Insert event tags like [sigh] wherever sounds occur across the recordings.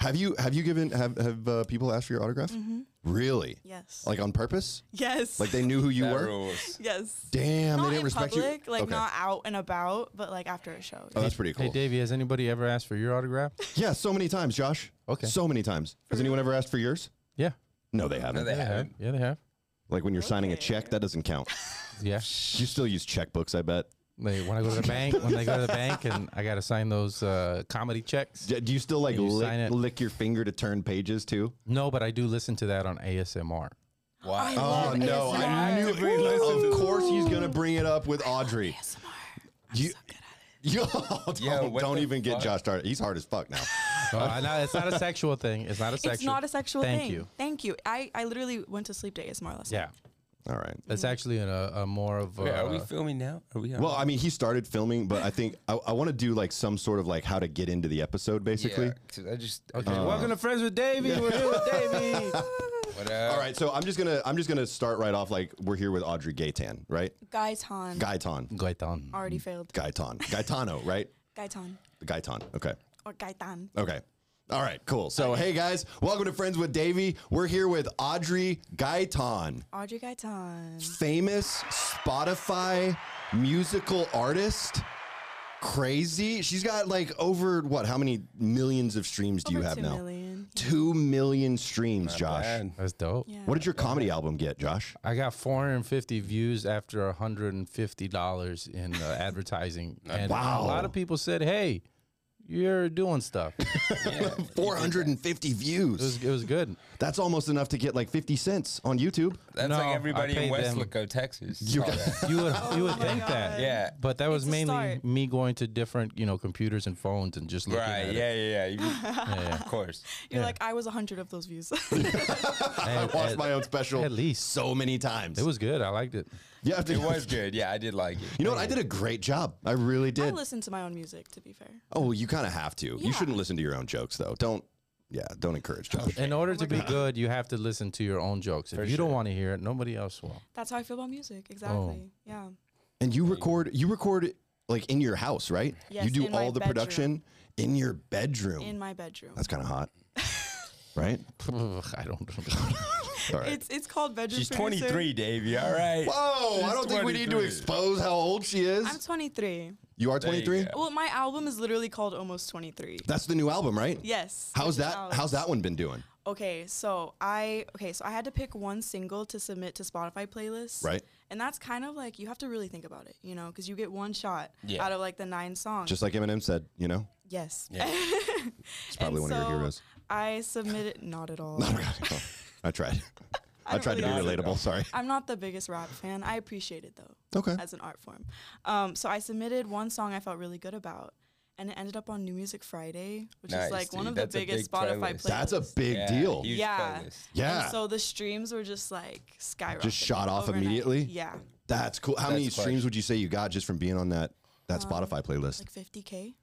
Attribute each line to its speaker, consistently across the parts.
Speaker 1: Have you have you given have have uh, people asked for your autograph? Really?
Speaker 2: Yes.
Speaker 1: Like on purpose?
Speaker 2: yes.
Speaker 1: Like they knew who you
Speaker 3: That
Speaker 1: were?
Speaker 3: rules.
Speaker 2: [laughs] yes.
Speaker 1: Damn,
Speaker 2: not
Speaker 1: they didn't
Speaker 2: in
Speaker 1: respect
Speaker 2: public,
Speaker 1: you.
Speaker 2: like
Speaker 1: okay.
Speaker 2: not out and about, but like after a show.
Speaker 1: Oh, that's pretty cool.
Speaker 4: Hey, Davey, has anybody ever asked for your autograph?
Speaker 1: Yeah, so many times, Josh.
Speaker 4: Okay.
Speaker 1: So many times. Has anyone ever asked for yours?
Speaker 4: Yeah.
Speaker 1: No, they haven't.
Speaker 3: No, they
Speaker 4: Yeah,
Speaker 3: haven't.
Speaker 4: [laughs] Yeah, they have.
Speaker 1: Like when you're signing a check, that doesn't count.
Speaker 4: Yeah.
Speaker 1: you still use checkbooks, I bet.
Speaker 4: They, when I go to the bank, when they go to the bank and I got to sign those uh, comedy checks.
Speaker 1: D- Do you still like
Speaker 4: You sign
Speaker 1: lick,
Speaker 4: it.
Speaker 1: lick your finger to turn pages too?
Speaker 4: No, but I do listen to that on ASMR.
Speaker 3: Wow.
Speaker 1: Oh no! I knew. Ooh, of course, he's gonna bring it up with Audrey.
Speaker 2: Oh,
Speaker 1: You, [laughs] you don't,
Speaker 3: Yeah, what
Speaker 1: don't
Speaker 3: the
Speaker 1: even get
Speaker 3: fuck?
Speaker 1: Josh started. He's hard as fuck now.
Speaker 4: So, Oh, I know it's not a sexual thing. It's not a sexual.
Speaker 2: It's not a sexual
Speaker 4: Thank
Speaker 2: thing.
Speaker 4: you.
Speaker 2: Thank you. I, I literally went to sleep to ASMR last
Speaker 4: Yeah,
Speaker 1: All right.
Speaker 4: it's actually in a, a more of. A, uh,
Speaker 3: Wait, are we filming now? Are we? on?
Speaker 1: Well, I mean, he started filming, but I think I, I want to do like some sort of like how to get into the episode, basically. Oh.
Speaker 3: Yeah, 'cause I just.
Speaker 4: Okay,
Speaker 1: Uh,
Speaker 4: welcome to Friends with Davey. We're
Speaker 1: [laughs]
Speaker 4: here with Davey.
Speaker 3: What
Speaker 1: All right, so I'm just gonna I'm just gonna start right off like we're here with Audrey Gaetan, right?
Speaker 2: night. Gaetan.
Speaker 1: Gaetan,
Speaker 4: Gaetan.
Speaker 2: already failed.
Speaker 1: Gaetan, Gaetano, right?
Speaker 2: Gaetan.
Speaker 1: Gaetan. Okay.
Speaker 2: Or Gaetan.
Speaker 1: Okay. All right. Cool. So hey guys, welcome to Friends with Davey. We're here with Audrey Gaetan.
Speaker 2: Audrey Gaetan.
Speaker 1: famous Spotify musical artist. Crazy. She's got like over what? How many millions of streams do you
Speaker 2: Over
Speaker 1: have
Speaker 2: two
Speaker 1: now?
Speaker 2: million. [laughs]
Speaker 1: Two million streams, Josh.
Speaker 3: [laughs]
Speaker 4: That's dope.
Speaker 2: Yeah.
Speaker 1: What did your comedy album get, Josh?
Speaker 4: I got 450 views after 150 dollars in uh, advertising, and
Speaker 1: Wow.
Speaker 4: a lot of people said, "Hey, you're doing stuff." it
Speaker 1: 450 views.
Speaker 4: was it was good.
Speaker 1: That's almost enough to get like 50 cents on YouTube.
Speaker 3: That's
Speaker 4: No, I
Speaker 3: like everybody
Speaker 4: paid
Speaker 3: in
Speaker 4: them.
Speaker 3: Westlaco, Texas.
Speaker 1: You
Speaker 3: saw
Speaker 1: got-
Speaker 3: that.
Speaker 4: You would you would think
Speaker 3: [laughs]
Speaker 4: that,
Speaker 3: Yeah.
Speaker 4: But that was
Speaker 2: Oh It's a
Speaker 4: mainly
Speaker 2: start.
Speaker 4: me going to different, you know, computers and phones and just looking
Speaker 3: Right.
Speaker 4: at
Speaker 3: Yeah, yeah, yeah. You-
Speaker 4: yeah.
Speaker 1: [laughs]
Speaker 3: Of course.
Speaker 2: You're
Speaker 4: Yeah.
Speaker 2: like, I was a 100 of those views. [laughs]
Speaker 4: it. And-
Speaker 1: I watched
Speaker 4: and
Speaker 1: my own special
Speaker 4: at least.
Speaker 1: so many times.
Speaker 4: It was good. I liked it.
Speaker 1: yeah,
Speaker 3: It was good. Yeah, I did like it.
Speaker 1: You know what? I did a great job. I really
Speaker 2: I
Speaker 1: did.
Speaker 2: listen to my own music, to be fair.
Speaker 1: oh, well, you kind of have to. You
Speaker 2: Yeah.
Speaker 1: shouldn't listen to your own jokes though. Don't. Yeah, don't encourage Josh.
Speaker 2: Oh
Speaker 4: In order to be good, you have to listen to your own jokes. If you don't want to hear it, nobody else will.
Speaker 2: That's how I feel about music.
Speaker 4: Oh.
Speaker 2: Exactly. Yeah.
Speaker 1: And you record you record like in your house, right? you
Speaker 2: Yes,
Speaker 1: do
Speaker 2: in my
Speaker 1: all the
Speaker 2: bedroom.
Speaker 1: production in your bedroom.
Speaker 2: In my bedroom.
Speaker 1: That's kind of
Speaker 2: [laughs]
Speaker 1: hot. right?
Speaker 4: I don't.
Speaker 1: All right.
Speaker 2: It's it's called bedroom.
Speaker 3: She's
Speaker 2: producer.
Speaker 3: 23, Davey. All right.
Speaker 1: Whoa, I
Speaker 3: She's
Speaker 1: don't think we need to
Speaker 3: 23.
Speaker 1: expose how old she is.
Speaker 2: I'm 23.
Speaker 1: you are
Speaker 3: There you
Speaker 1: 23?
Speaker 3: go.
Speaker 2: Well, my album is literally called Almost 23.
Speaker 1: That's the new album, right?
Speaker 2: Yes.
Speaker 1: How's
Speaker 2: which is
Speaker 1: that
Speaker 2: out.
Speaker 1: how's that one been doing?
Speaker 2: Okay, so I okay, so I had to pick one single to submit to Spotify playlists.
Speaker 1: Right.
Speaker 2: And that's kind of like you have to really think about it, you know, because you get one shot
Speaker 3: Yeah.
Speaker 2: out of like the nine songs.
Speaker 1: Just like Eminem said, you know?
Speaker 2: yes.
Speaker 3: Yeah.
Speaker 1: It's probably one of your heroes.
Speaker 2: [laughs]
Speaker 1: [laughs]
Speaker 2: I submitted not at all.
Speaker 1: I
Speaker 2: [laughs]
Speaker 1: tried. I,
Speaker 2: don't
Speaker 1: tried
Speaker 2: really
Speaker 1: to be
Speaker 3: know.
Speaker 1: relatable, sorry.
Speaker 2: I'm not the biggest rap fan. I appreciate it though.
Speaker 1: Okay.
Speaker 2: As an art form. Um, so I submitted one song I felt really good about, and it ended up on New Music Friday, which
Speaker 3: Nice,
Speaker 2: is like one
Speaker 3: dude.
Speaker 2: of the
Speaker 3: That's a
Speaker 2: biggest
Speaker 3: big
Speaker 2: Spotify
Speaker 3: playlist.
Speaker 2: playlists.
Speaker 1: That's a big
Speaker 3: Yeah,
Speaker 1: deal.
Speaker 3: Huge
Speaker 2: yeah.
Speaker 3: playlist.
Speaker 1: Yeah.
Speaker 2: And so the streams were just like skyrocketing.
Speaker 1: Just shot off
Speaker 2: overnight.
Speaker 1: immediately?
Speaker 2: Yeah.
Speaker 1: That's cool. How many
Speaker 3: That's clutch.
Speaker 1: streams would you say you got just from being on that that Spotify playlist?
Speaker 2: Um, Like 50K?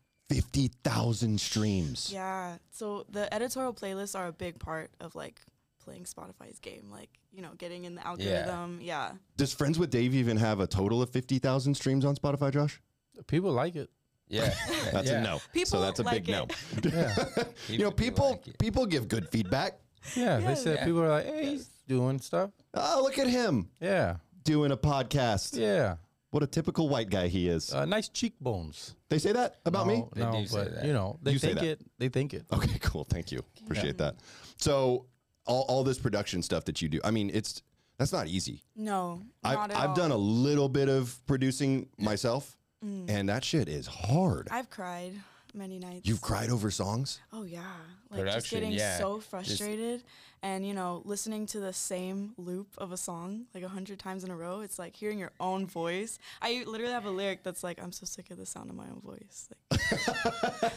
Speaker 1: 50,000 streams.
Speaker 2: Yeah. So the editorial playlists are a big part of like playing Spotify's game, like, you know, getting in the algorithm. Yeah.
Speaker 1: Does Friends with Dave even have a total of 50,000 streams on Spotify, Josh?
Speaker 4: [laughs] People like it.
Speaker 1: [laughs]
Speaker 3: Yeah.
Speaker 1: That's
Speaker 3: yeah.
Speaker 1: a no. so
Speaker 2: People
Speaker 1: that's a
Speaker 2: like
Speaker 1: big no. [laughs] you know, people
Speaker 3: People like it.
Speaker 1: people give good feedback.
Speaker 4: Yeah, they said
Speaker 3: Yeah.
Speaker 4: people are like, "Hey, he's doing stuff."
Speaker 1: Oh, look at him
Speaker 4: Yeah,
Speaker 1: doing a podcast.
Speaker 4: yeah.
Speaker 1: What a typical white guy he is.
Speaker 4: Uh, nice cheekbones.
Speaker 1: they say that about me?
Speaker 4: No, no,
Speaker 3: do say
Speaker 4: but
Speaker 3: that.
Speaker 4: you know, they
Speaker 1: You say
Speaker 4: think
Speaker 1: that.
Speaker 4: it. They think it.
Speaker 1: Okay, [laughs] cool. Thank you. Appreciate that. So, all, all this production stuff that you do, I mean, it's that's not easy.
Speaker 2: No.
Speaker 1: I've,
Speaker 2: not at
Speaker 1: I've
Speaker 2: all. Mm.
Speaker 1: done a little bit of producing myself, and that shit is hard.
Speaker 2: I've cried many nights.
Speaker 1: You've cried over songs?
Speaker 2: Oh yeah, like just
Speaker 3: Production,
Speaker 2: getting
Speaker 3: yeah.
Speaker 2: so
Speaker 3: Just-
Speaker 2: frustrated, and you know, listening to the same loop of a song like a hundred times in a row. It's like hearing your own voice. I literally have a lyric that's like, "I'm so sick of the sound of my own voice." Like,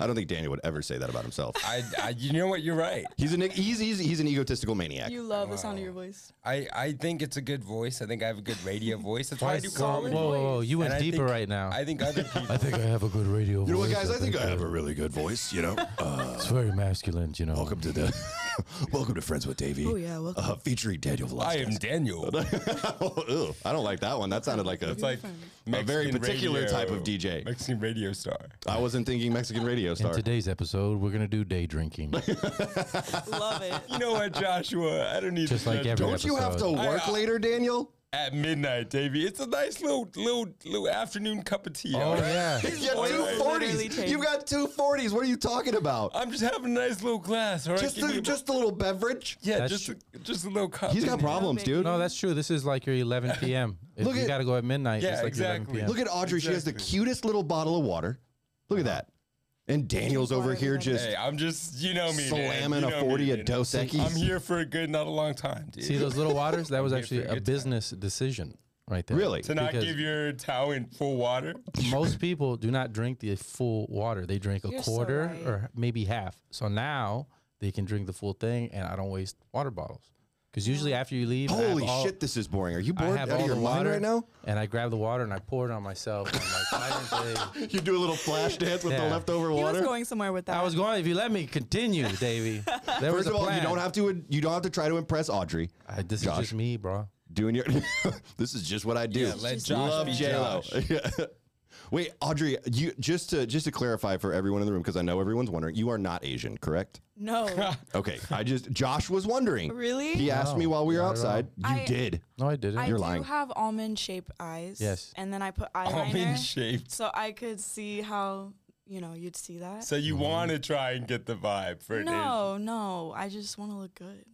Speaker 1: I don't think Daniel would ever say that about himself.
Speaker 3: I, I, you know what? You're right.
Speaker 1: He's an e, he's, he's he's an egotistical maniac.
Speaker 2: you love the sound of your voice.
Speaker 3: I, I think it's a good voice. I think I have a good
Speaker 1: [laughs]
Speaker 3: radio voice. That's why I do
Speaker 4: whoa,
Speaker 3: comedy.
Speaker 4: whoa, whoa! You
Speaker 3: And
Speaker 4: went
Speaker 3: I
Speaker 4: deeper
Speaker 3: think-
Speaker 4: right now.
Speaker 1: [laughs]
Speaker 3: I think other people.
Speaker 4: I think I have a good radio
Speaker 1: [laughs] You know what, guys? I think I have a really good voice. You know, uh,
Speaker 4: It's very masculine, you know.
Speaker 1: Welcome to the [laughs] Welcome to Friends with Davey.
Speaker 2: Oh, yeah, welcome.
Speaker 1: Uh, featuring Daniel
Speaker 3: I
Speaker 1: Velasquez.
Speaker 3: am Daniel.
Speaker 1: [laughs] Ew, I don't like that one. That sounded like a.
Speaker 3: It's like
Speaker 1: A very
Speaker 3: Mexican
Speaker 1: particular
Speaker 3: radio-
Speaker 1: type of DJ.
Speaker 3: Mexican radio star.
Speaker 1: I wasn't thinking Mexican radio
Speaker 4: In
Speaker 1: star.
Speaker 4: today's episode, we're gonna do
Speaker 1: [laughs]
Speaker 4: day drinking,
Speaker 2: [laughs] Love [laughs] it.
Speaker 3: You know what, Joshua? I don't need
Speaker 4: just
Speaker 3: to
Speaker 4: like
Speaker 3: judge
Speaker 4: every
Speaker 1: Don't you have to
Speaker 4: episode.
Speaker 1: work
Speaker 3: I-
Speaker 1: later, Daniel?
Speaker 3: at midnight, Davey. It's a nice little little little afternoon cup of tea. all
Speaker 4: Oh
Speaker 3: right? [laughs]
Speaker 4: yeah,
Speaker 1: You got
Speaker 3: Oil
Speaker 1: two
Speaker 2: literally
Speaker 3: is
Speaker 1: forties.
Speaker 2: changed.
Speaker 1: You've got two forties. What are you talking about?
Speaker 3: I'm just having a nice little glass. All right,
Speaker 1: Just
Speaker 3: Give me
Speaker 1: a,
Speaker 3: a-
Speaker 1: just a little beverage.
Speaker 3: yeah,
Speaker 4: That's
Speaker 3: just a, just a little cup.
Speaker 1: He's got
Speaker 3: in there.
Speaker 1: problems, dude.
Speaker 4: no, that's true. This is like
Speaker 1: [laughs]
Speaker 4: your 11 p.m. If
Speaker 1: Look
Speaker 4: you
Speaker 1: at-
Speaker 4: gotta go at midnight.
Speaker 3: Yeah,
Speaker 4: it's like your
Speaker 3: exactly.
Speaker 4: 11 p.m.
Speaker 1: Look at Audrey. She has the cutest little bottle of water. Look at that. And Daniel's over here just
Speaker 3: Hey, I'm just you know me. Dan.
Speaker 1: slamming
Speaker 3: You
Speaker 1: a
Speaker 3: know
Speaker 1: forty
Speaker 3: me,
Speaker 1: a
Speaker 3: Dan.
Speaker 1: Dos Equis.
Speaker 3: I'm here for a good, not a long time, dude.
Speaker 4: See those little waters? That
Speaker 1: [laughs]
Speaker 4: was actually
Speaker 3: for a
Speaker 4: a
Speaker 3: good time.
Speaker 4: business decision right there.
Speaker 1: Really?
Speaker 3: to not
Speaker 4: because-
Speaker 3: give your towel in full water.
Speaker 4: Most people do not drink the full water. They drink a
Speaker 2: You're so
Speaker 4: quarter
Speaker 2: right.
Speaker 4: or maybe half. So now they can drink the full thing, and I don't waste water bottles. Because usually after you leave, I have
Speaker 1: Holy
Speaker 4: all-
Speaker 1: shit, this is boring. Are you
Speaker 4: I
Speaker 1: bored
Speaker 4: have
Speaker 1: out
Speaker 4: all
Speaker 1: of your
Speaker 4: the
Speaker 1: mind
Speaker 4: water
Speaker 1: right now?
Speaker 4: and I grab the water and I pour it on myself. and I'm like, "Why didn't
Speaker 1: [laughs]
Speaker 4: they-"
Speaker 1: You do a little flash dance with the
Speaker 4: Yeah.
Speaker 1: leftover
Speaker 2: He was
Speaker 1: water.
Speaker 2: going somewhere with that.
Speaker 4: I was going. If you let me continue,
Speaker 1: [laughs]
Speaker 4: Davey. There was
Speaker 1: First
Speaker 4: a
Speaker 1: of all,
Speaker 4: plan.
Speaker 1: you don't have to. You don't have to try to impress Audrey.
Speaker 4: I, this
Speaker 1: Josh.
Speaker 4: is just me, bro.
Speaker 1: Doing your. [laughs] this is just what I do.
Speaker 3: Yeah, let
Speaker 2: Just
Speaker 3: Josh
Speaker 1: Love
Speaker 3: be
Speaker 1: J Lo.
Speaker 3: Josh.
Speaker 1: [laughs] Wait, Audrey. You just to just to clarify for everyone in the room because I know everyone's wondering. You are not Asian, correct?
Speaker 2: [laughs]
Speaker 3: [laughs]
Speaker 2: no,
Speaker 1: Okay, I just Josh was wondering.
Speaker 2: really.
Speaker 1: He asked me while we were
Speaker 4: not at all.
Speaker 1: outside. You
Speaker 2: I-
Speaker 1: did.
Speaker 4: No, I didn't.
Speaker 2: I
Speaker 1: You're
Speaker 2: do
Speaker 1: lying.
Speaker 2: have almond shaped eyes.
Speaker 4: Yes.
Speaker 2: And then I put
Speaker 3: [laughs]
Speaker 2: eyeliner, [laughs]
Speaker 3: Almond shaped.
Speaker 2: so I could see how you know you'd see that.
Speaker 3: So you want to try and get the vibe for an Asian.
Speaker 2: no, no, I just want to look good.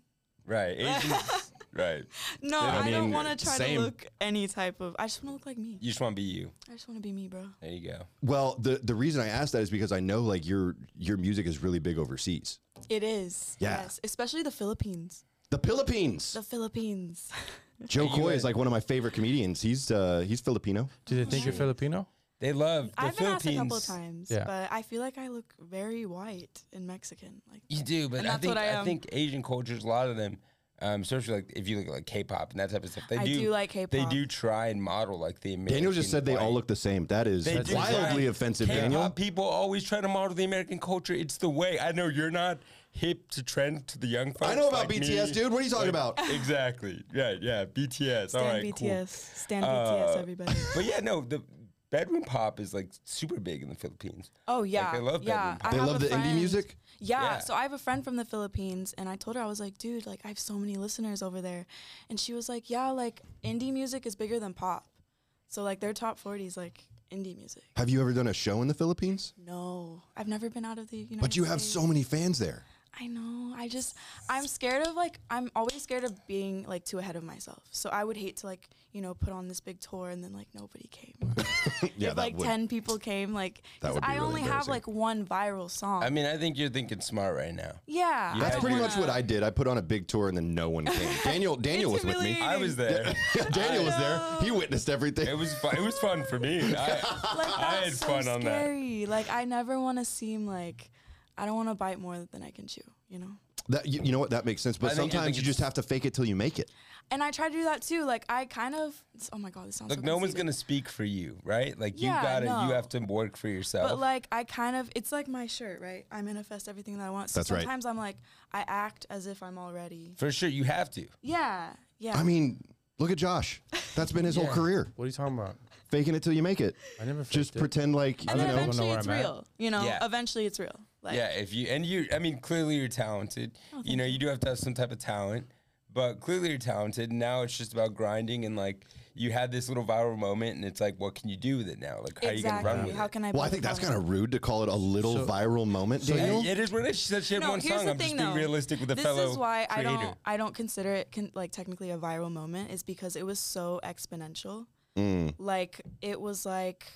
Speaker 2: [laughs]
Speaker 3: Right. Asians, right.
Speaker 2: No,
Speaker 3: Yeah,
Speaker 2: I,
Speaker 3: I
Speaker 2: don't
Speaker 3: mean,
Speaker 2: want to try
Speaker 3: same.
Speaker 2: to look any type of. I just want to look like me.
Speaker 3: You just want to be you.
Speaker 2: I just want to be me, bro.
Speaker 3: There you go.
Speaker 1: Well, the the reason I asked that is because I know like your your music is really big overseas.
Speaker 2: It is.
Speaker 1: Yeah.
Speaker 2: Yes, especially the Philippines.
Speaker 1: The Philippines.
Speaker 2: The Philippines. [laughs]
Speaker 1: Joe
Speaker 3: Are you
Speaker 1: Coy
Speaker 3: a-
Speaker 1: is like one of my favorite comedians. He's uh he's Filipino.
Speaker 4: Do they think you're Filipino?
Speaker 3: They love the
Speaker 2: I've been asked
Speaker 3: Philippines.
Speaker 2: a couple times,
Speaker 4: Yeah.
Speaker 2: but I feel like I look very white and Mexican. Like
Speaker 3: You do, but
Speaker 2: And
Speaker 3: I
Speaker 2: that's
Speaker 3: think
Speaker 2: what I
Speaker 3: I,
Speaker 2: am.
Speaker 3: think Asian cultures, a lot of them, um, especially like if you look at like K-pop and that type of stuff, they
Speaker 2: I
Speaker 3: do,
Speaker 2: do like
Speaker 3: They
Speaker 2: K-pop.
Speaker 3: do try and model like the American.
Speaker 1: Daniel just said they all
Speaker 3: white-
Speaker 1: look the same. That is
Speaker 3: They do
Speaker 1: wildly
Speaker 3: try.
Speaker 1: offensive,
Speaker 3: K-pop
Speaker 1: Daniel.
Speaker 3: People always try to model the American culture. It's the way. I know you're not hip to trend to the young. Folks
Speaker 1: I know about
Speaker 3: like me.
Speaker 1: BTS, dude. What are you talking about?
Speaker 3: [laughs] Exactly. Yeah, yeah. BTS.
Speaker 2: stand
Speaker 3: all right.
Speaker 2: BTS,
Speaker 3: Cool.
Speaker 2: stand
Speaker 3: Uh,
Speaker 2: BTS, everybody.
Speaker 3: But yeah, no, the bedroom pop is like super big in the Philippines. [laughs]
Speaker 2: Oh yeah,
Speaker 3: they love
Speaker 2: yeah.
Speaker 3: bedroom
Speaker 2: I
Speaker 1: They
Speaker 2: have
Speaker 1: love
Speaker 2: a
Speaker 1: the indie
Speaker 2: friend-
Speaker 1: music?
Speaker 2: Yeah.
Speaker 3: Yeah.
Speaker 2: So I have a friend from the Philippines, and I told her I was like, dude, like I have so many listeners over there, and she was like, yeah, like indie music is bigger than pop, so like their top forty is like indie music.
Speaker 1: Have you ever done a show in the Philippines?
Speaker 2: No, I've never been out of the United.
Speaker 1: But you have
Speaker 2: States.
Speaker 1: so many fans there.
Speaker 2: I know. I just I'm scared of like I'm always scared of being like too ahead of myself. So I would hate to like you know put on this big tour and then like nobody came.
Speaker 1: [laughs] Yeah,
Speaker 2: if like ten people came, like
Speaker 1: That
Speaker 2: 'cause
Speaker 1: would be
Speaker 2: I
Speaker 1: really
Speaker 2: only have
Speaker 1: embarrassing.
Speaker 2: like one viral song.
Speaker 3: I mean, I think you're thinking smart right now.
Speaker 2: yeah, I
Speaker 1: That's
Speaker 2: don't
Speaker 1: pretty much
Speaker 2: wanna-
Speaker 1: what I did. I put on a big tour and then no one
Speaker 3: [laughs]
Speaker 1: came. Daniel Daniel was
Speaker 2: It's
Speaker 1: with me.
Speaker 2: humiliating.
Speaker 3: I was there.
Speaker 1: [laughs] Daniel was there. He witnessed
Speaker 3: It
Speaker 1: everything.
Speaker 3: was fun. It was fun for me.
Speaker 2: [laughs]
Speaker 3: I,
Speaker 2: like
Speaker 3: I
Speaker 2: that's
Speaker 3: had
Speaker 2: so
Speaker 3: fun on that.
Speaker 2: scary. Like I never want to seem like I don't want to bite more than I can chew, you know.
Speaker 1: That, you, you know what? That makes sense. But
Speaker 3: I think- I
Speaker 1: sometimes
Speaker 3: think
Speaker 1: you
Speaker 3: it's-
Speaker 1: just have to fake it till you make it.
Speaker 2: And I try to do that too. Like I kind of oh my god, this sounds
Speaker 3: Look,
Speaker 2: so
Speaker 3: no one's
Speaker 2: conceited.
Speaker 3: gonna speak for you, right? Like you
Speaker 2: Yeah,
Speaker 3: gotta, you
Speaker 2: no.
Speaker 3: have to work for yourself.
Speaker 2: But like I kind of it's like my shirt, right? I manifest everything that I want. So
Speaker 1: That's right.
Speaker 2: sometimes I'm like I act as if I'm already.
Speaker 3: for sure, you have to.
Speaker 2: Yeah. Yeah.
Speaker 1: I mean, look at Josh. That's been his whole career.
Speaker 4: What are you talking about?
Speaker 1: Faking it till you make it.
Speaker 4: I never
Speaker 1: Just
Speaker 4: faked it.
Speaker 1: pretend like,
Speaker 2: and
Speaker 1: you
Speaker 2: then
Speaker 1: know.
Speaker 4: know
Speaker 2: eventually
Speaker 4: where
Speaker 2: it's
Speaker 4: I'm at.
Speaker 2: real. You know,
Speaker 3: Yeah.
Speaker 2: eventually it's real. Like Oh,
Speaker 3: yeah, if you and you, I mean, clearly you're talented. you know, you do have to have some type of talent, but clearly you're talented. Now it's just about grinding and like you had this little viral moment, and it's like, what can you do with it now? Like, how are you gonna run
Speaker 2: exactly.
Speaker 3: with
Speaker 2: How
Speaker 3: it?
Speaker 2: can I
Speaker 1: Well, I
Speaker 2: build
Speaker 1: think that's
Speaker 2: upon
Speaker 1: kind
Speaker 2: it?
Speaker 1: of rude to call it a little viral moment, Daniel.
Speaker 3: Hey, it is what it is. She said she had
Speaker 2: no,
Speaker 3: one
Speaker 2: here's
Speaker 3: song.
Speaker 2: the
Speaker 3: I'm
Speaker 2: thing,
Speaker 3: just being
Speaker 2: though.
Speaker 3: realistic with a
Speaker 2: this
Speaker 3: fellow
Speaker 2: is why
Speaker 3: creator.
Speaker 2: I don't I don't consider it con- like technically a viral moment is because it was so exponential. Like it was like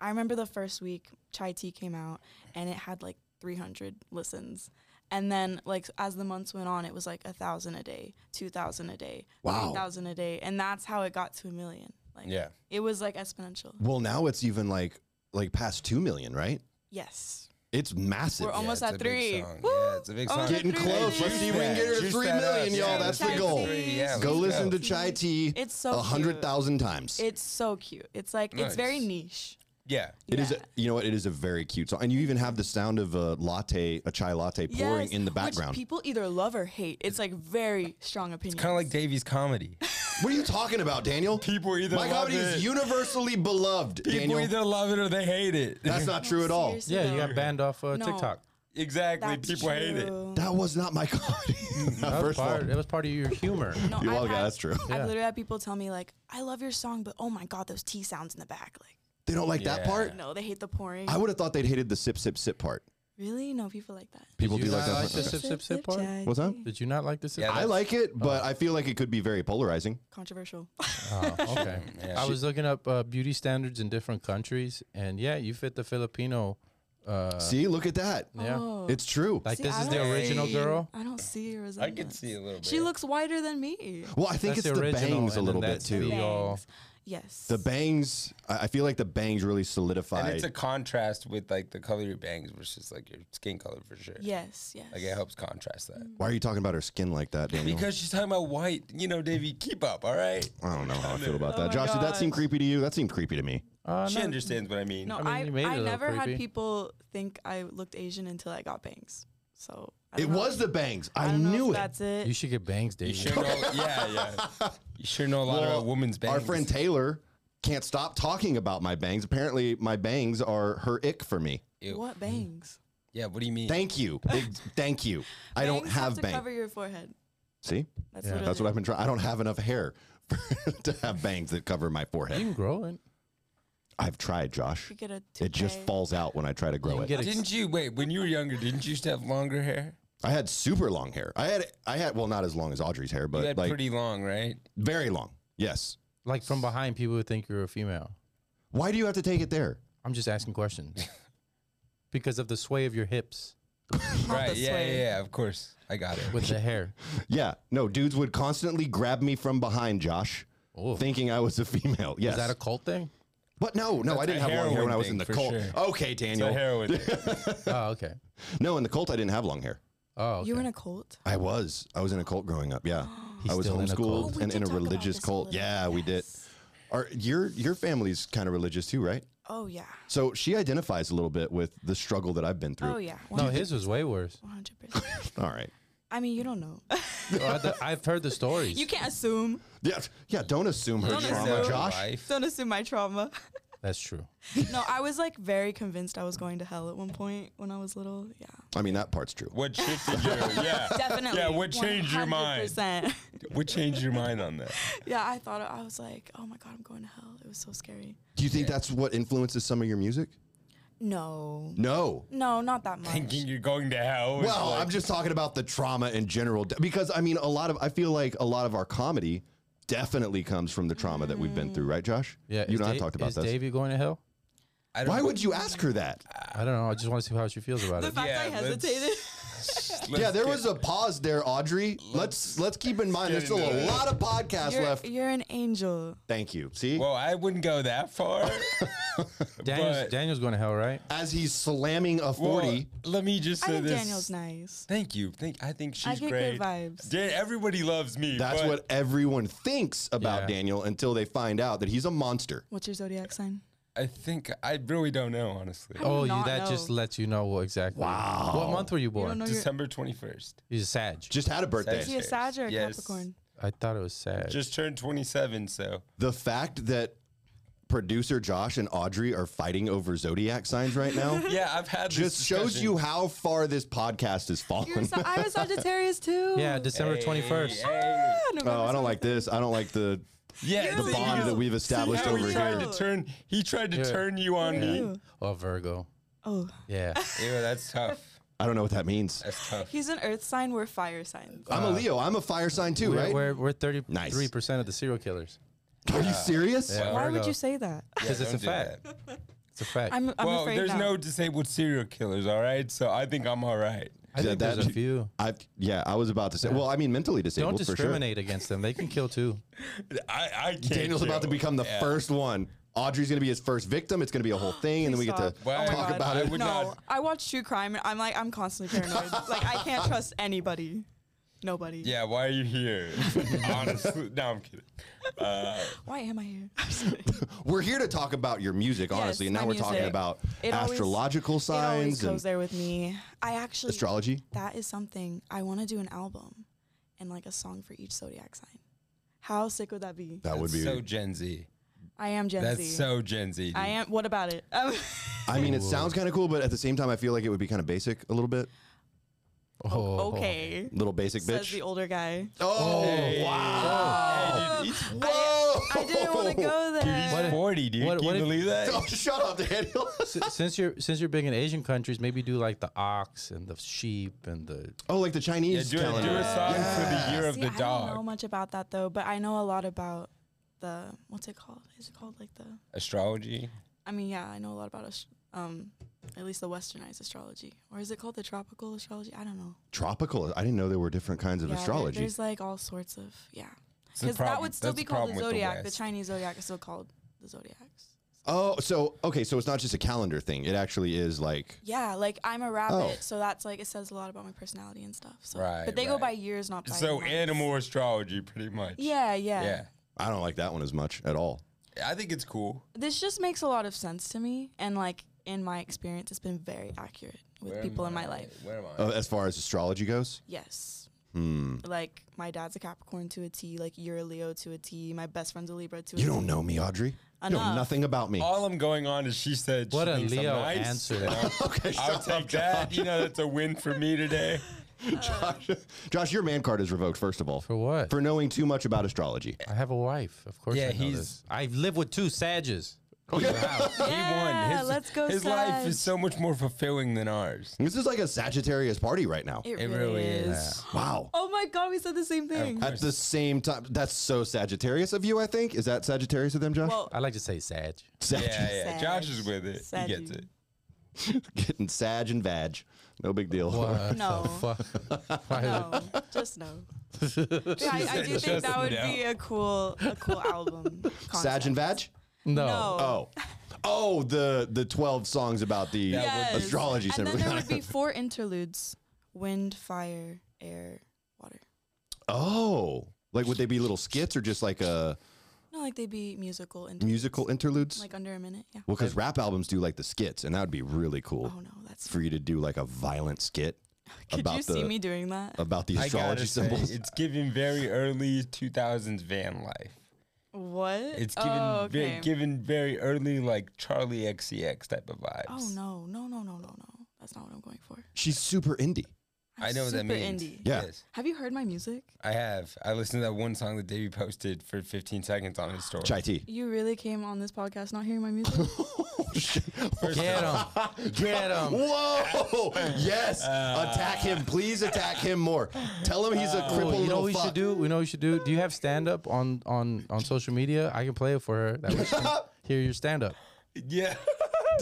Speaker 2: I remember the first week Chai Tea came out and it had like 300 listens. And then, like as the months went on, it was like a thousand a day, two thousand a day,
Speaker 1: Wow.
Speaker 2: three thousand a day, and that's how it got to a million. Like,
Speaker 3: Yeah.
Speaker 2: it was like exponential.
Speaker 1: Well, now it's even like like past 2 million, right?
Speaker 2: Yes,
Speaker 1: It's massive.
Speaker 2: We're almost-
Speaker 3: it's
Speaker 2: at
Speaker 3: a big
Speaker 2: three.
Speaker 3: song.
Speaker 2: Woo!
Speaker 3: Yeah, it's a big song.
Speaker 2: Almost at
Speaker 1: Getting
Speaker 2: three
Speaker 1: close. Let's
Speaker 2: million.
Speaker 1: see if we can get her to
Speaker 3: Juice
Speaker 1: 3
Speaker 3: that up.
Speaker 1: million, y'all.
Speaker 3: Yeah,
Speaker 1: That's the
Speaker 3: juice
Speaker 1: goal.
Speaker 3: that up. Yeah,
Speaker 1: Go
Speaker 3: let's
Speaker 1: listen
Speaker 3: go.
Speaker 1: to Chai Tea
Speaker 2: It's so
Speaker 1: a
Speaker 2: cute.
Speaker 1: 100,000 times.
Speaker 2: it's so cute. It's like it's very
Speaker 3: Nice.
Speaker 2: niche.
Speaker 3: Yeah.
Speaker 1: It is,
Speaker 2: Yeah.
Speaker 1: a, you know what? It is a very cute song, and you even have the sound of a latte, a chai latte pouring
Speaker 2: Yes,
Speaker 1: in the
Speaker 2: which
Speaker 1: background.
Speaker 2: people either love or hate. It's like very strong opinion.
Speaker 3: Kind of like Davy's
Speaker 2: [laughs]
Speaker 3: comedy.
Speaker 1: what are you talking about, Daniel?
Speaker 3: People either
Speaker 1: my
Speaker 3: love
Speaker 1: comedy is
Speaker 3: it.
Speaker 1: universally beloved,
Speaker 3: People
Speaker 1: Daniel.
Speaker 3: either love it or they hate it.
Speaker 1: That's not true at all.
Speaker 2: Seriously,
Speaker 4: Yeah, you
Speaker 2: though.
Speaker 4: got banned off uh,
Speaker 2: No.
Speaker 4: TikTok.
Speaker 3: [laughs] exactly.
Speaker 2: That's
Speaker 3: People hate it.
Speaker 2: true.
Speaker 1: That was not my [laughs] comedy.
Speaker 4: That was
Speaker 1: First of all,
Speaker 4: part. That was part of your humor.
Speaker 1: Yeah,
Speaker 2: No, I've
Speaker 1: well, yeah,
Speaker 2: had-
Speaker 1: that's true.
Speaker 2: I've literally had people tell me like, "I love your song, but oh my god, those T sounds in the back." Like,
Speaker 1: they don't like that
Speaker 3: Yeah.
Speaker 1: part.
Speaker 2: no, they hate the pouring.
Speaker 1: I would have thought they'd hated the sip, sip, sip part.
Speaker 2: really? No, people like that.
Speaker 1: People
Speaker 4: you
Speaker 1: do like
Speaker 4: not
Speaker 1: that.
Speaker 4: like
Speaker 1: part.
Speaker 4: the
Speaker 1: Okay.
Speaker 4: sip- part?
Speaker 2: Jackie.
Speaker 1: What's that?
Speaker 4: Did you not like this?
Speaker 3: Yeah,
Speaker 1: I like it, but
Speaker 4: uh,
Speaker 1: I feel like it could be very polarizing.
Speaker 4: [laughs]
Speaker 2: Controversial.
Speaker 4: Oh,
Speaker 1: [laughs]
Speaker 4: okay.
Speaker 3: Yeah.
Speaker 4: I was looking up uh, beauty standards in different countries, and yeah, you fit the Filipino. Uh,
Speaker 1: See, look at that.
Speaker 2: [laughs]
Speaker 4: Yeah.
Speaker 2: Oh.
Speaker 1: It's true.
Speaker 4: like
Speaker 2: See,
Speaker 4: this
Speaker 2: I
Speaker 4: is the
Speaker 2: don't
Speaker 4: original
Speaker 2: see-
Speaker 4: girl.
Speaker 2: I don't see a
Speaker 3: I
Speaker 2: resemblance.
Speaker 3: can see a little bit.
Speaker 2: She looks whiter than me.
Speaker 1: Well, I think
Speaker 4: That's
Speaker 1: it's the,
Speaker 4: original,
Speaker 1: bangs a
Speaker 4: and then
Speaker 1: little bit
Speaker 4: that's
Speaker 1: too.
Speaker 4: the- uh, all-
Speaker 2: Bangs. Yes.
Speaker 1: The bangs, I I feel like the bangs really
Speaker 3: and
Speaker 1: solidified.
Speaker 3: it's a contrast with like the color of your bangs versus like your skin color for sure.
Speaker 2: Yes. Mm. Yes.
Speaker 3: Like it helps contrast that.
Speaker 1: Why are you talking about her skin like that, Daniel?
Speaker 3: Because she's talking about white, you know, Davy, keep up, all right?
Speaker 1: I don't know how I feel about
Speaker 2: Oh
Speaker 1: that.
Speaker 2: my
Speaker 1: Josh, did that
Speaker 2: gosh.
Speaker 1: seem creepy to you? That seemed creepy to me.
Speaker 4: Uh,
Speaker 3: She
Speaker 4: no,
Speaker 3: understands what I mean.
Speaker 2: Oh, No,
Speaker 4: I mean,
Speaker 2: I
Speaker 4: you made it a
Speaker 2: I,
Speaker 4: little
Speaker 2: never
Speaker 4: creepy.
Speaker 2: had people think I looked Asian until I got bangs. So I
Speaker 1: It
Speaker 2: don't know.
Speaker 1: was the bangs.
Speaker 2: I
Speaker 1: I,
Speaker 2: don't know if
Speaker 1: knew it.
Speaker 2: That's it.
Speaker 4: You should get bangs,
Speaker 3: You
Speaker 4: Dave.
Speaker 1: [laughs]
Speaker 3: sure know, yeah, yeah. You sure know a lot
Speaker 1: Well,
Speaker 3: about women's bangs.
Speaker 1: Our friend Taylor can't stop talking about my bangs. Apparently, my bangs are her ick for me.
Speaker 3: Ew.
Speaker 1: Mm.
Speaker 2: What bangs?
Speaker 3: Yeah, what do you mean?
Speaker 1: Thank you. Big thank you. I don't
Speaker 2: Bangs
Speaker 1: have
Speaker 2: to
Speaker 1: bangs.
Speaker 2: Cover your forehead.
Speaker 1: See?
Speaker 2: That's what. it
Speaker 1: That's what
Speaker 2: is.
Speaker 1: I've been trying. I don't have enough hair [laughs] to have bangs that cover my
Speaker 4: You
Speaker 1: forehead.
Speaker 4: can grow it.
Speaker 1: I've tried, Josh.
Speaker 2: You get a
Speaker 1: It just
Speaker 2: toupee.
Speaker 1: falls out when I try to
Speaker 4: You
Speaker 1: grow
Speaker 4: can
Speaker 1: it.
Speaker 4: get ex-
Speaker 3: Didn't you wait when you were younger? Didn't you used to have longer hair?
Speaker 1: I had super long hair. I had I had well not as long as Audrey's hair,
Speaker 3: You
Speaker 1: but
Speaker 3: had
Speaker 1: like
Speaker 3: pretty long, right?
Speaker 1: very long. Yes.
Speaker 4: like from behind. People would think you're a female.
Speaker 1: Why do you have to take it there?
Speaker 4: I'm just asking
Speaker 1: [laughs]
Speaker 4: questions because of the sway of your hips
Speaker 3: Right?
Speaker 2: this
Speaker 3: Yeah, yeah,
Speaker 2: way.
Speaker 3: yeah. Of course, I got it.
Speaker 4: with the hair.
Speaker 1: Yeah. No, dudes would constantly grab me from behind, Josh,
Speaker 4: Oh,
Speaker 1: thinking I was a female. Yes.
Speaker 4: is that a cult thing?
Speaker 1: but no, no, I didn't
Speaker 3: That's a
Speaker 1: have long hair
Speaker 3: heroin
Speaker 1: when I was in
Speaker 3: thing
Speaker 1: the
Speaker 3: for
Speaker 1: cult.
Speaker 3: sure.
Speaker 1: Okay,
Speaker 3: the
Speaker 1: Daniel.
Speaker 3: [laughs] heroin.
Speaker 4: Oh, okay.
Speaker 1: No, in the cult I didn't have long hair.
Speaker 4: Oh, okay.
Speaker 2: You were in a cult.
Speaker 1: I was. I was in a cult growing up. Yeah.
Speaker 4: He's
Speaker 1: I was
Speaker 4: still in a
Speaker 1: homeschooled
Speaker 4: cult.
Speaker 2: Oh, we
Speaker 1: and
Speaker 2: did
Speaker 1: in a
Speaker 2: talk about
Speaker 1: religious
Speaker 2: this a
Speaker 1: cult.
Speaker 2: little
Speaker 1: Yeah,
Speaker 2: bit,
Speaker 1: we did.
Speaker 2: yes.
Speaker 1: Are your your family's kind of religious too, right?
Speaker 2: Oh yeah.
Speaker 1: So she identifies a little bit with the struggle that I've been through.
Speaker 2: Oh yeah.
Speaker 4: no, his was way worse.
Speaker 2: One hundred percent.
Speaker 1: All right.
Speaker 2: I mean, you
Speaker 1: [laughs]
Speaker 2: don't know.
Speaker 4: Oh, I th- I've heard the
Speaker 2: [laughs]
Speaker 4: stories.
Speaker 2: you can't assume.
Speaker 1: Yeah, yeah. Don't assume her
Speaker 2: Don't
Speaker 1: trauma,
Speaker 2: assume.
Speaker 1: Josh.
Speaker 3: Life.
Speaker 2: Don't assume my trauma. [laughs]
Speaker 4: That's true.
Speaker 2: no, I was like very convinced I was going to hell at one point when I was little. Yeah.
Speaker 1: I mean, that part's true.
Speaker 3: What shifted your?
Speaker 2: [laughs]
Speaker 3: Yeah,
Speaker 2: Definitely.
Speaker 3: Yeah, what changed your mind?
Speaker 2: 100%.
Speaker 3: What changed your mind on that?
Speaker 2: [laughs] yeah, I thought I was like, oh my god, I'm going to hell. It was so scary.
Speaker 1: Do you think that's what influences some of your music?
Speaker 2: No.
Speaker 1: No.
Speaker 2: No, not that
Speaker 3: Thinking
Speaker 2: much.
Speaker 3: you're going to hell. is
Speaker 1: Well,
Speaker 3: like-
Speaker 1: I'm just talking about the trauma in general d- because I mean, a lot of I feel like a lot of our comedy definitely comes from the trauma that we've been
Speaker 2: Mm.
Speaker 1: through, right, Josh?
Speaker 4: Yeah.
Speaker 1: You
Speaker 4: is
Speaker 1: and I
Speaker 4: Da-
Speaker 1: talked about
Speaker 4: Is
Speaker 1: this.
Speaker 4: Davey going to hell?
Speaker 3: I don't
Speaker 1: Why
Speaker 3: know.
Speaker 1: would you ask her that?
Speaker 4: I don't know. I just want to see how she feels about
Speaker 2: The [laughs]
Speaker 4: it.
Speaker 2: fact I
Speaker 3: Yeah, let's-
Speaker 2: hesitated.
Speaker 3: Let's
Speaker 1: yeah, there
Speaker 3: get-
Speaker 1: was a pause there, Audrey. Let's let's keep in mind
Speaker 3: get
Speaker 1: there's still
Speaker 3: into
Speaker 1: a
Speaker 3: it.
Speaker 1: lot of podcasts
Speaker 2: You're,
Speaker 1: left.
Speaker 2: you're an angel.
Speaker 1: Thank you. See,
Speaker 3: Well, I wouldn't go that
Speaker 1: [laughs]
Speaker 3: far.
Speaker 4: Daniel's,
Speaker 3: but-
Speaker 4: Daniel's going to hell, right?
Speaker 1: as he's slamming a forty.
Speaker 3: Well, let me just
Speaker 2: I
Speaker 3: say
Speaker 2: think
Speaker 3: this.
Speaker 2: Daniel's nice.
Speaker 3: Thank you. Thank. I think she's
Speaker 2: I get
Speaker 3: great.
Speaker 2: good vibes.
Speaker 3: Dan- everybody loves me.
Speaker 1: That's
Speaker 3: but
Speaker 1: what everyone thinks about
Speaker 4: Yeah.
Speaker 1: Daniel until they find out that he's a monster.
Speaker 2: What's your zodiac sign?
Speaker 3: I think. I really don't know, honestly.
Speaker 2: do
Speaker 4: Oh, you,
Speaker 2: not
Speaker 4: that just
Speaker 2: know.
Speaker 4: lets you know what exactly.
Speaker 1: Wow.
Speaker 4: What month were you
Speaker 2: You don't
Speaker 4: born?
Speaker 2: know your.
Speaker 3: December twenty first.
Speaker 4: He's a Sag.
Speaker 1: Just had a birthday.
Speaker 2: Is he a Sag or a
Speaker 3: Yes.
Speaker 2: Capricorn?
Speaker 4: I thought it was Sag.
Speaker 3: Just turned twenty seven. So
Speaker 1: The fact that producer Josh and Audrey are fighting over zodiac signs right
Speaker 4: [laughs]
Speaker 1: now
Speaker 3: yeah, I've had. This
Speaker 1: just shows
Speaker 3: discussion.
Speaker 1: you how far this podcast has
Speaker 2: You're a
Speaker 1: fallen.
Speaker 2: Sa- I'm a Sagittarius too.
Speaker 4: [laughs] yeah, December
Speaker 3: Hey,
Speaker 4: 21st.
Speaker 3: hey.
Speaker 2: Ah, November
Speaker 1: [laughs] Oh, I don't like this. I don't like the
Speaker 3: Yeah,
Speaker 1: the
Speaker 2: You're
Speaker 3: see,
Speaker 1: bond
Speaker 2: you.
Speaker 1: that we've
Speaker 3: how
Speaker 1: established
Speaker 3: he
Speaker 1: over
Speaker 3: tried
Speaker 1: here.
Speaker 3: to turn. He tried to
Speaker 4: Yeah.
Speaker 3: turn you on me. Ew,
Speaker 2: 22nd.
Speaker 4: Oh, Virgo.
Speaker 2: Oh, [laughs]
Speaker 4: Yeah.
Speaker 3: that's tough.
Speaker 1: I don't know what that means.
Speaker 3: That's tough.
Speaker 2: he's an Earth sign. We're fire signs.
Speaker 1: I'm a Leo. I'm a fire sign too,
Speaker 4: Uh, we're,
Speaker 1: right?
Speaker 4: we're, we're 33%
Speaker 1: Nice.
Speaker 4: of the serial killers.
Speaker 1: Are you serious?
Speaker 4: Yeah,
Speaker 2: Why would
Speaker 4: Virgo.
Speaker 2: you say that?
Speaker 4: Because
Speaker 3: Yeah,
Speaker 4: it's a
Speaker 3: don't do
Speaker 4: fact.
Speaker 3: that.
Speaker 4: It's a
Speaker 2: [laughs]
Speaker 4: fact.
Speaker 2: I'm, I'm
Speaker 3: well,
Speaker 2: afraid
Speaker 3: there's
Speaker 2: now. [laughs]
Speaker 3: no disabled serial killers. All right, so I think I'm all right.
Speaker 4: I think
Speaker 1: that-
Speaker 4: there's a few.
Speaker 1: I yeah, I was about to say. Well, I mean, mentally disabled
Speaker 4: Don't
Speaker 1: for sure.
Speaker 4: discriminate against them. They can kill too.
Speaker 3: I, I can't
Speaker 1: Daniel's about to
Speaker 3: kill.
Speaker 1: become the
Speaker 3: Yeah.
Speaker 1: first one. Audrey's gonna be his first victim. It's gonna be a
Speaker 2: [gasps]
Speaker 1: whole thing, and then we get to
Speaker 2: Please
Speaker 3: Well,
Speaker 2: stop. Oh
Speaker 1: talk
Speaker 2: God.
Speaker 1: about
Speaker 3: I
Speaker 1: it.
Speaker 3: would
Speaker 2: no,
Speaker 3: not-
Speaker 2: I watch true crime and I'm like, I'm constantly paranoid. like, I can't trust anybody. Nobody.
Speaker 3: Yeah, why are you
Speaker 1: [laughs]
Speaker 3: here? Honestly, no, I'm kidding. Uh,
Speaker 2: Why am I here? [laughs]
Speaker 1: We're here to talk about your music,
Speaker 2: Yes,
Speaker 1: honestly, and
Speaker 2: my
Speaker 1: now we're talking
Speaker 2: music.
Speaker 1: about
Speaker 2: It always-
Speaker 1: astrological
Speaker 2: it always
Speaker 1: signs
Speaker 2: goes
Speaker 1: and
Speaker 2: there with me. I actually
Speaker 1: astrology.
Speaker 2: that is something I want to do an album and like a song for each zodiac sign. How sick would that be?
Speaker 1: That would
Speaker 3: that's
Speaker 1: be.
Speaker 3: so Gen Z.
Speaker 2: I am Gen
Speaker 3: that's
Speaker 2: Z.
Speaker 3: so Oh. Gen Z. dude.
Speaker 2: I am. What about it? [laughs] Um,
Speaker 1: I mean, it sounds kind of cool, but at the same time, I feel like it would be kind of basic a little bit.
Speaker 4: Oh.
Speaker 2: okay.
Speaker 1: Little basic
Speaker 2: Says
Speaker 1: bitch.
Speaker 2: the older guy.
Speaker 1: oh,
Speaker 3: wow! Hey, dude, he's,
Speaker 1: whoa!
Speaker 2: I didn't want to go there.
Speaker 3: Oh. [laughs] he's forty, dude.
Speaker 4: what-
Speaker 3: Can
Speaker 4: what
Speaker 3: you
Speaker 4: if-
Speaker 3: believe that?
Speaker 1: [laughs] Oh, shut up, Daniel. [laughs]
Speaker 4: S- since you're since you're big in Asian countries, maybe do like the ox and the sheep and the
Speaker 1: oh, like the
Speaker 3: Yeah,
Speaker 1: Chinese
Speaker 3: do, a, do a
Speaker 1: calendar.
Speaker 3: song for the year of
Speaker 2: See,
Speaker 3: the
Speaker 2: I
Speaker 3: dog.
Speaker 2: don't know much about that though, but I know a lot about the what's it called? Is it called like the?
Speaker 3: Astrology.
Speaker 2: I mean, yeah, I know a lot about ast- um, at least the westernized astrology, or is it called the tropical astrology? I don't know.
Speaker 1: Tropical. I didn't know there were different kinds of
Speaker 2: Yeah, there-
Speaker 1: astrology.
Speaker 2: There's like all sorts of yeah,
Speaker 3: It's the
Speaker 2: because that
Speaker 3: problem-
Speaker 2: would still
Speaker 3: that's
Speaker 2: be
Speaker 3: the
Speaker 2: called
Speaker 3: problem
Speaker 2: the
Speaker 3: with
Speaker 2: zodiac. The,
Speaker 3: West.
Speaker 2: Chinese zodiac is still called the zodiacs.
Speaker 1: oh, so okay, so it's not just a calendar thing. It actually is like
Speaker 2: Yeah, like I'm a rabbit, so that's like it says a lot about my personality and stuff. So,
Speaker 3: Oh. Right,
Speaker 2: but they go
Speaker 3: right.
Speaker 2: by years, not by
Speaker 3: So
Speaker 2: months.
Speaker 3: animal astrology, pretty much.
Speaker 2: Yeah, yeah,
Speaker 3: Yeah.
Speaker 1: I don't like that one as much at all.
Speaker 3: I think it's cool.
Speaker 2: This just makes a lot of sense to me, and like in my experience, it's been very accurate with
Speaker 3: Where am
Speaker 2: people in my
Speaker 3: I?
Speaker 2: life.
Speaker 3: Where am I?
Speaker 1: Uh, as far as astrology goes,
Speaker 2: Yes.
Speaker 1: hmm.
Speaker 2: Like my dad's a Capricorn to a T, like you're a Leo to a T, my best friend's a Libra to a T.
Speaker 1: you don't know me, Audrey. You know
Speaker 2: Enough.
Speaker 1: nothing about me.
Speaker 3: All I'm going on is she said
Speaker 4: What
Speaker 3: she
Speaker 4: a
Speaker 3: thinks I'm
Speaker 4: Leo
Speaker 3: nice.
Speaker 4: answer
Speaker 3: and I'll-
Speaker 1: [laughs] Okay,
Speaker 2: [laughs] Oh,
Speaker 3: I'll
Speaker 1: shut
Speaker 3: take that. You know, that's a win for me today.
Speaker 1: Josh, [laughs] Josh, your man card is revoked. First of all,
Speaker 4: [laughs] for what?
Speaker 1: for knowing too much about astrology.
Speaker 4: I have a wife, of course.
Speaker 3: Yeah,
Speaker 4: I know
Speaker 3: he's-
Speaker 4: this. I live with two Sages. In the house.
Speaker 3: he won.
Speaker 2: Yeah,
Speaker 3: His,
Speaker 2: let's go,
Speaker 3: His life is
Speaker 2: Sag.
Speaker 3: so much more fulfilling than ours.
Speaker 1: This is like a Sagittarius party right now.
Speaker 2: It,
Speaker 3: It
Speaker 2: really,
Speaker 3: really
Speaker 2: is.
Speaker 3: is.
Speaker 1: Wow.
Speaker 2: Oh my god, we said the same thing.
Speaker 1: At the same time, that's so Sagittarius of you. I think is that Sagittarius of them, Josh?
Speaker 2: Well,
Speaker 4: I like to say Sag.
Speaker 1: Sag-
Speaker 3: Yeah, yeah.
Speaker 2: Sag.
Speaker 3: Josh is with it.
Speaker 2: Sag.
Speaker 3: He gets it.
Speaker 1: [laughs] getting Sag and Vag, no big deal.
Speaker 4: What
Speaker 2: No.
Speaker 4: the fuck? Why is it-
Speaker 2: [laughs] no,
Speaker 1: [laughs]
Speaker 2: just no. Yeah, I, I do think
Speaker 3: Just
Speaker 2: that would
Speaker 3: no.
Speaker 2: be a cool, a cool album.
Speaker 1: [laughs] Sag and
Speaker 2: concept.
Speaker 1: Vag.
Speaker 4: no.
Speaker 2: No.
Speaker 1: Oh, oh, the the twelve songs about the
Speaker 3: That would
Speaker 2: yes.
Speaker 3: be-
Speaker 1: astrology.
Speaker 2: And then
Speaker 1: ceremony.
Speaker 2: there would be four interludes: wind, fire, air, water.
Speaker 1: [laughs] oh, like would they be little skits or just like a
Speaker 2: No, like they'd be musical and
Speaker 1: musical interludes?
Speaker 2: like under a minute. Yeah.
Speaker 1: well, because rap albums do like the skits, and that would be really cool
Speaker 2: Oh no, that's.
Speaker 1: for you to do like a violent skit
Speaker 2: [laughs] Could
Speaker 1: about
Speaker 2: you see
Speaker 1: the-
Speaker 2: me doing that?
Speaker 1: about the
Speaker 3: I gotta
Speaker 1: astrology
Speaker 3: say,
Speaker 1: symbols.
Speaker 3: it's giving very early 2000s van life.
Speaker 2: What?
Speaker 3: It's giving,
Speaker 2: oh,
Speaker 3: ve-
Speaker 2: okay.
Speaker 3: giving very early, like Charlie XCX type of vibes.
Speaker 2: Oh no, no, no, no, no, no. That's not what I'm going for.
Speaker 1: She's super indie.
Speaker 2: I'm
Speaker 3: I know what that
Speaker 2: super
Speaker 3: means.
Speaker 2: indie.
Speaker 1: Yeah.
Speaker 3: Yes.
Speaker 2: Have you heard my music?
Speaker 3: I have. I listened to that one song that Davey posted for 15 seconds on his story.
Speaker 1: Chai
Speaker 2: [laughs]
Speaker 1: tea.
Speaker 2: You really came on this podcast not hearing my music?
Speaker 1: Oh,
Speaker 4: [laughs] Get him. Get
Speaker 1: [laughs]
Speaker 4: him.
Speaker 1: Whoa! Yes, attack him, please attack him more. Tell him he's a crippled
Speaker 4: Uh, Oh, you know
Speaker 1: little
Speaker 4: what we
Speaker 1: fuck.
Speaker 4: should do? We know what we should do. Do you have stand up on on on social media? I can play it for her. That way she can hear your stand up.
Speaker 3: Yeah. [laughs]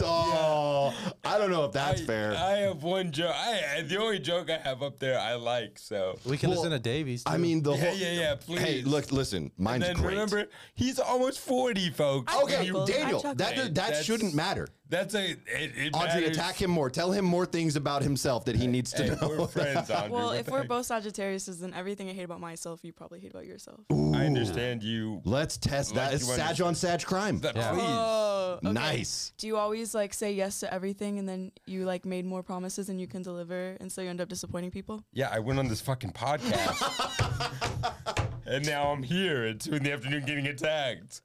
Speaker 1: Oh, I don't know if that's
Speaker 3: I-
Speaker 1: fair.
Speaker 3: I have one joke. I, I- the only joke I have up there I like. So
Speaker 4: We can
Speaker 1: Well,
Speaker 4: listen to Davies.
Speaker 1: I
Speaker 4: too.
Speaker 1: mean, the
Speaker 3: yeah,
Speaker 1: whole.
Speaker 3: yeah, yeah. Please.
Speaker 1: Hey, look, listen, mine's
Speaker 3: Then
Speaker 1: great.
Speaker 3: remember, he's almost 40, folks.
Speaker 1: okay,
Speaker 2: chuckled. I
Speaker 1: Daniel,
Speaker 2: chuckled.
Speaker 1: that
Speaker 3: Hey,
Speaker 1: that
Speaker 3: that's-
Speaker 1: shouldn't matter.
Speaker 3: That's a. It, it
Speaker 1: Audrey,
Speaker 3: matters.
Speaker 1: attack him more. Tell him more things about himself that he needs to
Speaker 3: Hey,
Speaker 1: know. [laughs]
Speaker 3: we're friends, Audrey.
Speaker 2: well,
Speaker 3: What
Speaker 2: if
Speaker 3: the
Speaker 2: we're
Speaker 3: heck?
Speaker 2: both Sagittarius, then everything I hate about myself, you probably hate about yourself.
Speaker 3: I understand you.
Speaker 1: Let's test
Speaker 3: Like
Speaker 1: that. It's
Speaker 3: you
Speaker 1: Sag on Sag crime.
Speaker 3: But
Speaker 4: Yeah.
Speaker 2: Oh, okay.
Speaker 1: Nice.
Speaker 3: [laughs]
Speaker 2: Do you always like say yes to everything and then you like made more promises than you can deliver, and so you end up disappointing people?
Speaker 3: Yeah, I went on this
Speaker 1: [laughs]
Speaker 3: fucking podcast. and now I'm here at 2 in the afternoon getting attacked.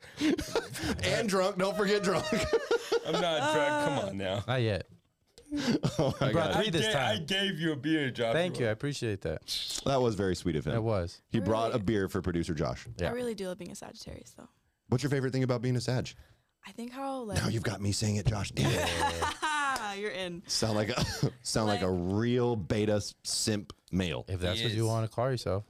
Speaker 1: And drunk. Don't forget
Speaker 3: [laughs]
Speaker 1: drunk.
Speaker 3: I'm not
Speaker 2: Uh.
Speaker 3: drunk. Come on now.
Speaker 4: not yet.
Speaker 1: oh [laughs] my
Speaker 4: brought
Speaker 1: God.
Speaker 4: three this
Speaker 3: Ga- I
Speaker 4: time.
Speaker 3: gave you a beer, Joshua.
Speaker 4: Thank you. I appreciate that.
Speaker 1: That was very sweet of him.
Speaker 4: That was.
Speaker 1: He brought a beer for producer Josh.
Speaker 4: Yeah.
Speaker 2: I really do love being a Sagittarius, though.
Speaker 1: What's your favorite thing about being a Sag?
Speaker 2: I think how like
Speaker 1: Now you've got me saying it, Josh. Damn it.
Speaker 2: ah, [laughs] you're in.
Speaker 1: [laughs] sound like a [laughs] sound like a real beta s- simp male.
Speaker 4: If that's what
Speaker 3: Yes.
Speaker 4: you want to call yourself.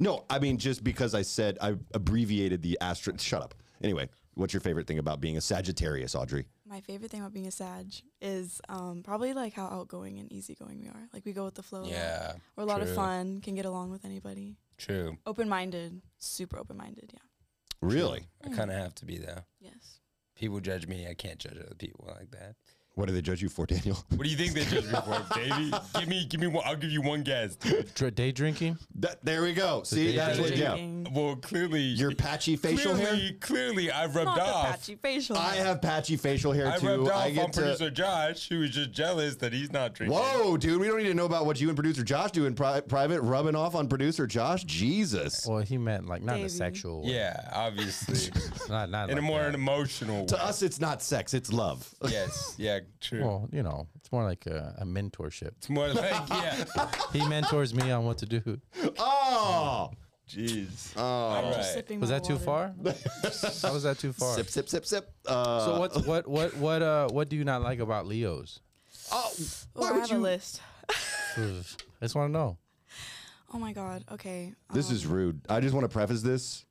Speaker 1: No, I mean just because I said I abbreviated the astro. Shut up. Anyway, what's your favorite thing about being a Sagittarius, Audrey?
Speaker 2: My favorite thing about being a Sag is um, probably like how outgoing and easygoing we are. Like we go with the flow. a lot.
Speaker 3: Yeah.
Speaker 2: We're a lot of
Speaker 3: true.
Speaker 2: fun. Can get along with anybody.
Speaker 3: True.
Speaker 2: Open minded. Super open minded. Yeah.
Speaker 1: Really?
Speaker 2: Hmm.
Speaker 3: I kind of have to be, though.
Speaker 2: Yes.
Speaker 3: People judge me. I can't judge other people like that.
Speaker 1: What do they judge you for, Daniel? [laughs]
Speaker 3: What do you think they judge me for, baby? Give me, give me one. I'll give you one guess. dude.
Speaker 4: Dr- day drinking.
Speaker 1: That, there we go. See,
Speaker 4: they
Speaker 1: that's
Speaker 4: judge
Speaker 1: what, yeah.
Speaker 2: Drinking.
Speaker 3: Well, clearly
Speaker 1: Your patchy facial
Speaker 3: clearly,
Speaker 1: hair.
Speaker 3: Clearly, I've
Speaker 2: Not
Speaker 3: rubbed
Speaker 2: the
Speaker 3: off.
Speaker 2: patchy facial.
Speaker 1: I have patchy facial hair
Speaker 3: I rubbed
Speaker 1: too.
Speaker 3: off
Speaker 1: I
Speaker 3: on
Speaker 1: get to.
Speaker 3: producer Josh, who was just jealous that he's not drinking.
Speaker 1: [laughs] Whoa, dude, we don't need to know about what you and producer Josh do in pri- private, rubbing off on producer Josh. Jesus.
Speaker 4: Well, he meant like not in a
Speaker 2: Baby.
Speaker 4: sexual. way.
Speaker 3: Yeah,
Speaker 1: [laughs]
Speaker 3: obviously.
Speaker 4: Not not
Speaker 3: In a
Speaker 4: like
Speaker 3: more
Speaker 4: that.
Speaker 3: an emotional.
Speaker 1: To
Speaker 3: way.
Speaker 1: us, it's not sex, it's love. [laughs]
Speaker 3: Yes. Yeah. True.
Speaker 4: Well, you know, it's more like a, a mentorship.
Speaker 3: It's more
Speaker 1: [laughs]
Speaker 3: like yeah.
Speaker 4: He mentors me on what to do.
Speaker 1: Oh,
Speaker 3: Jeez.
Speaker 2: I'm
Speaker 3: All
Speaker 2: just
Speaker 3: right.
Speaker 2: sipping
Speaker 4: Was
Speaker 2: my
Speaker 4: that too
Speaker 2: water.
Speaker 4: far? How was that too far?
Speaker 1: sip, sip, sip, sip. Uh,
Speaker 4: So what's what what what uh what do you not like about Leos?
Speaker 1: Oh,
Speaker 2: Oh,
Speaker 1: why
Speaker 2: I
Speaker 1: would
Speaker 2: have a
Speaker 1: you?
Speaker 2: list.
Speaker 4: I just want to know.
Speaker 2: Oh my god. Okay.
Speaker 1: This
Speaker 2: um,
Speaker 1: is rude. I just want to preface this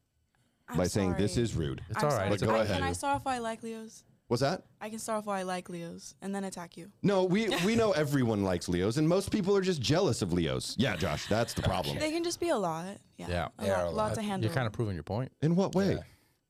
Speaker 2: I'm
Speaker 1: by saying this
Speaker 2: sorry.
Speaker 1: is rude.
Speaker 4: It's
Speaker 2: I'm
Speaker 4: all right.
Speaker 2: sorry.
Speaker 4: It's
Speaker 1: But go
Speaker 2: I-
Speaker 1: ahead.
Speaker 2: Can I start off why I like Leos?
Speaker 1: What's that?
Speaker 2: I can start off why I like Leos and then attack you.
Speaker 1: No,
Speaker 2: [laughs]
Speaker 1: we we know everyone likes Leos, and most people are just jealous of Leos. Yeah, Josh, that's the problem.
Speaker 2: They can just be a lot. Yeah.
Speaker 4: Yeah.
Speaker 2: A
Speaker 3: They are
Speaker 2: lot, lot
Speaker 3: a lot.
Speaker 2: to
Speaker 4: You're
Speaker 2: handle.
Speaker 4: kind of proving your point.
Speaker 1: In what way?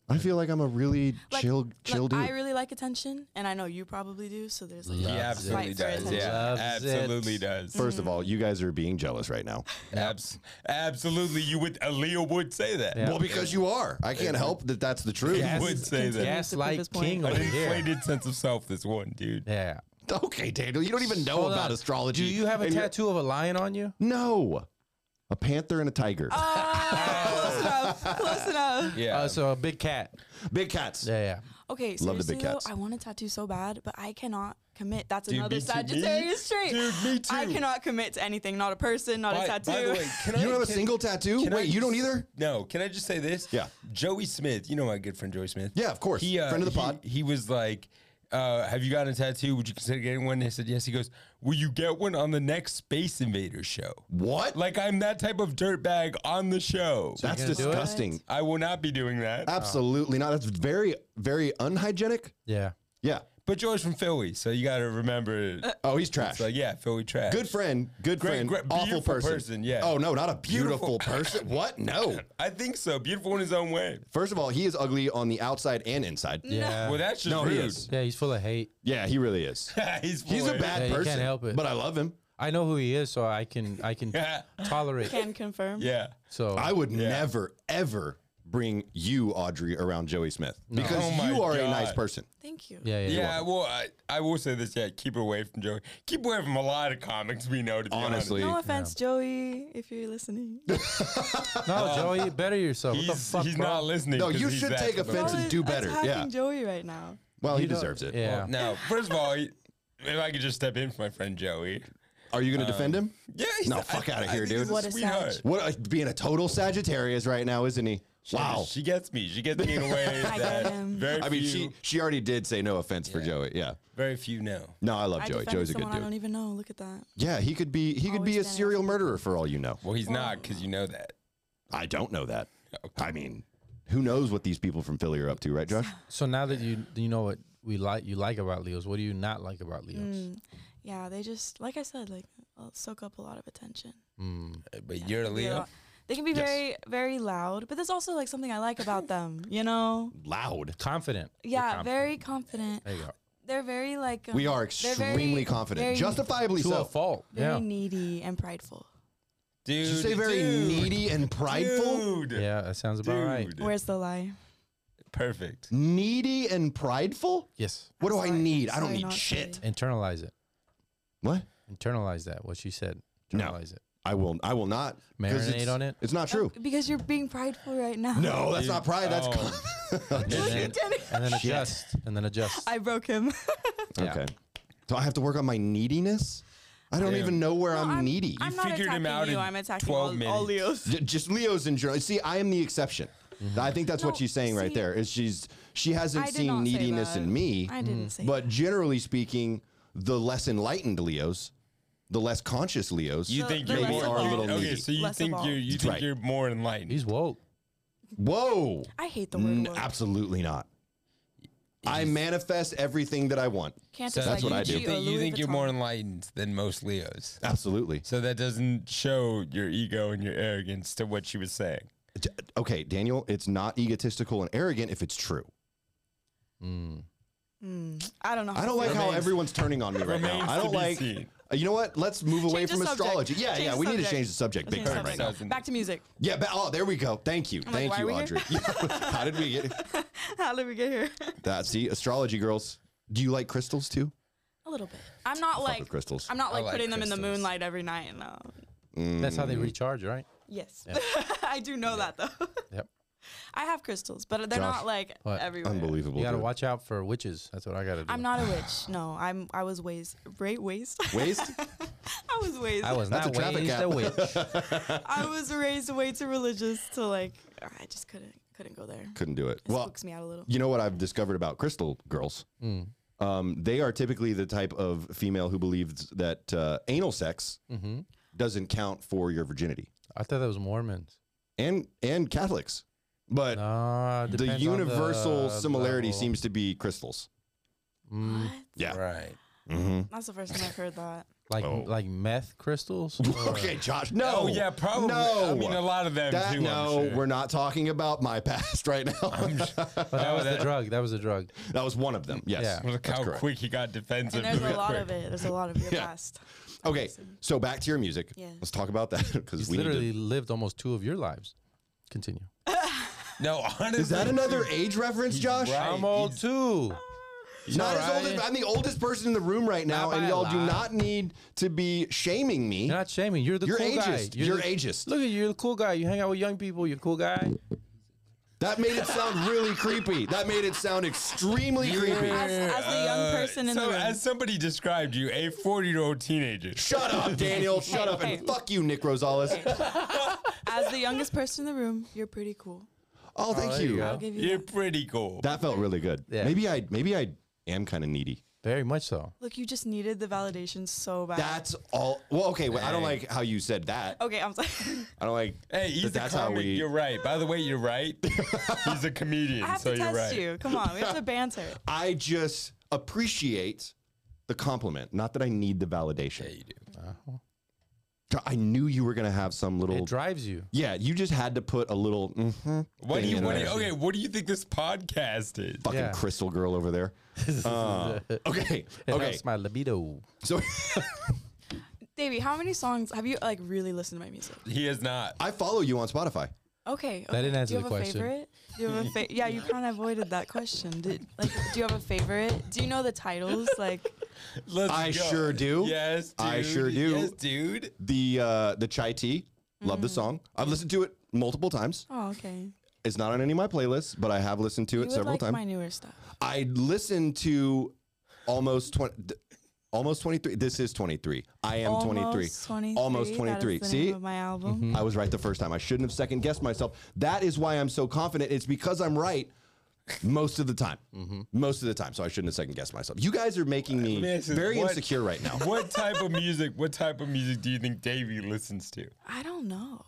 Speaker 1: I feel like I'm a really
Speaker 2: Like-
Speaker 1: chill chill
Speaker 2: like,
Speaker 1: dude.
Speaker 2: I really like attention, and I know you probably do. So there's like,
Speaker 3: He
Speaker 4: Loves
Speaker 3: absolutely
Speaker 2: it. Fight for
Speaker 3: does. Yeah.
Speaker 4: attention. Loves it.
Speaker 3: Absolutely does.
Speaker 1: First of all, you guys are being jealous right now.
Speaker 3: Abs- absolutely. You would. Leo would say that.
Speaker 4: Yeah.
Speaker 1: Well, because you are. I can't help that that's the truth.
Speaker 3: Yes. would say that.
Speaker 4: Gaslight
Speaker 2: His point.
Speaker 4: King
Speaker 3: An
Speaker 4: over here.
Speaker 3: inflated sense of self. This one dude.
Speaker 4: Yeah.
Speaker 1: [laughs] Okay, Daniel, you don't even know
Speaker 4: Hold
Speaker 1: Oh, about
Speaker 4: on.
Speaker 1: astrology.
Speaker 4: Do you have a
Speaker 1: and you're-
Speaker 4: tattoo of a lion on you?
Speaker 1: No. A panther and a tiger.
Speaker 2: Uh, Ah, close enough. Close enough.
Speaker 3: Yeah.
Speaker 4: Uh, so a big cat.
Speaker 1: Big cats.
Speaker 4: Yeah, yeah.
Speaker 2: Okay.
Speaker 1: Love the
Speaker 2: Seriously
Speaker 1: big
Speaker 2: though,
Speaker 1: cats.
Speaker 2: I want a tattoo so bad, but I cannot commit. That's
Speaker 3: Dude,
Speaker 2: another
Speaker 3: me too. Me-
Speaker 2: Sagittarius trait.
Speaker 3: Dude, me
Speaker 2: I
Speaker 3: too.
Speaker 2: cannot commit to anything. Not a person. Not a
Speaker 3: by,
Speaker 2: tattoo.
Speaker 3: by the way, can
Speaker 1: You
Speaker 3: I,
Speaker 1: don't have a
Speaker 3: can-
Speaker 1: single tattoo?
Speaker 3: can I
Speaker 1: Wait, you don't
Speaker 3: just-
Speaker 1: either?
Speaker 3: No. Can I just say this?
Speaker 1: Yeah.
Speaker 3: Joey Smith. You know my good friend Joey Smith.
Speaker 1: Yeah, of course. Friend of the
Speaker 3: he-
Speaker 1: pod.
Speaker 3: He, was like, uh, "Have you gotten a tattoo? Would you consider getting one?" And I said, "Yes." He goes, "Will you get one on the next Space Invaders show?"
Speaker 1: What?
Speaker 3: Like I'm that type of dirtbag on the show.
Speaker 1: that's
Speaker 4: gonna do it?
Speaker 1: disgusting.
Speaker 3: I will not be doing that.
Speaker 1: Uh, Absolutely not. That's very, very unhygienic.
Speaker 4: Yeah.
Speaker 1: Yeah.
Speaker 3: but Joe's from Philly, so you got to remember.
Speaker 1: Oh, he's trash.
Speaker 3: It's like yeah, Philly trash.
Speaker 1: good friend, good
Speaker 3: Great,
Speaker 1: friend,
Speaker 3: great-
Speaker 1: awful
Speaker 3: beautiful
Speaker 1: person.
Speaker 3: person, yeah.
Speaker 1: Oh no, not a beautiful,
Speaker 3: Beautiful. [laughs]
Speaker 1: person. What? No.
Speaker 3: I think so. Beautiful in his own way.
Speaker 1: First of all, he is ugly on the outside and inside.
Speaker 4: Yeah.
Speaker 3: Well, that's just
Speaker 1: No, he
Speaker 3: rude.
Speaker 1: is.
Speaker 4: yeah, he's full of hate.
Speaker 1: Yeah, he really is.
Speaker 3: [laughs] He's,
Speaker 1: He's a
Speaker 3: full of-
Speaker 1: bad
Speaker 4: Yeah, you
Speaker 1: person.
Speaker 4: can't help it.
Speaker 1: But I love him.
Speaker 4: I know who he is, so I can I can
Speaker 3: Yeah.
Speaker 2: [laughs]
Speaker 4: tolerate.
Speaker 2: can confirm.
Speaker 3: [laughs] Yeah.
Speaker 4: So
Speaker 1: I would never, ever bring you, Audrey, around Joey Smith because
Speaker 3: Oh my
Speaker 1: you are a
Speaker 3: God.
Speaker 1: nice person.
Speaker 2: Thank you.
Speaker 4: yeah, yeah, yeah.
Speaker 3: Yeah, well, I, I will say this. Yeah, keep away from Joey. Keep away from a lot of comics we know. To be honest.
Speaker 1: Honestly,
Speaker 2: No offense, Joey, if you're listening.
Speaker 4: No, Joey, better yourself. What the
Speaker 3: He's,
Speaker 4: fuck,
Speaker 3: he's
Speaker 4: bro?
Speaker 3: not listening.
Speaker 1: No,
Speaker 3: 'cause
Speaker 1: you
Speaker 3: he's
Speaker 1: should
Speaker 3: that
Speaker 1: take
Speaker 3: type of
Speaker 1: offense
Speaker 3: person.
Speaker 1: and do better,
Speaker 2: Attacking
Speaker 1: yeah.
Speaker 2: Joey right now.
Speaker 1: well, he
Speaker 4: You don't-
Speaker 1: deserves it.
Speaker 4: Yeah.
Speaker 3: No, first of all, he- if I could just step in for my friend Joey.
Speaker 1: Are you going to defend him?
Speaker 3: Uh, Yeah, he's
Speaker 1: No, fuck outta here,
Speaker 3: think he's
Speaker 1: dude.
Speaker 2: What a
Speaker 3: sweetheart.
Speaker 2: savage.
Speaker 1: What a- being a total Sagittarius right now, isn't he? Wow.
Speaker 3: she gets me. She gets me in a way
Speaker 2: I
Speaker 3: that
Speaker 2: got him.
Speaker 3: very few,
Speaker 1: I mean, she she already did say no offense for Joey. Yeah.
Speaker 3: very few know.
Speaker 1: No, I love
Speaker 2: I
Speaker 1: Joey.
Speaker 2: defended
Speaker 1: Joey's a good
Speaker 2: someone I
Speaker 1: dude.
Speaker 2: don't even know. Look at that.
Speaker 1: Yeah, he could be he could be a
Speaker 2: Always been
Speaker 1: serial murderer for all you know.
Speaker 3: Well, he's not because you know that.
Speaker 1: I don't know that. I mean, who knows what these people from Philly are up to, right,
Speaker 2: [laughs]
Speaker 1: Josh?
Speaker 4: So now that you you know what we like you like about Leos, what do you not like about Leos?
Speaker 2: Mm. Yeah, they just like I said, like uh, soak up a lot of attention.
Speaker 3: But you're a
Speaker 2: They
Speaker 3: Leo.
Speaker 2: are- They can be very, very loud, but there's also like something I like about them. You know?
Speaker 1: Loud.
Speaker 4: Confident.
Speaker 2: Yeah, very confident.
Speaker 4: There you go.
Speaker 2: They're very like um,
Speaker 1: We are
Speaker 2: they're
Speaker 1: extremely
Speaker 2: very-
Speaker 1: confident,
Speaker 2: very-
Speaker 1: justifiably
Speaker 4: To a
Speaker 1: so.
Speaker 4: fault.
Speaker 2: very
Speaker 4: Yeah.
Speaker 2: needy and prideful.
Speaker 3: Dude,
Speaker 1: Did you say very
Speaker 3: dude,
Speaker 1: needy and prideful?
Speaker 3: Dude,
Speaker 4: Yeah, that sounds about right.
Speaker 3: dude.
Speaker 2: Where's the lie?
Speaker 3: perfect.
Speaker 1: Needy and prideful?
Speaker 4: Yes.
Speaker 1: What do I
Speaker 2: Sorry,
Speaker 1: need? I don't
Speaker 2: sorry,
Speaker 1: need
Speaker 2: not
Speaker 1: shit.
Speaker 2: sorry.
Speaker 4: Internalize it.
Speaker 1: What?
Speaker 4: Internalize that. What she said.
Speaker 1: No.
Speaker 4: Internalize it.
Speaker 1: I will. I will not 'cause it's-
Speaker 4: Marinate on it?
Speaker 1: It's not true.
Speaker 2: Because you're being prideful right now. [laughs]
Speaker 1: No, that's not pride. That's con- [laughs]
Speaker 3: Oh,
Speaker 4: And
Speaker 2: Look
Speaker 4: then,
Speaker 2: at Jenny.
Speaker 4: and then adjust. And then
Speaker 2: [laughs]
Speaker 4: adjust.
Speaker 2: I broke him. [laughs]
Speaker 4: Yeah.
Speaker 1: okay. So I have to work on my neediness. I don't even know where I'm,
Speaker 2: I'm-
Speaker 1: needy.
Speaker 2: I'm not
Speaker 3: figured him
Speaker 2: attacking
Speaker 3: out
Speaker 2: you.
Speaker 3: in
Speaker 2: I'm attacking
Speaker 3: 12
Speaker 2: all, all
Speaker 3: minutes.
Speaker 2: Leos.
Speaker 1: J- just Leo's in general. See, I am the exception.
Speaker 3: Mm-hmm.
Speaker 1: I think that's what
Speaker 2: No,
Speaker 1: she's saying right
Speaker 2: see-
Speaker 1: there. Is she's she hasn't
Speaker 2: I did
Speaker 1: seen
Speaker 2: not say
Speaker 1: neediness
Speaker 2: that.
Speaker 1: in me.
Speaker 2: I didn't say
Speaker 1: Mm. But generally speaking, the less enlightened Leos, the less conscious Leos,
Speaker 3: you
Speaker 2: So
Speaker 3: think
Speaker 2: the
Speaker 3: you're
Speaker 2: less
Speaker 3: more
Speaker 1: of all. Are a little
Speaker 3: okay?
Speaker 1: needy.
Speaker 3: So you
Speaker 2: Less of
Speaker 3: think
Speaker 2: all.
Speaker 3: you're you
Speaker 1: That's
Speaker 3: think
Speaker 1: right.
Speaker 3: you're more enlightened?
Speaker 4: He's woke.
Speaker 1: whoa,
Speaker 2: I hate the word.
Speaker 1: N-
Speaker 2: woke.
Speaker 1: absolutely not. I manifest everything that I want.
Speaker 2: Can't
Speaker 3: So
Speaker 1: that's
Speaker 2: like
Speaker 1: what I do.
Speaker 2: Gucci
Speaker 3: You
Speaker 2: or
Speaker 3: think, you
Speaker 2: Louis
Speaker 3: think you're more
Speaker 2: Vuitton.
Speaker 3: enlightened than most Leos.
Speaker 1: Absolutely.
Speaker 3: So that doesn't show your ego and your arrogance to what she was saying.
Speaker 1: J- Okay, Daniel, it's not egotistical and arrogant if it's true.
Speaker 2: I don't know.
Speaker 1: I don't like
Speaker 2: feel
Speaker 1: how
Speaker 3: Remains-
Speaker 1: everyone's turning on me right now.
Speaker 3: Remains
Speaker 1: I
Speaker 3: to
Speaker 1: don't
Speaker 3: be
Speaker 1: like.
Speaker 3: seen.
Speaker 1: Uh, You know what? Let's move away
Speaker 2: Change the
Speaker 1: from
Speaker 2: subject.
Speaker 1: astrology. Yeah,
Speaker 2: Change
Speaker 1: yeah.
Speaker 2: the
Speaker 1: We need to
Speaker 2: subject.
Speaker 1: change the subject big
Speaker 2: Change
Speaker 1: time right
Speaker 2: subject.
Speaker 1: now.
Speaker 3: now.
Speaker 2: Back to music. [laughs]
Speaker 1: Yeah. But, oh, there we go. Thank you.
Speaker 2: like,
Speaker 1: Thank
Speaker 2: why
Speaker 1: you,
Speaker 2: are we
Speaker 1: Audrey.
Speaker 2: here?
Speaker 1: [laughs] how did we
Speaker 2: [laughs]
Speaker 1: get
Speaker 2: How did we get here?
Speaker 1: [laughs] that? See, astrology girls. Do you like crystals too?
Speaker 2: A little bit. I'm not like
Speaker 1: with crystals.
Speaker 2: I'm not
Speaker 3: I
Speaker 2: like,
Speaker 3: like
Speaker 2: putting them in the
Speaker 3: crystals.
Speaker 2: moonlight every night. No.
Speaker 4: That's how they
Speaker 1: Mm.
Speaker 4: recharge, right?
Speaker 2: Yes. [laughs] I do know that though. [laughs]
Speaker 4: Yep.
Speaker 2: I have crystals, but they're
Speaker 1: Josh,
Speaker 2: not like
Speaker 4: what?
Speaker 2: everywhere.
Speaker 1: Unbelievable.
Speaker 4: Oh, You gotta
Speaker 1: dude.
Speaker 4: watch out for witches. That's what I gotta do.
Speaker 2: I'm not a witch. No, I'm. I was ways. Right [laughs] waist.
Speaker 1: [laughs]
Speaker 4: [laughs]
Speaker 1: Waste.
Speaker 2: I was ways.
Speaker 4: I was
Speaker 1: That's
Speaker 4: not
Speaker 1: a traffic
Speaker 4: raised
Speaker 1: app.
Speaker 4: a [laughs] witch.
Speaker 2: I was raised way too religious to like. I just couldn't. Couldn't go there.
Speaker 1: [laughs] Couldn't do it.
Speaker 2: It
Speaker 1: Well,
Speaker 2: spooks me out a little.
Speaker 1: you know what I've discovered about crystal girls?
Speaker 4: Hmm.
Speaker 1: Um, they are typically the type of female who believes that uh, anal sex [laughs] doesn't count for your virginity,
Speaker 4: Mm-hmm. I thought that was Mormons.
Speaker 1: and and Catholics. But
Speaker 4: Nah,
Speaker 1: the
Speaker 4: depends on
Speaker 1: universal
Speaker 4: the
Speaker 1: similarity
Speaker 4: level.
Speaker 1: seems to be crystals.
Speaker 4: Mm,
Speaker 2: What?
Speaker 1: Yeah.
Speaker 3: Right.
Speaker 1: Mm-hmm.
Speaker 2: That's the first time I've heard that.
Speaker 4: like
Speaker 1: Oh.
Speaker 4: like meth crystals.
Speaker 1: [laughs] Okay, Josh. No.
Speaker 3: Oh, yeah, probably.
Speaker 1: No.
Speaker 3: I mean, a lot of them
Speaker 1: That,
Speaker 3: too.
Speaker 1: no,
Speaker 3: I'm sure.
Speaker 1: we're not talking about my [laughs] past right [laughs] now.
Speaker 4: But that
Speaker 3: Oh,
Speaker 4: was the
Speaker 3: that-
Speaker 4: drug. That was a drug.
Speaker 1: that was one of them. Yes.
Speaker 4: Yeah.
Speaker 3: Look
Speaker 1: That's
Speaker 3: how
Speaker 1: correct.
Speaker 3: quick he got defensive.
Speaker 2: And there's a
Speaker 3: real
Speaker 2: lot
Speaker 3: quick.
Speaker 2: of it. There's a lot of
Speaker 1: [laughs]
Speaker 2: your
Speaker 1: Yeah.
Speaker 2: past.
Speaker 1: Okay. So back to your music.
Speaker 2: Yeah.
Speaker 1: Let's talk about that because
Speaker 4: He's
Speaker 1: we need to-
Speaker 4: literally lived almost two of your lives. Continue.
Speaker 3: No, honestly.
Speaker 1: Is that another age reference, Josh?
Speaker 3: right.
Speaker 4: I'm old
Speaker 3: he's-
Speaker 4: too.
Speaker 1: Not
Speaker 3: Right.
Speaker 1: as old as I'm the oldest person in the room right now,
Speaker 4: Not
Speaker 1: and
Speaker 4: by a
Speaker 1: y'all do
Speaker 4: lot.
Speaker 1: not need to be shaming me.
Speaker 4: You're not shaming. You're the
Speaker 1: You're
Speaker 4: cool guy.
Speaker 1: ageist. You're
Speaker 4: the-
Speaker 1: ageist.
Speaker 4: Look at you. You're the cool guy. You hang out with young people. You're a cool guy.
Speaker 1: That made it sound really creepy. That made it sound extremely creepy.
Speaker 2: As, as a young
Speaker 3: Uh,
Speaker 2: person [laughs] in
Speaker 3: so
Speaker 2: the room.
Speaker 3: as somebody described you, a 40 year old teenager.
Speaker 1: Shut
Speaker 4: [laughs]
Speaker 1: up, Daniel. Shut up
Speaker 2: hey.
Speaker 1: and fuck you, Nick Rosales.
Speaker 4: Oh,
Speaker 2: As the youngest person in the room, you're pretty cool.
Speaker 1: Oh, thank
Speaker 4: there
Speaker 1: you.
Speaker 4: you go.
Speaker 2: I'll give you.
Speaker 3: You're
Speaker 2: that.
Speaker 3: pretty cool.
Speaker 1: That felt really good.
Speaker 4: Yeah.
Speaker 1: Maybe I maybe I am kind of needy.
Speaker 4: Very much so.
Speaker 2: Look, you just needed the validation so bad.
Speaker 1: That's all. Well, okay. Well, I don't
Speaker 3: Hey. Oh.
Speaker 1: like how you said that.
Speaker 2: okay, I'm sorry. [laughs]
Speaker 1: I don't like.
Speaker 3: hey, he's
Speaker 1: that
Speaker 3: a
Speaker 1: that's how
Speaker 3: comic.
Speaker 1: we.
Speaker 3: You're right. By the way,
Speaker 1: [laughs]
Speaker 3: you're right. he's a comedian,
Speaker 2: I have
Speaker 3: so
Speaker 2: to
Speaker 3: you're
Speaker 2: test
Speaker 3: right.
Speaker 2: you. Come on, we
Speaker 4: [laughs]
Speaker 2: have to banter.
Speaker 1: I just appreciate the compliment. Not that I need the validation.
Speaker 3: Yeah, you do.
Speaker 1: I knew you were gonna have some little.
Speaker 4: Uh, It drives you.
Speaker 1: yeah, you just had to put a little mhm,
Speaker 3: What do
Speaker 1: thing
Speaker 3: you?
Speaker 1: in
Speaker 3: What do
Speaker 1: there.
Speaker 3: you okay, what do you think this podcast is?
Speaker 1: Fucking
Speaker 4: Yeah.
Speaker 1: crystal girl over
Speaker 4: [laughs]
Speaker 1: there. Uh, okay,
Speaker 4: It
Speaker 1: okay.
Speaker 4: helps my libido.
Speaker 1: So [laughs]
Speaker 2: Davey, how many songs have you like really listened to my music?
Speaker 3: He is not.
Speaker 1: I follow you on Spotify.
Speaker 2: Okay, okay.
Speaker 4: didn't answer
Speaker 2: do you
Speaker 4: the
Speaker 2: have
Speaker 4: question.
Speaker 2: a favorite? Do you have a fa- yeah, you kind of avoided that question. Did, like, do you have a favorite? Do you know the titles? Like,
Speaker 3: Let's
Speaker 1: I
Speaker 3: go.
Speaker 1: sure do.
Speaker 3: Yes, dude.
Speaker 1: I sure do.
Speaker 3: Yes, dude.
Speaker 1: The uh, the chai tea. Love
Speaker 3: Mm-hmm.
Speaker 1: the song. I've listened to it multiple times.
Speaker 2: oh, okay.
Speaker 1: It's not on any of my playlists, but I have listened to
Speaker 2: You
Speaker 1: it
Speaker 2: would
Speaker 1: several
Speaker 2: like
Speaker 1: times.
Speaker 2: my newer stuff.
Speaker 1: I listened to almost 20 th- almost 23 this is 23 i am 23
Speaker 2: Almost 23.
Speaker 1: almost
Speaker 2: that is
Speaker 1: 23
Speaker 2: the
Speaker 1: see
Speaker 2: name of my album.
Speaker 4: Mm-hmm.
Speaker 1: i was right the first time i shouldn't have second guessed myself that is why i'm so confident it's because i'm right most of the time most of the time so i shouldn't have second guessed myself you guys are making me
Speaker 3: Mm-hmm. Let me ask you this.
Speaker 1: very
Speaker 3: What-
Speaker 1: insecure right now
Speaker 3: [laughs] what type of music? What type of music do you think Davey listens to?
Speaker 2: I don't know.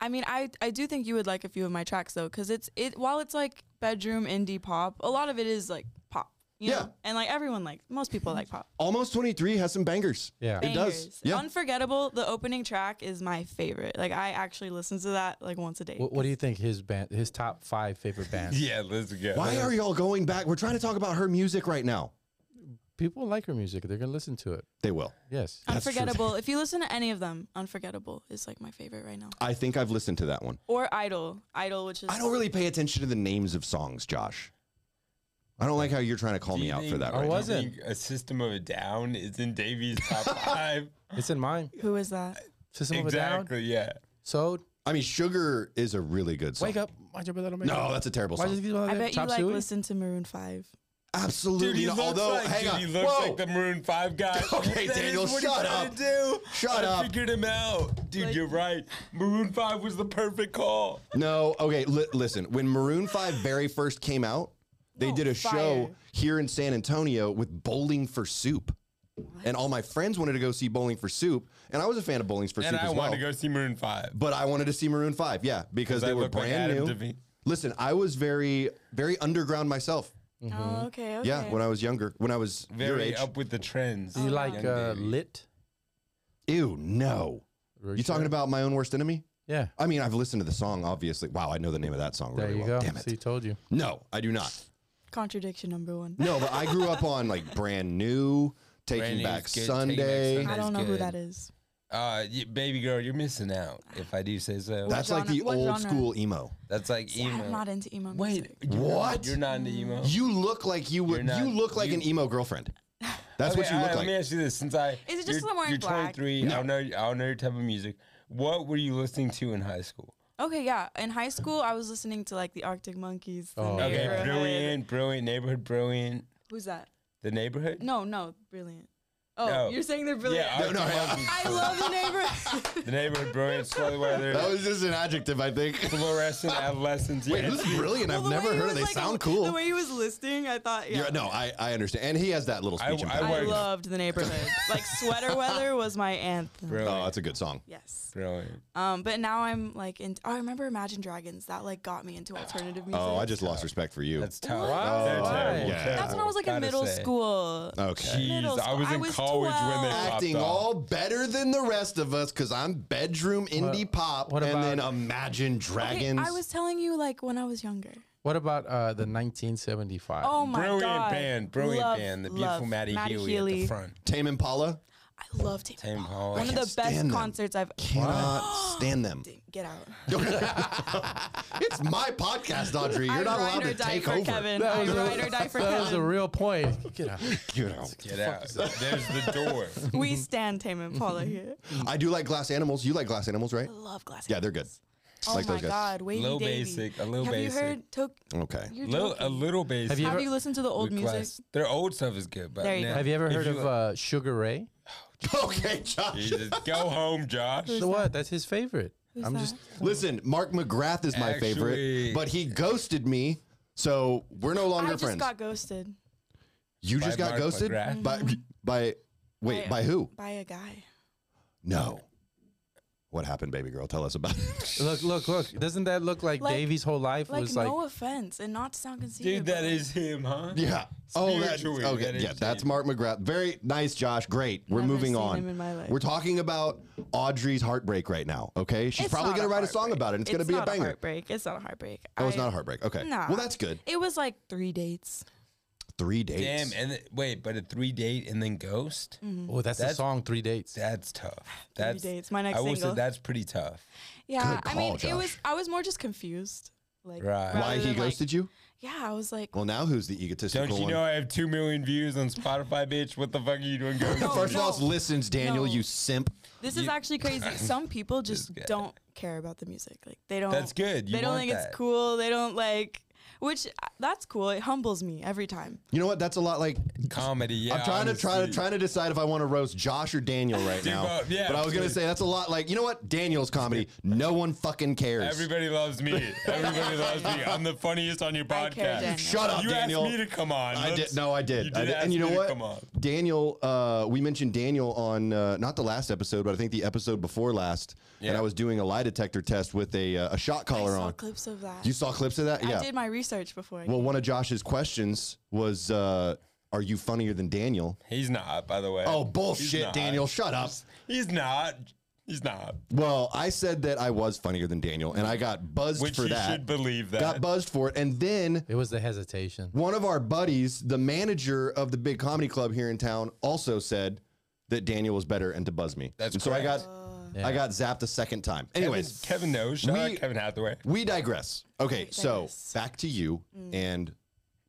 Speaker 2: I mean, I I do think you would like a few of my tracks though, because it's it while it's like bedroom indie pop, a lot of it is like pop, you
Speaker 1: Yeah.
Speaker 2: know, and like everyone like most people like pop.
Speaker 1: almost 23 has some bangers
Speaker 4: Yeah.
Speaker 1: it does
Speaker 2: Bangers.
Speaker 1: yeah
Speaker 2: Unforgettable, the opening track is my favorite. Like I actually listen to that like once a day.
Speaker 4: What, what do you think his band, his top five favorite bands?
Speaker 3: Yeah, let's go.
Speaker 1: why are y'all going back we're trying to talk about her music right now
Speaker 4: People like her music. They're gonna listen to it.
Speaker 1: they will
Speaker 4: Yes.
Speaker 1: that's true.
Speaker 2: Unforgettable. If you listen to any of them, Unforgettable is like my favorite right now.
Speaker 1: i think i've listened to that one
Speaker 2: Or Idol, Idol, which is
Speaker 1: I don't really pay attention to the names of songs, Josh. I don't like how you're trying to call
Speaker 3: Do
Speaker 1: me
Speaker 3: you
Speaker 1: out for
Speaker 3: think-
Speaker 1: that
Speaker 4: I
Speaker 1: right
Speaker 4: was-
Speaker 1: now.
Speaker 3: Do you
Speaker 4: wasn't.
Speaker 3: think A System of a Down is in Davey's top
Speaker 1: [laughs]
Speaker 3: five.
Speaker 4: It's in mine.
Speaker 2: who is that?
Speaker 4: System of a Down.
Speaker 3: exactly. Yeah.
Speaker 4: So
Speaker 1: I mean, Sugar is a really good song.
Speaker 4: wake up. Mind your little man.
Speaker 1: No, that's a terrible
Speaker 4: Why
Speaker 1: song.
Speaker 4: just give all
Speaker 2: I
Speaker 4: that
Speaker 2: bet you
Speaker 4: chop
Speaker 2: like
Speaker 4: suey?
Speaker 2: listen to Maroon Five.
Speaker 1: Absolutely.
Speaker 3: Dude, he
Speaker 1: not.
Speaker 3: looks
Speaker 1: although,
Speaker 3: like
Speaker 1: hang
Speaker 3: dude,
Speaker 1: on.
Speaker 3: he looks
Speaker 1: Whoa.
Speaker 3: like the Maroon Five guy.
Speaker 1: [laughs] Okay,
Speaker 3: That is
Speaker 1: Daniel,
Speaker 3: what he
Speaker 1: shut
Speaker 3: tried
Speaker 1: up.
Speaker 3: To do.
Speaker 1: Shut
Speaker 3: I
Speaker 1: up.
Speaker 3: figured him out, dude.
Speaker 2: Like-
Speaker 3: you're right. Maroon Five was the perfect call.
Speaker 1: no, okay, li- listen. When Maroon 5 very first came out, they
Speaker 2: Oh,
Speaker 1: did a
Speaker 2: fire.
Speaker 1: show here in San Antonio with Bowling for Soup. And all my friends wanted to go see Bowling for Soup, and I was a fan of Bowling for
Speaker 3: And
Speaker 1: Soup
Speaker 3: I
Speaker 1: as well.
Speaker 3: wanted to go see Maroon Five.
Speaker 1: but I wanted to see Maroon 5, yeah, because
Speaker 3: I
Speaker 1: they were
Speaker 3: look like
Speaker 1: brand
Speaker 3: Adam
Speaker 1: new.
Speaker 3: Devine.
Speaker 1: Listen, I was very very underground myself.
Speaker 2: Oh, okay, okay.
Speaker 1: Mm-hmm. Yeah, when I was younger, when I was your
Speaker 3: Very
Speaker 1: age.
Speaker 3: up with the trends.
Speaker 4: Do you like
Speaker 3: Young
Speaker 4: uh,
Speaker 3: Davey.
Speaker 4: lit?
Speaker 1: Ew, no.
Speaker 4: Are
Speaker 1: You talking
Speaker 4: sure?
Speaker 1: about my own worst enemy?
Speaker 4: Yeah.
Speaker 1: I mean, I've listened to the song, obviously. Wow, I know the name of that song
Speaker 4: There
Speaker 1: really
Speaker 4: you
Speaker 1: well.
Speaker 4: go.
Speaker 1: Damn it.
Speaker 4: See, told you.
Speaker 1: No, I do not.
Speaker 2: Contradiction number one.
Speaker 1: No, but I grew up on like brand new,
Speaker 3: Brand
Speaker 1: taking
Speaker 3: New's
Speaker 1: back
Speaker 3: good, Taking Back
Speaker 1: Sunday.
Speaker 2: [laughs]
Speaker 3: Sunday.
Speaker 2: I
Speaker 3: That's
Speaker 2: don't know who
Speaker 3: good.
Speaker 2: that is.
Speaker 3: Uh, y- baby girl, you're missing out. If I do say so,
Speaker 1: That's like
Speaker 2: genre-
Speaker 1: the
Speaker 2: what
Speaker 1: old
Speaker 2: genre?
Speaker 1: school emo.
Speaker 3: that's like
Speaker 2: See,
Speaker 3: emo.
Speaker 2: I'm not into emo
Speaker 3: Wait,
Speaker 2: music.
Speaker 3: you're
Speaker 1: What?
Speaker 3: Not, you're not into emo.
Speaker 1: You look like you would.
Speaker 3: Oh. You're not-
Speaker 1: you look like
Speaker 3: you-
Speaker 1: an emo girlfriend.
Speaker 3: [laughs]
Speaker 1: That's what you
Speaker 3: Okay, all
Speaker 1: look
Speaker 3: right,
Speaker 1: like.
Speaker 3: Let me ask you this: since I
Speaker 2: Is it just
Speaker 3: you're,
Speaker 2: that I'm wearing
Speaker 3: you're
Speaker 2: black?
Speaker 3: 23, I don't know. I don't know your type of music. What were you listening to in high school?
Speaker 2: Okay, yeah. In high school, I was listening to like the Arctic Monkeys. The
Speaker 4: Oh. Okay,
Speaker 3: Okay,
Speaker 2: Neighborhood.
Speaker 3: brilliant, brilliant neighborhood, brilliant.
Speaker 2: Who's that?
Speaker 3: The neighborhood.
Speaker 2: No, no, brilliant. Oh,
Speaker 3: No.
Speaker 2: you're saying they're brilliant.
Speaker 1: No,
Speaker 3: Yeah, no,
Speaker 1: no,
Speaker 2: I love the
Speaker 1: [laughs]
Speaker 2: neighborhood.
Speaker 3: [laughs] the neighborhood, brilliant, slow weather,
Speaker 1: That was just an adjective, I
Speaker 3: [laughs]
Speaker 1: think.
Speaker 3: fluorescent adolescence.
Speaker 1: Wait,
Speaker 3: yeah.
Speaker 1: this is brilliant.
Speaker 2: Well,
Speaker 1: I've
Speaker 2: the way
Speaker 1: never
Speaker 2: he
Speaker 1: heard
Speaker 2: was,
Speaker 1: of. They
Speaker 2: like, a-
Speaker 1: sound
Speaker 2: The
Speaker 1: cool.
Speaker 2: way he was listening, I thought, yeah.
Speaker 1: Yeah, no, I, I understand, and he has that little
Speaker 3: I-
Speaker 1: speech
Speaker 3: I
Speaker 1: impediment.
Speaker 2: I
Speaker 3: worked.
Speaker 2: loved
Speaker 1: [laughs]
Speaker 2: the neighborhood. like sweater weather was my anthem.
Speaker 3: brilliant,
Speaker 1: Oh, that's a good song.
Speaker 2: Yes.
Speaker 3: brilliant.
Speaker 2: Um, but now I'm like in. Oh, I remember Imagine Dragons. That like got me into alternative music.
Speaker 1: Oh, I just lost respect for you.
Speaker 3: That's tough.
Speaker 4: Wow.
Speaker 3: They're
Speaker 1: Oh,
Speaker 3: terrible,
Speaker 1: yeah.
Speaker 2: That's when I was like in
Speaker 3: Gotta
Speaker 2: middle
Speaker 3: say.
Speaker 2: school.
Speaker 1: Okay.
Speaker 3: Jeez,
Speaker 2: Middle
Speaker 3: I
Speaker 2: school.
Speaker 3: was
Speaker 2: I
Speaker 3: in
Speaker 2: was
Speaker 3: college when they
Speaker 2: 12.
Speaker 3: popped
Speaker 1: Acting
Speaker 3: off.
Speaker 1: all better than the rest of us because I'm bedroom indie pop
Speaker 4: what
Speaker 1: and then
Speaker 4: about-
Speaker 1: Imagine
Speaker 2: Okay,
Speaker 1: Dragons.
Speaker 2: I was telling you like when I was younger.
Speaker 4: What about uh, the 1975?
Speaker 2: Oh my
Speaker 3: brilliant
Speaker 2: god.
Speaker 3: band, brilliant
Speaker 2: Love,
Speaker 3: band. The
Speaker 2: love
Speaker 3: beautiful Maddie, Healy, at the front.
Speaker 1: Tame Impala.
Speaker 2: I love Tame,
Speaker 3: Tame
Speaker 2: Impala.
Speaker 3: Impala.
Speaker 2: One
Speaker 3: I
Speaker 2: of
Speaker 1: can't
Speaker 2: the best
Speaker 1: stand them.
Speaker 2: concerts I've. [gasps]
Speaker 1: Cannot stand them.
Speaker 2: Get out.
Speaker 1: [laughs] It's my podcast, Audrey. You're
Speaker 2: I
Speaker 1: not
Speaker 2: ride
Speaker 1: allowed
Speaker 2: or
Speaker 1: to
Speaker 2: die
Speaker 1: take
Speaker 2: for
Speaker 1: over.
Speaker 2: Kevin. I ride
Speaker 1: [laughs]
Speaker 2: or die for
Speaker 4: that was a
Speaker 2: Kevin.
Speaker 4: real point. Get out.
Speaker 1: You know.
Speaker 3: Get out. There's the door.
Speaker 2: [laughs]
Speaker 1: Mm-hmm.
Speaker 2: We stand Tame Impala here.
Speaker 1: I do like Glass Animals. You like Glass Animals, right?
Speaker 2: I love Glass.
Speaker 1: Yeah, they're good.
Speaker 2: Oh
Speaker 1: like
Speaker 2: my
Speaker 1: those guys.
Speaker 2: god, Wavy
Speaker 3: Lil
Speaker 2: Davy.
Speaker 3: Basic, a Lil
Speaker 2: Have
Speaker 3: Basic.
Speaker 2: you heard? To-
Speaker 1: Okay. [laughs]
Speaker 2: you're
Speaker 3: Lil, a
Speaker 2: joking.
Speaker 3: little bass.
Speaker 4: Have you
Speaker 2: Have
Speaker 4: ever-
Speaker 2: you listened to the old
Speaker 3: request.
Speaker 2: music?
Speaker 3: Their old stuff is good, but
Speaker 2: There you
Speaker 3: now-
Speaker 2: go.
Speaker 4: Have you ever
Speaker 3: if
Speaker 4: heard of
Speaker 3: like-
Speaker 4: uh, Sugar Ray?
Speaker 1: Okay, Josh.
Speaker 3: Jesus,
Speaker 2: [laughs]
Speaker 3: go home, Josh.
Speaker 4: So what? That's his favorite.
Speaker 2: Who's
Speaker 4: I'm
Speaker 2: that?
Speaker 4: just
Speaker 1: [laughs] Listen, Mark McGrath is my
Speaker 3: Actually-
Speaker 1: favorite, but he ghosted me, so we're no
Speaker 2: I
Speaker 1: longer
Speaker 2: just
Speaker 1: friends.
Speaker 2: got ghosted
Speaker 1: you just
Speaker 3: By
Speaker 1: got
Speaker 3: Mark
Speaker 1: ghosted
Speaker 3: McGrath?
Speaker 1: by by wait
Speaker 2: Mm-hmm. By-
Speaker 1: by who?
Speaker 2: by a guy.
Speaker 1: No. What happened, baby girl? Tell us about it. [laughs]
Speaker 4: look, look, look. Doesn't that look like,
Speaker 2: Like-
Speaker 4: Davy's whole life
Speaker 2: Like,
Speaker 4: was like?
Speaker 2: no offense, and not to sound conceited.
Speaker 3: Dude, that
Speaker 2: but,
Speaker 3: is him,
Speaker 4: [laughs]
Speaker 3: huh?
Speaker 1: yeah. Oh, that,
Speaker 3: Spiritually,
Speaker 1: okay.
Speaker 3: that is
Speaker 1: yeah, that's
Speaker 3: deep.
Speaker 1: Mark McGrath. Very nice, Josh. Great. We're
Speaker 2: Never
Speaker 1: moving
Speaker 2: seen
Speaker 1: on.
Speaker 2: him in my life.
Speaker 1: We're talking about Audrey's heartbreak right now. Okay, she's
Speaker 2: It's
Speaker 1: probably
Speaker 2: not
Speaker 1: gonna write a song
Speaker 2: heartbreak.
Speaker 1: about it. It's, gonna be a
Speaker 2: not
Speaker 1: banger.
Speaker 2: heartbreak. It's not a heartbreak.
Speaker 1: Oh, it's
Speaker 2: I-
Speaker 1: not a heartbreak. Okay.
Speaker 2: Nah.
Speaker 1: Well, that's good.
Speaker 2: It was like three dates.
Speaker 1: Three dates.
Speaker 3: Damn, and th- wait, but a three date and then ghost?
Speaker 4: oh, that's, the
Speaker 3: That's-
Speaker 4: song Three Dates.
Speaker 3: That's tough. That's
Speaker 2: Mm. dates, my next
Speaker 3: I will
Speaker 2: single.
Speaker 3: say that's pretty tough.
Speaker 2: Yeah,
Speaker 1: Good
Speaker 2: I mean,
Speaker 1: call,
Speaker 2: it was.
Speaker 1: Josh.
Speaker 2: I was more just confused. Like
Speaker 3: Right.
Speaker 2: rather
Speaker 1: Why he
Speaker 2: than, like-
Speaker 1: ghosted you?
Speaker 2: Yeah, I was like,
Speaker 1: Well, now who's the egotistical
Speaker 3: Don't you
Speaker 1: one?
Speaker 3: know I have two million views on Spotify, bitch? What the fuck are
Speaker 2: [laughs]
Speaker 3: you doing, ghost?
Speaker 2: No,
Speaker 1: First of all, it's
Speaker 2: Oh, no.
Speaker 1: listens, Daniel.
Speaker 2: No.
Speaker 1: You simp.
Speaker 2: this is actually
Speaker 3: [laughs]
Speaker 2: crazy. Some people just
Speaker 3: guy.
Speaker 2: don't care about the music. Like they don't.
Speaker 3: That's good. You
Speaker 2: they don't
Speaker 3: want
Speaker 2: think
Speaker 3: that.
Speaker 2: it's cool. They don't like. Which uh, that's cool. It humbles me every time.
Speaker 1: You know what? That's a lot like.
Speaker 3: Comedy, yeah.
Speaker 1: I'm trying to try to
Speaker 3: honestly.
Speaker 1: trying to decide if I want to roast Josh or Daniel right
Speaker 3: [laughs] Do
Speaker 1: now.
Speaker 3: both, yeah,
Speaker 1: but I was gonna
Speaker 3: please.
Speaker 1: say that's a lot like you know what? Daniel's comedy. No one fucking cares.
Speaker 3: Everybody loves me. Everybody loves me. I'm the funniest on your
Speaker 2: I care,
Speaker 3: podcast.
Speaker 2: Daniel.
Speaker 1: Shut up,
Speaker 3: you
Speaker 1: Daniel.
Speaker 3: asked me to come on.
Speaker 1: I
Speaker 3: Let's-
Speaker 1: did. No, I did.
Speaker 3: You
Speaker 1: I
Speaker 3: did
Speaker 1: did.
Speaker 3: ask
Speaker 1: And you know
Speaker 3: me to
Speaker 1: what?
Speaker 3: Come on.
Speaker 1: Daniel, uh, we mentioned Daniel on uh, not the last episode, but I think the episode before last. And
Speaker 3: Yeah.
Speaker 1: I was doing a lie detector test with a, uh, a shot
Speaker 2: I
Speaker 1: collar
Speaker 2: saw
Speaker 1: on.
Speaker 2: clips of that.
Speaker 1: you saw clips of that? yeah.
Speaker 2: I did my research before. I
Speaker 1: Well, one of Josh's questions was, uh, "Are you funnier than Daniel?"
Speaker 3: He's not, by the way.
Speaker 1: Oh
Speaker 3: He's
Speaker 1: bullshit,
Speaker 3: not.
Speaker 1: Daniel! Shut up.
Speaker 3: He's not. He's not.
Speaker 1: Well, I said that I was funnier than Daniel, and I got buzzed
Speaker 3: Which
Speaker 1: for
Speaker 3: he
Speaker 1: that.
Speaker 3: should believe that.
Speaker 1: Got buzzed for it, and then
Speaker 4: It was the hesitation.
Speaker 1: one of our buddies, the manager of the big comedy club here in town, also said that Daniel was better and to buzz me.
Speaker 3: That's
Speaker 1: and so I got
Speaker 3: correct.
Speaker 2: Uh,
Speaker 1: I got zapped a second time. Anyways,
Speaker 3: Kevin, Kevin knows. Shout
Speaker 1: we-
Speaker 3: out Kevin Hathaway.
Speaker 1: we digress. Okay,
Speaker 2: We
Speaker 1: so
Speaker 2: digress. Mm.
Speaker 1: back to you and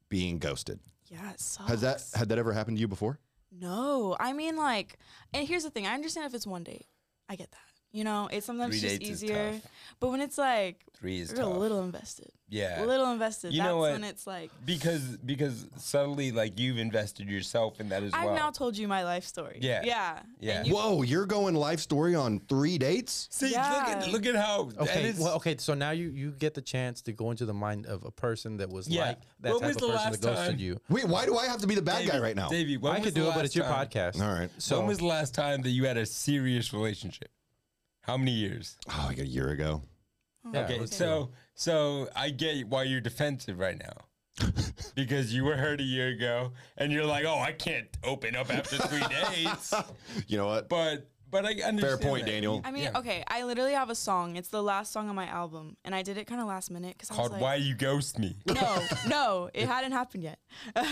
Speaker 1: being ghosted.
Speaker 2: yeah, it sucks.
Speaker 1: Has that had that ever happened to you before?
Speaker 2: No, I mean like, and here's the thing. I understand if it's one date. I get that. You know, it's sometimes
Speaker 3: Three
Speaker 2: just
Speaker 3: dates is
Speaker 2: easier.
Speaker 3: tough.
Speaker 2: But when it's like
Speaker 3: Three is
Speaker 2: you're a
Speaker 3: tough.
Speaker 2: little invested,
Speaker 3: yeah.
Speaker 2: a little invested,
Speaker 3: You
Speaker 2: that's
Speaker 3: know what?
Speaker 2: when it's like.
Speaker 3: because because suddenly like you've invested yourself in that as well.
Speaker 2: I've now told you my life story.
Speaker 3: Yeah.
Speaker 2: Yeah.
Speaker 3: Yeah.
Speaker 2: And you,
Speaker 1: Whoa, you're going life story on three dates?
Speaker 3: See, look
Speaker 2: Yeah.
Speaker 3: at look at how
Speaker 4: Okay,
Speaker 3: that is,
Speaker 4: well, okay. So now you you get the chance to go into the mind of a person that was
Speaker 3: Yeah.
Speaker 4: like that
Speaker 3: When
Speaker 4: type
Speaker 3: was
Speaker 4: of
Speaker 3: the
Speaker 4: person
Speaker 3: last
Speaker 4: that ghosted
Speaker 3: time-
Speaker 4: you.
Speaker 1: Wait, why do I have to be the bad guy right now?
Speaker 3: Davey, when
Speaker 4: I
Speaker 3: was
Speaker 4: could
Speaker 3: the
Speaker 4: do it, but
Speaker 3: last
Speaker 4: it's your
Speaker 3: time-
Speaker 4: podcast.
Speaker 1: All right.
Speaker 4: So
Speaker 3: when was the last time that you had a serious relationship? How many years?
Speaker 1: Oh, like a year ago.
Speaker 4: yeah,
Speaker 3: Okay,
Speaker 4: let's do it.
Speaker 3: so so I get why you're defensive right now.
Speaker 4: [laughs]
Speaker 3: because you were hurt a
Speaker 2: [laughs]
Speaker 3: year ago and you're like, "Oh, I can't open up after 3 days."
Speaker 1: You know what?
Speaker 3: But But I understand.
Speaker 1: Fair point,
Speaker 3: that.
Speaker 1: Daniel.
Speaker 2: I mean,
Speaker 3: Yeah.
Speaker 2: okay, I literally have a song. It's the last song on my album, and I did it kind of last minute because I was
Speaker 3: Called
Speaker 2: like,
Speaker 3: Why You Ghost Me.
Speaker 2: [laughs] no, no, it hadn't happened yet.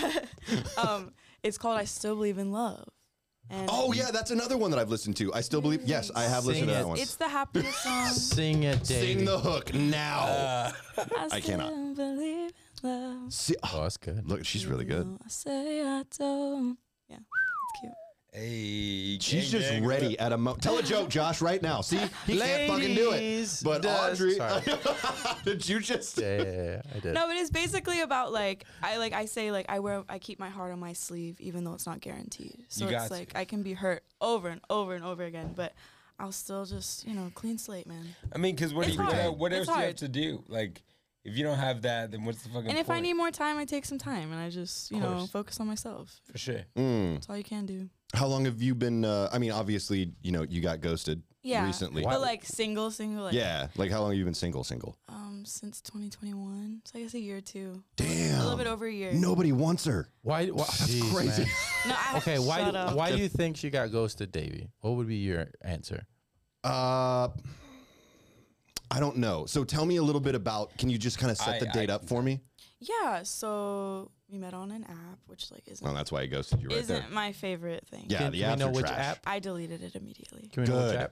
Speaker 2: [laughs] um, it's called I Still Believe in Love. And
Speaker 1: Oh yeah, that's another one that I've listened to. I still believe. Yes, I have listened
Speaker 4: Sing
Speaker 1: to that
Speaker 4: it.
Speaker 1: one.
Speaker 2: it's the
Speaker 3: [laughs]
Speaker 2: happiest song.
Speaker 4: Sing it, Dave.
Speaker 1: Sing the hook now.
Speaker 2: I,
Speaker 1: I cannot.
Speaker 2: still believe in love.
Speaker 1: See- oh,
Speaker 4: Oh, that's good.
Speaker 1: look, she's really
Speaker 2: even
Speaker 1: good.
Speaker 2: though I say I don't. Yeah, it's cute.
Speaker 3: Hey,
Speaker 1: She's
Speaker 3: gang,
Speaker 1: just
Speaker 3: gang,
Speaker 1: ready at a mo. Tell a joke, Josh, right now. See, he can't fucking do it.
Speaker 4: Ladies
Speaker 1: But
Speaker 4: does-
Speaker 1: Audrey,
Speaker 4: Sorry.
Speaker 1: [laughs] did you just?
Speaker 4: yeah, yeah, yeah, yeah, I did.
Speaker 2: No, but it's basically about like I like I say like I wear I keep my heart on my sleeve even though it's not guaranteed. So
Speaker 3: You got
Speaker 2: it's like I can be hurt over and over and over again, but I'll still just you know clean slate, man.
Speaker 3: I mean, because what, do
Speaker 2: It's
Speaker 3: you, what,
Speaker 2: hard.
Speaker 3: el- what
Speaker 2: It's
Speaker 3: else do you have
Speaker 2: hard.
Speaker 3: to do? Like, if you don't have that, then what's the fucking
Speaker 2: and if I
Speaker 3: point?
Speaker 2: need more time, I take some time and I just you know
Speaker 4: course.
Speaker 2: focus on myself.
Speaker 3: For sure.
Speaker 1: Mm.
Speaker 2: That's all you can do.
Speaker 1: How long have you been? Uh, I mean, obviously, you know, you got ghosted
Speaker 2: Yeah,
Speaker 1: recently.
Speaker 2: but like single, single, like,
Speaker 1: yeah, like how long have you been single? Single.
Speaker 2: um, since 2021, so I guess a year or two,
Speaker 1: Damn.
Speaker 2: a little bit over a year.
Speaker 1: Nobody wants her.
Speaker 4: Why? why Jeez,
Speaker 1: crazy.
Speaker 4: man.
Speaker 2: no I,
Speaker 4: Okay, why?
Speaker 2: shut
Speaker 4: do-
Speaker 2: up.
Speaker 4: Why do you think she got ghosted, Davey? What would be your answer?
Speaker 1: Uh, I don't know. So tell me a little bit about. Can you just kind of set
Speaker 3: I-
Speaker 1: the date
Speaker 3: I-
Speaker 1: up for me?
Speaker 2: Yeah, so we met on an app, which like isn't
Speaker 1: Well, that's why he ghosted you Oh, right
Speaker 2: isn't
Speaker 1: there.
Speaker 2: my favorite thing.
Speaker 1: Yeah,
Speaker 4: Can,
Speaker 1: the
Speaker 4: can
Speaker 1: apps
Speaker 4: we know
Speaker 1: are
Speaker 4: which
Speaker 1: trash.
Speaker 4: app?
Speaker 2: I deleted it immediately.
Speaker 4: Can we know which
Speaker 1: Good.
Speaker 4: app?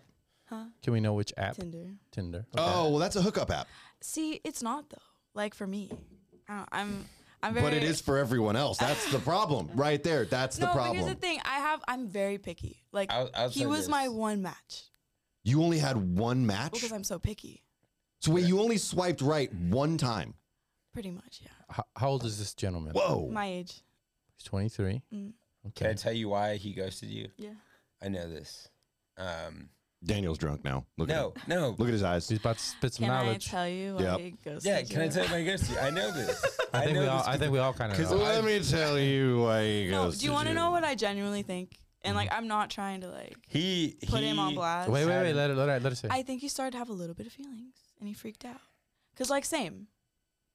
Speaker 2: Huh?
Speaker 4: Can we know which app?
Speaker 2: Tinder.
Speaker 4: Tinder.
Speaker 1: Oh, well, that's a hookup app,
Speaker 2: See, it's not though. Like for me, I don't, I'm I'm very.
Speaker 1: but it is
Speaker 2: [laughs]
Speaker 1: for everyone else. That's the problem, right there. That's
Speaker 2: no,
Speaker 1: the
Speaker 2: but here's
Speaker 1: problem.
Speaker 2: the thing. I have. I'm very picky. Like
Speaker 3: I'll- I'll
Speaker 2: he
Speaker 3: say
Speaker 2: was my
Speaker 3: this.
Speaker 2: one match
Speaker 1: You only had one match.
Speaker 2: because I'm so picky.
Speaker 1: So wait, you only swiped right one time.
Speaker 2: Pretty much, yeah.
Speaker 4: H- how old is this gentleman?
Speaker 1: Whoa.
Speaker 2: My age.
Speaker 4: He's 23.
Speaker 2: Mm.
Speaker 3: Can I
Speaker 4: Okay.
Speaker 3: tell you why he ghosted you?
Speaker 2: Yeah.
Speaker 3: I know this. Um,
Speaker 1: Daniel's drunk now. Look at
Speaker 3: no,
Speaker 1: him.
Speaker 3: no.
Speaker 1: Look at his eyes.
Speaker 4: He's about to spit some
Speaker 2: Can
Speaker 4: knowledge.
Speaker 2: I tell you?
Speaker 1: Yep.
Speaker 2: I ghosted
Speaker 3: Yeah, can I
Speaker 2: you?
Speaker 3: tell you why he ghosted you? I know this.
Speaker 4: [laughs] I think
Speaker 3: know
Speaker 4: we all.
Speaker 3: this
Speaker 4: I
Speaker 3: 'cause-
Speaker 4: think we all kind of
Speaker 3: 'cause
Speaker 4: know.
Speaker 3: I-
Speaker 1: me tell you why he
Speaker 2: No. Do you want to know what I genuinely think? And like, I'm not trying to like
Speaker 3: he
Speaker 2: put
Speaker 3: he,
Speaker 2: him on blast.
Speaker 4: Mm-hmm. Wait, wait, wait. Let her. Let her. Let her say.
Speaker 2: I think he started to have a little bit of feelings, and he freaked out. Cause like same,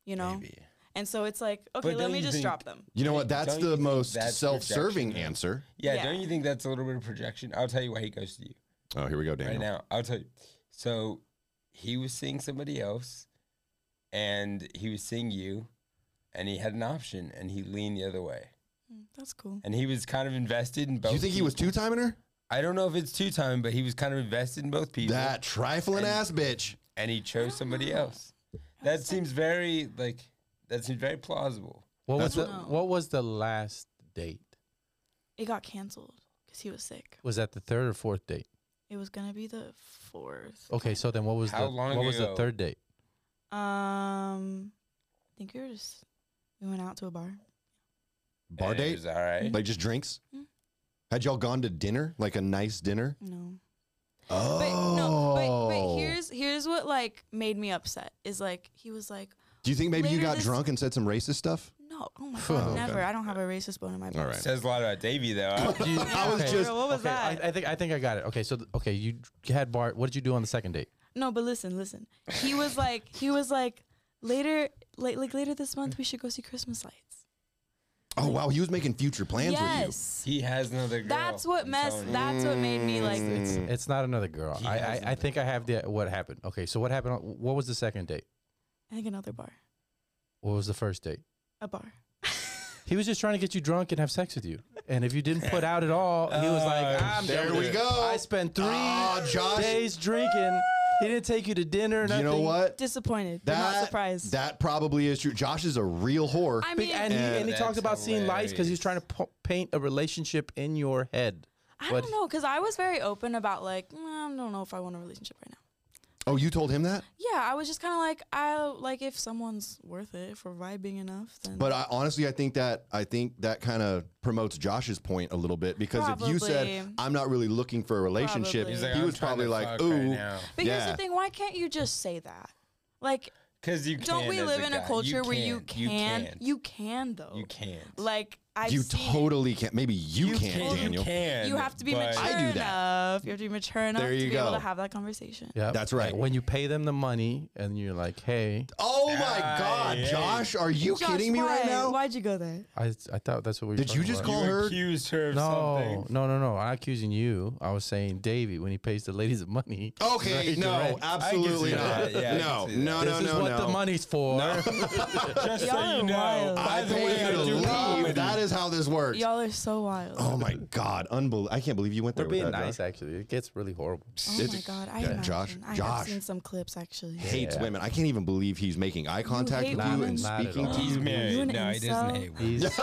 Speaker 2: you know.
Speaker 3: Maybe.
Speaker 2: And so it's like, okay, let
Speaker 3: don't
Speaker 2: me
Speaker 3: you
Speaker 2: just
Speaker 3: think-
Speaker 2: drop them.
Speaker 1: You know what?
Speaker 3: Don't
Speaker 1: That's
Speaker 3: you
Speaker 1: the
Speaker 3: think
Speaker 1: most
Speaker 3: that's
Speaker 1: self-serving
Speaker 3: rejection, though?
Speaker 1: answer.
Speaker 3: Yeah,
Speaker 2: Yeah.
Speaker 3: don't you think that's a little bit of projection? I'll tell you why he ghosted you
Speaker 1: Oh, here we go,
Speaker 3: right
Speaker 1: Daniel.
Speaker 3: now. I'll tell you. So he was seeing somebody else, and he was seeing you, and he had an option, and he leaned the other way,
Speaker 2: Mm, That's cool.
Speaker 3: and he was kind of invested in both.
Speaker 1: Do you think he was
Speaker 3: people.
Speaker 1: two-timing her?
Speaker 3: I don't know if it's two time, but he was kind of invested in both people,
Speaker 1: That trifling
Speaker 3: And-
Speaker 1: ass bitch.
Speaker 3: and he chose somebody
Speaker 2: Oh.
Speaker 3: else. That seems very like that seems very plausible.
Speaker 4: what was
Speaker 1: That's
Speaker 4: the
Speaker 2: what- No.
Speaker 4: What was the last date?
Speaker 2: It got canceled because he was sick.
Speaker 4: Was that the third or fourth date?
Speaker 2: It was gonna be the fourth.
Speaker 4: Okay, so then what was
Speaker 3: How
Speaker 4: the
Speaker 3: long
Speaker 4: what was the
Speaker 3: ago? [laughs]
Speaker 4: third date? Oh.
Speaker 2: Um, I think we were just we went out to a bar.
Speaker 1: Bar
Speaker 3: And it
Speaker 1: date?
Speaker 3: was all right.
Speaker 1: Like just drinks?
Speaker 2: Mm.
Speaker 1: Had y'all gone to dinner? Like a nice dinner?
Speaker 2: No.
Speaker 1: Oh.
Speaker 2: But no. But, but here's here's what like made me upset is like he was like
Speaker 1: Do you think maybe you
Speaker 2: later
Speaker 1: got
Speaker 2: this-
Speaker 1: drunk and said some racist stuff?
Speaker 2: no oh my
Speaker 4: Oh,
Speaker 2: god
Speaker 4: okay.
Speaker 2: never I don't have a racist bone in my body.
Speaker 1: All right. [laughs]
Speaker 3: Says a lot about Davey though. huh?
Speaker 4: Do you-
Speaker 1: I was
Speaker 4: okay.
Speaker 1: just-
Speaker 2: What was
Speaker 4: okay,
Speaker 2: that?
Speaker 4: I, I think I think I got it. Okay, so th- okay, you d- had bar. What did you do on the second date?
Speaker 2: No, but listen, listen. He was like, he was like, later, like, like later this month, we should go see Christmas lights.
Speaker 1: Oh wow, he was making future plans with
Speaker 2: yes,
Speaker 3: he has another girl.
Speaker 2: that's what
Speaker 3: I'm
Speaker 2: messed.
Speaker 3: telling you.
Speaker 2: That's what made me like.
Speaker 1: Mm.
Speaker 4: It's it's not another girl.
Speaker 3: Hmm. He
Speaker 4: I, I,
Speaker 3: has
Speaker 4: I think I have the what happened. Okay, so what happened? on- What was the second date?
Speaker 2: I think another bar,
Speaker 4: What was the first date?
Speaker 2: a bar.
Speaker 4: He was just trying to get you drunk and have sex with you. And if you didn't put out at all, he was
Speaker 3: Oh,
Speaker 4: like, I'm
Speaker 1: there
Speaker 4: done with
Speaker 1: we
Speaker 4: it.
Speaker 1: go.
Speaker 4: I spent three
Speaker 1: Ah, Josh.
Speaker 4: days drinking. He didn't take you to dinner.
Speaker 1: you. You
Speaker 4: Nothing.
Speaker 1: know what?
Speaker 2: Disappointed. but
Speaker 1: That
Speaker 2: not surprised.
Speaker 1: that E probably is true. Josh is a real whore.
Speaker 2: I
Speaker 4: Big-
Speaker 2: mean,
Speaker 4: and, he, and he
Speaker 3: Yeah,
Speaker 4: talked
Speaker 3: that's
Speaker 4: about seeing lights because he was trying to po- paint a relationship in your head.
Speaker 2: I
Speaker 4: but-
Speaker 2: don't know, cause I was very open about like, "Mm, I don't know if I want a relationship right now.
Speaker 1: oh, you told him that?
Speaker 2: Yeah, I was just kind of like, I like if someone's worth it, if we're vibing enough, then.
Speaker 1: But I, honestly, I think that I think that kind of promotes Josh's point a little bit because if you said
Speaker 2: Probably.
Speaker 1: I'm not really looking for a relationship,
Speaker 2: Probably. He's
Speaker 3: He's like,
Speaker 1: he
Speaker 3: "I'm
Speaker 1: was
Speaker 3: trying to
Speaker 1: probably like,
Speaker 3: fuck right
Speaker 1: "Ooh,
Speaker 3: now."
Speaker 2: but here's
Speaker 1: yeah.
Speaker 2: the thing: why can't you just say that? Like,
Speaker 3: Cause you
Speaker 2: don't
Speaker 3: can
Speaker 2: we
Speaker 3: as
Speaker 2: live in a
Speaker 3: guy.
Speaker 2: culture where you
Speaker 3: can't.
Speaker 2: can? You can though.
Speaker 3: You can't.
Speaker 2: Like I
Speaker 1: you totally can't." Maybe you,
Speaker 3: You
Speaker 1: can't,
Speaker 3: can,
Speaker 1: Daniel.
Speaker 3: You can.
Speaker 2: You have to be
Speaker 3: but-
Speaker 2: mature
Speaker 1: I do that.
Speaker 2: enough. You have to be mature enough
Speaker 1: There you
Speaker 2: to be able
Speaker 1: go.
Speaker 2: to have that conversation.
Speaker 4: Yeah,
Speaker 1: That's right.
Speaker 4: When you pay them the money and you're like, hey,
Speaker 1: Oh Oh my
Speaker 3: Ah,
Speaker 1: God,
Speaker 3: yeah.
Speaker 1: Josh, are you
Speaker 2: Josh,
Speaker 1: kidding me
Speaker 2: why?
Speaker 1: right now?
Speaker 2: Why'd you go there?
Speaker 4: I, I thought that's what we. Were
Speaker 1: Did you
Speaker 4: talking
Speaker 1: just
Speaker 4: about.
Speaker 1: call
Speaker 3: You
Speaker 1: her-
Speaker 3: accused her of
Speaker 4: No,
Speaker 3: something.
Speaker 4: no, no, no. I'm not accusing you. I was saying Davey when he pays the ladies the money.
Speaker 1: Okay,
Speaker 4: Right,
Speaker 1: no,
Speaker 4: direct.
Speaker 1: absolutely
Speaker 3: I can
Speaker 1: not.
Speaker 3: see that. Yeah, I
Speaker 1: no,
Speaker 3: can see that.
Speaker 1: no,
Speaker 4: this
Speaker 1: no,
Speaker 4: is
Speaker 1: no,
Speaker 4: what
Speaker 1: no.
Speaker 4: the money's for.
Speaker 3: Just so
Speaker 2: Y'all
Speaker 3: you
Speaker 2: are
Speaker 3: know.
Speaker 2: wild.
Speaker 3: By
Speaker 1: I
Speaker 3: the
Speaker 1: pay
Speaker 3: way,
Speaker 1: you
Speaker 3: I
Speaker 1: to
Speaker 3: do comedy.
Speaker 1: leave. That is how this works.
Speaker 2: Y'all are so wild.
Speaker 1: Oh my God, unbelievable! I can't believe you went there.
Speaker 4: We're being
Speaker 1: with that,
Speaker 4: nice,
Speaker 1: Josh.
Speaker 4: actually. It gets
Speaker 3: [laughs]
Speaker 4: really horrible.
Speaker 2: Oh my god, I
Speaker 1: Yeah,
Speaker 2: imagine.
Speaker 1: Josh,
Speaker 2: I
Speaker 1: Josh.
Speaker 2: have seen some clips actually.
Speaker 1: Hates
Speaker 4: Yeah.
Speaker 1: women. I can't even believe he's making eye contact
Speaker 2: hate
Speaker 1: with you
Speaker 2: women?
Speaker 1: and
Speaker 4: Not at
Speaker 1: speaking
Speaker 4: all.
Speaker 1: to [laughs]
Speaker 3: He's
Speaker 1: you.
Speaker 3: married.
Speaker 2: an
Speaker 3: No, he doesn't
Speaker 2: incel?
Speaker 3: hate women.
Speaker 4: [laughs] He's,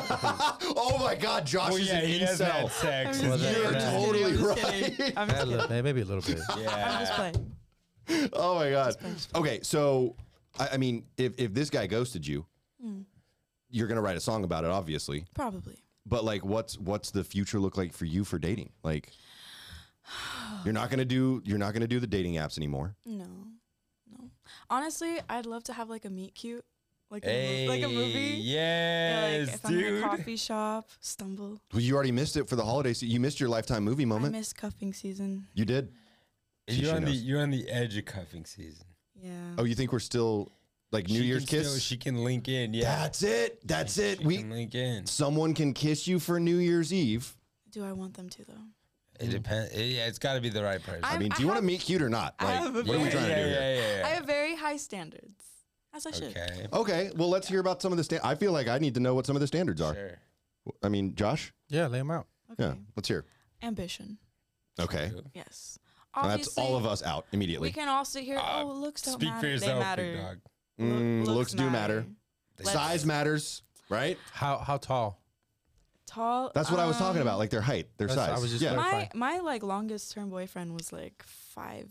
Speaker 1: oh my God, Josh
Speaker 3: Well,
Speaker 1: is
Speaker 3: yeah,
Speaker 1: an
Speaker 3: he has had
Speaker 1: incel.
Speaker 3: sex.
Speaker 2: I'm
Speaker 4: Well,
Speaker 2: just kidding,
Speaker 4: that-
Speaker 2: I'm just
Speaker 4: that-
Speaker 2: kidding, I'm
Speaker 1: You're
Speaker 2: just
Speaker 1: totally
Speaker 2: kidding. I'm just
Speaker 4: a little-
Speaker 2: kidding.
Speaker 4: maybe a little bit.
Speaker 2: I'm just
Speaker 3: Yeah.
Speaker 2: playing.
Speaker 1: Oh my God. Okay, so I, I mean, if if this guy ghosted you,
Speaker 2: Hmm.
Speaker 1: you're gonna write a song about it, obviously.
Speaker 2: Probably.
Speaker 1: But like, what's what's the future look like for you for dating? Like, you're not gonna do you're not gonna do the dating apps anymore.
Speaker 2: No. No. Honestly, I'd love to have like a meet cute. Like a, mo- like a
Speaker 3: Hey,
Speaker 2: movie.
Speaker 3: Yes,
Speaker 2: like if I'm in a
Speaker 3: dude.
Speaker 2: coffee shop, stumble.
Speaker 1: Well, you already missed it for the holiday. So you missed your lifetime movie
Speaker 2: I Mm-hmm.
Speaker 1: moment.
Speaker 2: miss cuffing season.
Speaker 1: you did. She
Speaker 3: You're on the
Speaker 1: knows.
Speaker 3: you're on the edge of cuffing season.
Speaker 2: Yeah.
Speaker 1: Oh, you think we're still like New
Speaker 3: She
Speaker 1: Year's
Speaker 3: can still-
Speaker 1: kiss?
Speaker 3: she can link in. Yeah,
Speaker 1: That's it. That's it.
Speaker 3: she
Speaker 1: We
Speaker 3: can link in.
Speaker 1: someone can kiss you for New Year's Eve.
Speaker 2: Do I want them to though?
Speaker 3: It depends. It, yeah, it's got to be the right person.
Speaker 1: I
Speaker 2: I'm-
Speaker 1: mean,
Speaker 2: I
Speaker 1: do you want to
Speaker 2: have-
Speaker 1: meet cute or not?
Speaker 2: I
Speaker 1: Like,
Speaker 2: have a
Speaker 1: what are we
Speaker 2: very-
Speaker 1: trying
Speaker 3: yeah,
Speaker 1: to do
Speaker 3: yeah,
Speaker 1: here?
Speaker 3: yeah, yeah.
Speaker 2: I have very high standards. As I should.
Speaker 3: Okay.
Speaker 1: Okay, well, let's hear about some of the sta- I feel like I need to know what some of the standards are.
Speaker 3: Sure.
Speaker 1: I mean, Josh.
Speaker 4: Yeah, lay him out.
Speaker 2: Okay.
Speaker 1: Yeah, let's hear.
Speaker 2: Ambition.
Speaker 1: Okay,
Speaker 2: Yes.
Speaker 1: And that's all of us out
Speaker 2: We
Speaker 1: immediately.
Speaker 2: can all sit here.
Speaker 3: Uh,
Speaker 2: oh, looks don't
Speaker 3: Speak
Speaker 2: matter.
Speaker 3: for
Speaker 2: they
Speaker 3: yourself,
Speaker 2: matter.
Speaker 3: big dog.
Speaker 2: Loo-
Speaker 1: Mm, looks do matter.
Speaker 3: They-
Speaker 2: Let's-
Speaker 1: Size matters, right?
Speaker 4: How how tall?
Speaker 2: Tall.
Speaker 1: That's what I was talking
Speaker 2: um,
Speaker 1: about, like their height, their
Speaker 4: That's-
Speaker 1: size.
Speaker 4: I was just
Speaker 1: yeah.
Speaker 4: clarifying.
Speaker 2: My my like longest term boyfriend was like five,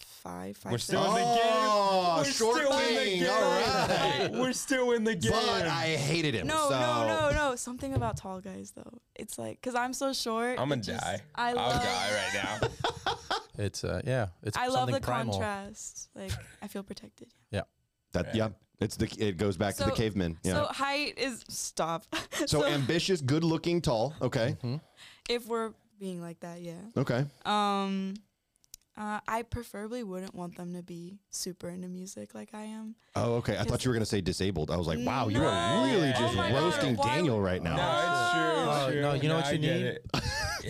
Speaker 2: five, five.
Speaker 3: We're still in
Speaker 2: six.
Speaker 3: the game.
Speaker 1: Oh,
Speaker 3: We're
Speaker 1: short
Speaker 3: still
Speaker 1: king.
Speaker 3: in the game.
Speaker 1: All right.
Speaker 3: We're still in the game.
Speaker 1: But I hated him.
Speaker 2: no,
Speaker 1: so.
Speaker 2: no, no, no. Something about tall guys though. It's like because I'm so short.
Speaker 3: I'm gonna
Speaker 2: it just-
Speaker 3: die.
Speaker 2: I
Speaker 3: I'll
Speaker 2: love.
Speaker 3: die right now.
Speaker 4: It's uh yeah. It's
Speaker 2: I love
Speaker 4: something
Speaker 2: the
Speaker 4: primal.
Speaker 2: contrast. Like I feel protected.
Speaker 1: That yeah, it's the it goes back to the
Speaker 2: So-
Speaker 1: cavemen. Yeah.
Speaker 2: So
Speaker 1: So,
Speaker 2: height is stop. [laughs]
Speaker 1: ambitious, good-looking, tall. Okay,
Speaker 3: Mm-hmm.
Speaker 2: if we're being like that, yeah.
Speaker 1: okay.
Speaker 2: Um, uh, I preferably wouldn't want them to be super into music like I am.
Speaker 1: Oh, okay. I thought
Speaker 2: Just-
Speaker 1: you were gonna say disabled. I was like, wow, you
Speaker 2: No.
Speaker 1: are really
Speaker 3: Yeah.
Speaker 1: just
Speaker 3: Oh my God,
Speaker 1: roasting
Speaker 2: why
Speaker 1: Daniel
Speaker 2: would-
Speaker 1: right now.
Speaker 3: No,
Speaker 2: Oh.
Speaker 3: it's
Speaker 4: Oh,
Speaker 3: true. It's true.
Speaker 4: no, you know what
Speaker 3: I
Speaker 4: you
Speaker 3: get
Speaker 4: need?
Speaker 3: it.
Speaker 4: You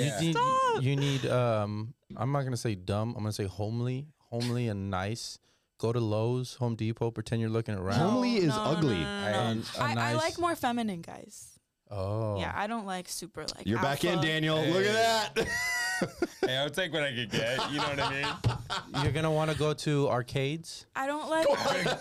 Speaker 3: Yeah.
Speaker 4: need
Speaker 2: Stop.
Speaker 4: you need um I'm not gonna say dumb, I'm gonna say homely, homely and nice. Go to Lowe's, Home Depot, pretend you're looking around.
Speaker 1: Homely is ugly.
Speaker 2: no, no, no.
Speaker 4: And a
Speaker 2: I, I
Speaker 4: nice-
Speaker 2: like more feminine guys.
Speaker 4: Oh.
Speaker 2: Yeah, I don't like super like.
Speaker 1: You're back in,
Speaker 2: alpha.
Speaker 1: Daniel. Look at that.
Speaker 3: Hey, I'll take what I could get. You know what I mean?
Speaker 4: You're gonna wanna go to arcades.
Speaker 2: I don't like.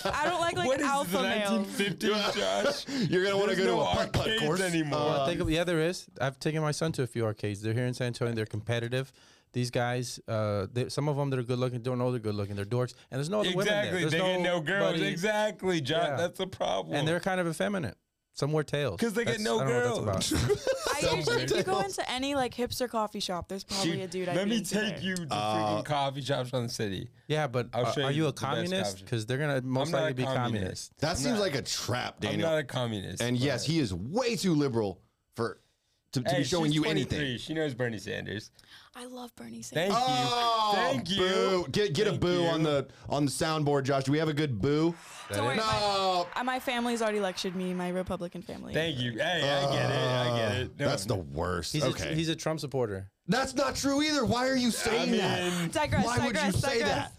Speaker 2: I don't like like
Speaker 3: what is
Speaker 2: alpha
Speaker 3: the
Speaker 2: males.
Speaker 3: 1950s,
Speaker 1: [laughs]
Speaker 3: Josh?
Speaker 1: You're gonna want to
Speaker 3: There's
Speaker 1: go
Speaker 3: no
Speaker 1: to a putt putt
Speaker 3: arcades
Speaker 1: course
Speaker 3: anymore.
Speaker 1: Uh,
Speaker 4: Well, think of, yeah, there is. I've taken my son to a few arcades. They're here in San Antonio. They're competitive. These guys, uh, they, some of them that are good looking don't know they're good looking. They're dorks, and there's no other women there.
Speaker 3: Exactly.
Speaker 4: There's
Speaker 3: They get no girls.
Speaker 4: buddy-
Speaker 3: Exactly, Josh.
Speaker 4: Yeah.
Speaker 3: That's the problem.
Speaker 4: and they're kind of effeminate. Some wear tails
Speaker 3: 'Cause they get
Speaker 4: That's-
Speaker 3: no
Speaker 4: I don't know what that's
Speaker 3: [laughs] girls.
Speaker 4: about.
Speaker 2: I usually, if you go into any like hipster coffee shop, there's probably a dude. I'd
Speaker 3: let
Speaker 2: be
Speaker 3: me
Speaker 2: into
Speaker 3: take
Speaker 2: there.
Speaker 3: you to
Speaker 1: Uh,
Speaker 3: freaking coffee shops on the city.
Speaker 4: yeah, but
Speaker 3: I'll
Speaker 4: are,
Speaker 3: show
Speaker 4: are
Speaker 3: you
Speaker 4: you a
Speaker 3: the best
Speaker 4: communist?
Speaker 3: option.
Speaker 4: Because they're gonna most
Speaker 3: not a
Speaker 4: likely be
Speaker 3: communist.
Speaker 4: communist.
Speaker 1: that seems like a trap, Daniel.
Speaker 3: I'm not a communist.
Speaker 1: and
Speaker 3: but-
Speaker 1: yes, he is way too liberal for to, to
Speaker 3: Hey,
Speaker 1: be showing
Speaker 3: she's
Speaker 1: you
Speaker 3: 23.
Speaker 1: anything.
Speaker 3: She knows Bernie Sanders.
Speaker 2: I love Bernie Sanders.
Speaker 3: Thank
Speaker 1: Oh,
Speaker 3: you. Thank you.
Speaker 1: Boo. Get get a
Speaker 3: Thank
Speaker 1: boo
Speaker 3: you.
Speaker 1: on the on the soundboard, Josh. Do we have a good boo?
Speaker 2: Don't worry,
Speaker 1: No.
Speaker 2: my, uh, my family's already lectured me. My Republican family.
Speaker 3: Thank you. Hey, I get it. I get it. No,
Speaker 1: Uh, That's the worst.
Speaker 4: He's
Speaker 1: okay.
Speaker 4: a, he's a Trump supporter.
Speaker 1: That's not true either. Why are you
Speaker 3: I
Speaker 1: saying
Speaker 3: mean,
Speaker 1: that?
Speaker 2: Digress.
Speaker 1: Why would
Speaker 2: digress.
Speaker 1: you say
Speaker 2: digress.
Speaker 1: that?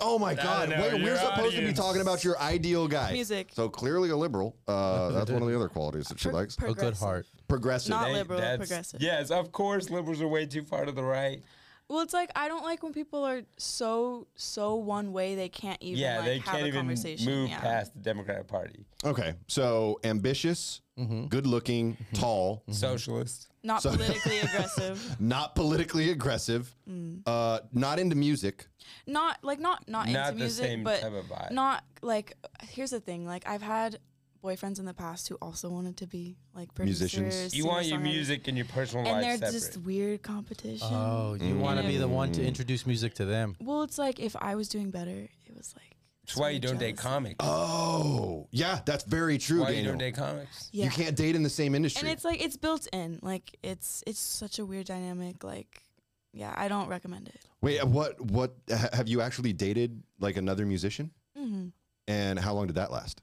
Speaker 1: Oh my God!
Speaker 3: no,
Speaker 1: Wait, we're
Speaker 3: your
Speaker 1: supposed to be
Speaker 3: audience.
Speaker 1: talking about your ideal guy.
Speaker 2: Music.
Speaker 1: So clearly a liberal.
Speaker 3: [laughs]
Speaker 1: Uh, that's one of the other qualities that she
Speaker 2: Pro-
Speaker 1: likes.
Speaker 4: A good
Speaker 2: progressive.
Speaker 4: heart.
Speaker 1: Progressive.
Speaker 2: Not
Speaker 3: they-
Speaker 2: liberal,
Speaker 3: that's-
Speaker 2: progressive.
Speaker 3: Yes, of course. Liberals are way too far to the right.
Speaker 2: Well, it's like I don't like when people are so so one way they can't even
Speaker 3: Yeah,
Speaker 2: like
Speaker 3: they
Speaker 2: have
Speaker 3: can't
Speaker 2: a
Speaker 3: even
Speaker 2: conversation.
Speaker 3: move
Speaker 2: yeah.
Speaker 3: past the Democratic Party.
Speaker 1: Okay, so ambitious,
Speaker 3: Mm-hmm.
Speaker 1: good-looking, tall,
Speaker 3: Socialist.
Speaker 2: Not
Speaker 4: [laughs]
Speaker 2: politically aggressive.
Speaker 3: Mm-hmm.
Speaker 1: not politically aggressive,
Speaker 2: Mm.
Speaker 1: uh, not into music.
Speaker 2: Not like not not,
Speaker 3: Not
Speaker 2: into
Speaker 3: the
Speaker 2: music,
Speaker 3: same
Speaker 2: but
Speaker 3: type of vibe.
Speaker 2: not like here's the thing. Like I've had boyfriends in the past who also wanted to be like
Speaker 1: Musicians.
Speaker 2: producers,
Speaker 3: You want your
Speaker 2: singer-songwriters,
Speaker 3: music and your personal
Speaker 2: and
Speaker 3: life
Speaker 2: they're
Speaker 3: separate.
Speaker 2: just weird competition.
Speaker 4: Oh, you want to be the one to introduce music to them?
Speaker 2: Well, it's like if I was doing better, it was like
Speaker 3: That's why you
Speaker 2: weird
Speaker 3: don't date
Speaker 2: jealousy.
Speaker 3: comics.
Speaker 1: Oh, yeah, that's very Uh, true,
Speaker 3: why you
Speaker 1: Daniel.
Speaker 3: don't date comics.
Speaker 2: Yeah.
Speaker 1: You can't date in the same industry.
Speaker 2: and it's like it's built in. Like it's it's such a weird dynamic. Like yeah, I don't recommend it.
Speaker 1: Wait, uh, what? What ha- have you actually dated like another musician?
Speaker 2: hmm
Speaker 1: And how long did that last?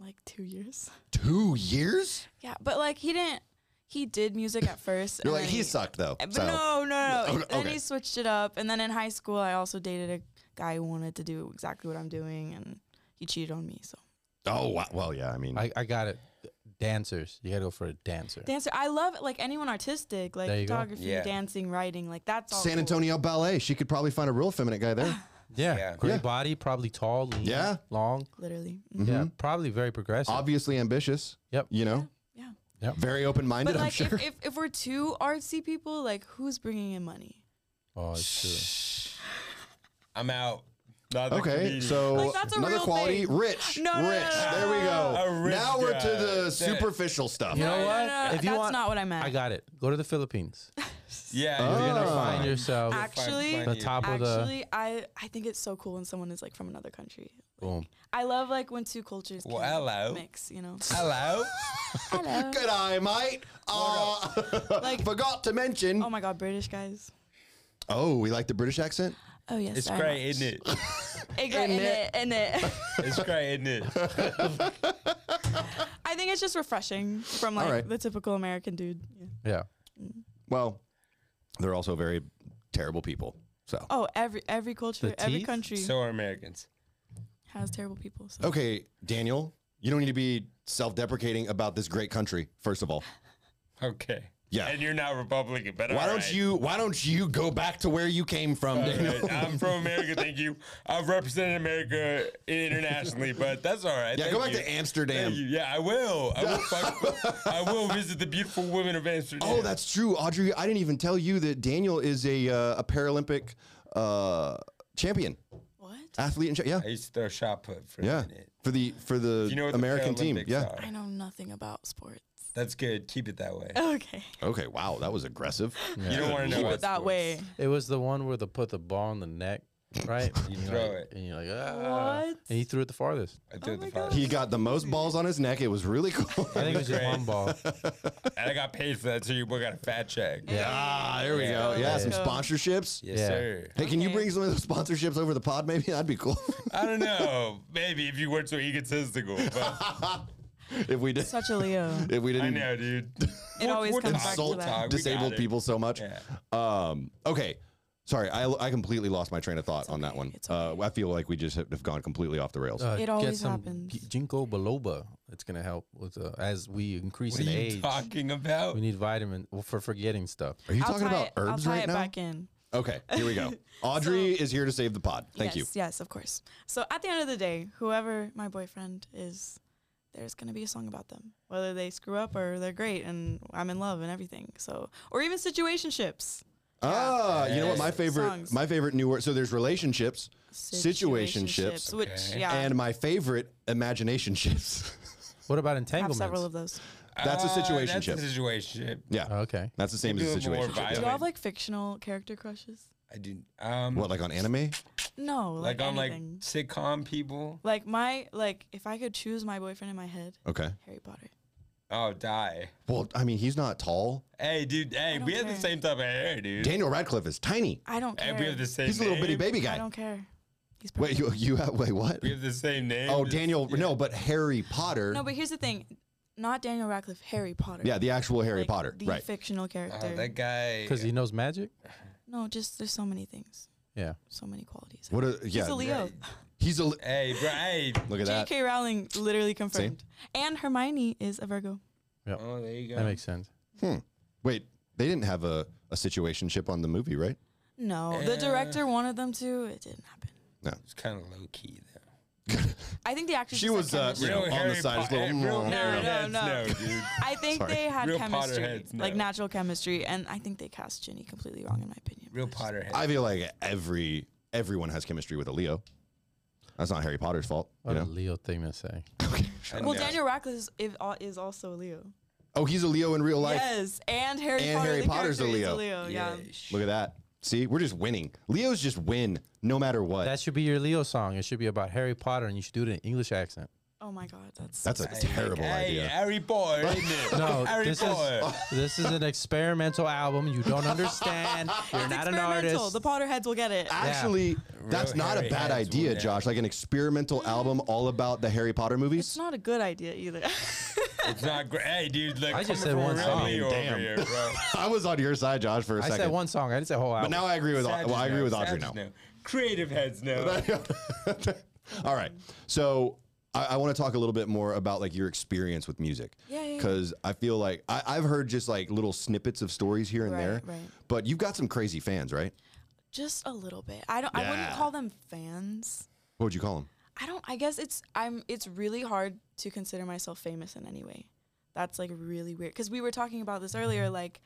Speaker 2: like two years. [laughs]
Speaker 1: Two years?
Speaker 2: Yeah, but like he didn't. He did music at first.
Speaker 1: You're
Speaker 2: and
Speaker 1: like,
Speaker 2: then
Speaker 1: he sucked though.
Speaker 2: But
Speaker 1: so.
Speaker 2: no, no, no.
Speaker 1: Okay,
Speaker 2: Then
Speaker 1: okay.
Speaker 2: he switched it up, and then in high school, I also dated a guy who wanted to do exactly what I'm doing, and he cheated on me. So
Speaker 1: Oh, wow. well, yeah. I mean,
Speaker 4: I, I got it. Dancers. You got to go for a dancer.
Speaker 2: dancer, I love like anyone artistic, like
Speaker 4: There you go.
Speaker 2: photography,
Speaker 3: Yeah.
Speaker 2: dancing, writing, like that's all.
Speaker 1: San
Speaker 2: cool.
Speaker 1: Antonio Ballet. She could probably find a real feminine guy
Speaker 2: [sighs]
Speaker 1: there.
Speaker 4: yeah.
Speaker 3: Yeah.
Speaker 4: Great
Speaker 1: Yeah.
Speaker 4: body, probably tall, lean,
Speaker 1: Yeah.
Speaker 4: long.
Speaker 2: literally. Mm-hmm.
Speaker 4: Yeah. Probably very progressive.
Speaker 1: Obviously ambitious.
Speaker 4: Yep.
Speaker 1: You know,
Speaker 2: Yeah.
Speaker 4: Yep.
Speaker 1: very open minded,
Speaker 2: But
Speaker 1: I'm
Speaker 2: like,
Speaker 1: sure.
Speaker 2: if, if if we're two artsy people, like who's bringing in money?
Speaker 4: Oh, it's true.
Speaker 3: I'm out. Not the
Speaker 1: [laughs] Okay,
Speaker 3: comedian.
Speaker 1: so
Speaker 2: Like, that's a
Speaker 1: another
Speaker 2: real
Speaker 1: quality,
Speaker 2: thing.
Speaker 1: rich,
Speaker 2: [gasps] No, no,
Speaker 1: rich.
Speaker 2: no, no,
Speaker 1: there we
Speaker 2: no,
Speaker 1: go.
Speaker 3: no. A rich
Speaker 1: now we're to
Speaker 3: guy.
Speaker 1: the
Speaker 3: That-
Speaker 1: superficial stuff.
Speaker 4: You know
Speaker 2: No, no,
Speaker 4: what?
Speaker 2: no, no,
Speaker 4: if you
Speaker 2: that's
Speaker 4: want,
Speaker 2: not what I meant.
Speaker 4: I got it. Go to the Philippines.
Speaker 3: yeah,
Speaker 1: Oh.
Speaker 4: You're
Speaker 3: you're
Speaker 4: gonna
Speaker 3: gonna
Speaker 4: find yourself
Speaker 2: Ac- Actually-
Speaker 4: the top of the.
Speaker 2: Actually, I I think it's so cool when someone is like from another country.
Speaker 4: Boom.
Speaker 2: I love like when two cultures
Speaker 3: Well,
Speaker 2: can
Speaker 3: hello.
Speaker 2: mix, you know.
Speaker 3: Hello.
Speaker 2: hello.
Speaker 1: [laughs] Good eye, mate. [laughs] Uh,
Speaker 2: Like-
Speaker 1: forgot to mention.
Speaker 2: Oh my god, British guys.
Speaker 1: Oh, we like the British accent.
Speaker 2: Oh yes,
Speaker 3: [laughs] It's
Speaker 2: very
Speaker 3: great,
Speaker 2: much.
Speaker 3: isn't it?
Speaker 2: It great,
Speaker 1: Isn't
Speaker 2: isn't it? Isn't [laughs] it?
Speaker 3: It's great, isn't it?
Speaker 2: [laughs] I think it's just refreshing from
Speaker 1: All
Speaker 2: like
Speaker 1: right.
Speaker 2: the typical American dude. Yeah.
Speaker 4: Yeah.
Speaker 1: Well, they're also very terrible people. So
Speaker 2: Oh, every every culture,
Speaker 4: The
Speaker 2: every
Speaker 4: teeth?
Speaker 2: country
Speaker 3: So are Americans.
Speaker 2: has terrible people. So.
Speaker 1: okay, Daniel, you don't need to be self-deprecating about this great country. First of all,
Speaker 3: Okay.
Speaker 1: Yeah.
Speaker 3: And you're not Republican, but
Speaker 1: why
Speaker 3: all
Speaker 1: don't
Speaker 3: right.
Speaker 1: you? Why don't you go back to where you came from,
Speaker 3: All
Speaker 1: Daniel?
Speaker 3: right. I'm from America, thank you. I've represented America internationally, but that's all right.
Speaker 1: [laughs] Yeah,
Speaker 3: thank
Speaker 1: go back
Speaker 3: you.
Speaker 1: to
Speaker 3: Thank
Speaker 1: Amsterdam.
Speaker 3: you. Yeah, I will. I will,
Speaker 1: [laughs]
Speaker 3: fuck, I will visit the beautiful women of Amsterdam.
Speaker 1: Oh, that's true, Audrey. I didn't even tell you that Daniel is a uh, a Paralympic uh, champion,
Speaker 2: What?
Speaker 1: athlete, and cha- yeah,
Speaker 3: I used to throw shot put for
Speaker 1: yeah,
Speaker 3: a minute.
Speaker 1: for the for the
Speaker 3: You know what the
Speaker 1: American team.
Speaker 3: Paralympics
Speaker 1: Yeah.
Speaker 3: are.
Speaker 2: I know nothing about sports.
Speaker 3: That's good. Keep it that way.
Speaker 2: Okay.
Speaker 1: Okay. Wow, that was aggressive.
Speaker 3: You don't want to know
Speaker 2: Keep
Speaker 3: about
Speaker 2: it that
Speaker 3: sports.
Speaker 2: way.
Speaker 4: It was the one where they put the ball in the net,
Speaker 3: [laughs]
Speaker 4: right? you
Speaker 3: throw
Speaker 4: like,
Speaker 3: it.
Speaker 4: And you're like,
Speaker 2: Uh,
Speaker 4: ah.
Speaker 2: What?
Speaker 4: And he threw it the farthest.
Speaker 3: I threw
Speaker 2: Oh
Speaker 3: the
Speaker 2: my
Speaker 1: [laughs]
Speaker 3: first.
Speaker 1: He got the most balls on his neck. It was really cool.
Speaker 4: I think it was just
Speaker 3: Great.
Speaker 4: one ball.
Speaker 3: [laughs] and I got paid for that, so you boy got a fat check.
Speaker 1: [laughs] ah, there we go. Yeah,
Speaker 2: Let's
Speaker 1: some
Speaker 2: go.
Speaker 1: sponsorships.
Speaker 3: Yes,
Speaker 4: Yeah.
Speaker 3: sir.
Speaker 1: Hey, can you
Speaker 2: Okay.
Speaker 1: bring some of those sponsorships over the pod? Maybe [laughs] that'd be cool
Speaker 3: I don't know. [laughs] Maybe if you weren't so egotistical, but
Speaker 2: [laughs]
Speaker 1: if we did.
Speaker 2: Such a Leo.
Speaker 1: [laughs] If we
Speaker 3: I
Speaker 1: didn't
Speaker 3: know, dude.
Speaker 2: It always
Speaker 3: We're
Speaker 2: comes back to
Speaker 1: insult
Speaker 2: that. We got
Speaker 1: disabled people so much.
Speaker 3: Yeah.
Speaker 1: Um, okay. Sorry, I, I completely lost my train of thought on that one.
Speaker 2: It's
Speaker 1: Uh, I feel like we just have have gone completely off the rails.
Speaker 4: Uh,
Speaker 2: It
Speaker 4: get
Speaker 2: always
Speaker 4: some
Speaker 2: happens.
Speaker 4: gi- ginkgo biloba. It's gonna help with uh, as we increase
Speaker 3: What are
Speaker 4: in
Speaker 3: you
Speaker 4: age.
Speaker 3: talking about?
Speaker 4: We need vitamin well, for forgetting stuff.
Speaker 1: Are you
Speaker 2: I'll
Speaker 1: talking
Speaker 2: tie
Speaker 1: about
Speaker 2: it-
Speaker 1: herbs
Speaker 2: I'll tie
Speaker 1: right
Speaker 2: it
Speaker 1: now?
Speaker 2: back in.
Speaker 1: Okay, here we
Speaker 2: [laughs]
Speaker 1: go. Audrey is here to save the pod. Thank
Speaker 2: yes, Yes, of course. So at the end of the day, whoever my boyfriend is, there's gonna be a song about them, whether they screw up or they're great, and I'm in love and everything. So, or even situationships.
Speaker 1: you. Ah, you know what? My
Speaker 3: Yes.
Speaker 1: favorite,
Speaker 2: Songs.
Speaker 1: my favorite new word. So there's relationships, situationships,
Speaker 2: which
Speaker 3: Okay.
Speaker 2: yeah,
Speaker 1: and my favorite imaginationships. [laughs]
Speaker 4: What
Speaker 2: I
Speaker 4: about
Speaker 2: have several
Speaker 4: entanglements?
Speaker 2: of those.
Speaker 1: that's a
Speaker 3: Uh,
Speaker 1: situationship.
Speaker 3: That's a situation.
Speaker 1: yeah,
Speaker 4: Oh, okay.
Speaker 1: that's the same
Speaker 3: Maybe
Speaker 1: as a
Speaker 3: a little more
Speaker 1: situation.
Speaker 2: Do
Speaker 3: violent.
Speaker 2: Ah, you have like fictional character crushes?
Speaker 3: I do. Um,
Speaker 1: What, like on anime?
Speaker 2: No, like,
Speaker 3: like on like
Speaker 2: anything.
Speaker 3: sitcom people?
Speaker 2: like my like if I could choose my boyfriend in my head,
Speaker 1: Okay.
Speaker 2: Harry Potter.
Speaker 3: Oh, die.
Speaker 1: Well, I mean, he's not tall.
Speaker 3: Hey, dude. Hey,
Speaker 2: don't
Speaker 3: we have the
Speaker 2: care.
Speaker 3: same type of hair, dude.
Speaker 1: Daniel Radcliffe is tiny.
Speaker 2: I don't care.
Speaker 3: Hey, we have the same.
Speaker 1: He's a little
Speaker 3: name.
Speaker 1: bitty baby
Speaker 2: I
Speaker 1: guy.
Speaker 2: don't care. He's
Speaker 1: Wait,
Speaker 2: perfect.
Speaker 1: you you have wait what?
Speaker 3: We have the same name.
Speaker 1: Oh,
Speaker 3: It's-
Speaker 1: Daniel.
Speaker 3: yeah.
Speaker 1: No, but Harry Potter.
Speaker 2: No, but here's the thing. Not Daniel Radcliffe, Harry Potter.
Speaker 1: yeah, the actual Harry
Speaker 2: Like,
Speaker 1: Potter.
Speaker 2: The
Speaker 1: Right.
Speaker 2: fictional
Speaker 3: Oh,
Speaker 2: character.
Speaker 3: that guy.
Speaker 4: Because he knows magic.
Speaker 2: no, just there's so many things.
Speaker 4: Yeah.
Speaker 2: So many qualities.
Speaker 1: What? A,
Speaker 2: He's a
Speaker 1: yeah.
Speaker 2: Leo. [laughs]
Speaker 1: He's a. Look
Speaker 3: Hey, bro. Hey.
Speaker 1: at that.
Speaker 2: J.K. Rowling literally confirmed. And Hermione is a Virgo.
Speaker 3: Oh, there you go.
Speaker 4: That makes sense.
Speaker 1: Wait, they didn't have a a situation ship on the movie, right?
Speaker 2: No, the director wanted them to. It didn't happen.
Speaker 3: It's kind of low key though.
Speaker 2: I think the actress.
Speaker 1: She
Speaker 2: just
Speaker 1: was, uh,
Speaker 2: had chemistry.
Speaker 1: you know, on the side, just
Speaker 3: Potter-
Speaker 1: little-
Speaker 3: real
Speaker 1: No,
Speaker 3: Harry
Speaker 2: no,
Speaker 3: heads,
Speaker 2: no.
Speaker 3: dude.
Speaker 2: I think
Speaker 1: Sorry.
Speaker 2: they had
Speaker 3: Real
Speaker 2: chemistry,
Speaker 3: Potterheads,
Speaker 2: like
Speaker 3: no.
Speaker 2: natural chemistry, and I think they cast Ginny completely wrong, in my opinion.
Speaker 3: Real Potter heads.
Speaker 1: I feel like every everyone has chemistry with a Leo. That's not Harry Potter's fault, you
Speaker 4: What a
Speaker 1: know.
Speaker 4: Leo thing to say.
Speaker 1: [laughs]
Speaker 3: I
Speaker 2: Well,
Speaker 3: know.
Speaker 2: Daniel Radcliffe is, if, uh, is also a Leo.
Speaker 1: Oh, he's a Leo in real life.
Speaker 2: Yes, and Harry
Speaker 1: And
Speaker 2: Potter.
Speaker 1: Harry
Speaker 2: the
Speaker 1: Potter's a
Speaker 2: character, is
Speaker 1: Leo.
Speaker 2: yeah.
Speaker 1: Look at that. See, we're just winning. Leos just win no matter what.
Speaker 4: That should be your Leo song. It should be about Harry Potter, and you should do it in an English accent.
Speaker 2: Oh Oh my god, that's
Speaker 1: That's a terrible
Speaker 3: hey,
Speaker 1: idea.
Speaker 3: Harry
Speaker 1: [laughs]
Speaker 3: Potter, isn't it?
Speaker 4: No,
Speaker 3: Harry
Speaker 4: this
Speaker 3: Potter.
Speaker 4: is this is an experimental album. You
Speaker 2: [laughs]
Speaker 4: don't understand. You're
Speaker 2: It's
Speaker 4: not an
Speaker 2: experimental.
Speaker 4: artist.
Speaker 2: The Potterheads will get it.
Speaker 1: Actually, that's
Speaker 3: Real
Speaker 1: not a
Speaker 3: Harry
Speaker 1: bad
Speaker 3: Heads
Speaker 1: idea,
Speaker 3: one, yeah.
Speaker 1: Josh. Like an experimental album all about the Harry Potter
Speaker 2: It's
Speaker 1: movies.
Speaker 2: not a good idea either. [laughs]
Speaker 3: It's not great. Hey, dude, look,
Speaker 4: I just said
Speaker 3: coming
Speaker 4: one
Speaker 3: from
Speaker 4: song.
Speaker 3: Ridley over
Speaker 1: Damn. [laughs]
Speaker 3: here, bro.
Speaker 1: I was on your side, Josh, for a
Speaker 4: I
Speaker 1: second.
Speaker 4: said one song. I didn't say whole album.
Speaker 1: But now I agree with
Speaker 3: Sad
Speaker 1: well, I
Speaker 3: just
Speaker 1: agree with
Speaker 3: sad
Speaker 1: Audrey now.
Speaker 3: just Creative
Speaker 1: [laughs]
Speaker 3: heads now.
Speaker 1: All right. So I, I want to talk a little bit more about like your experience with music.
Speaker 2: Yeah, yeah, yeah.
Speaker 1: Because I feel like I, I've heard just like little snippets of stories here and
Speaker 2: Right,
Speaker 1: there.
Speaker 2: right.
Speaker 1: But you've got some crazy fans, right?
Speaker 2: Just a little bit. I don't. I
Speaker 1: Yeah.
Speaker 2: wouldn't call them fans.
Speaker 1: What would you call them?
Speaker 2: I don't. I guess it's. I'm. It's really hard to consider myself famous in any way. That's like really weird. Cause we were talking about this
Speaker 1: Mm-hmm.
Speaker 2: earlier. Like,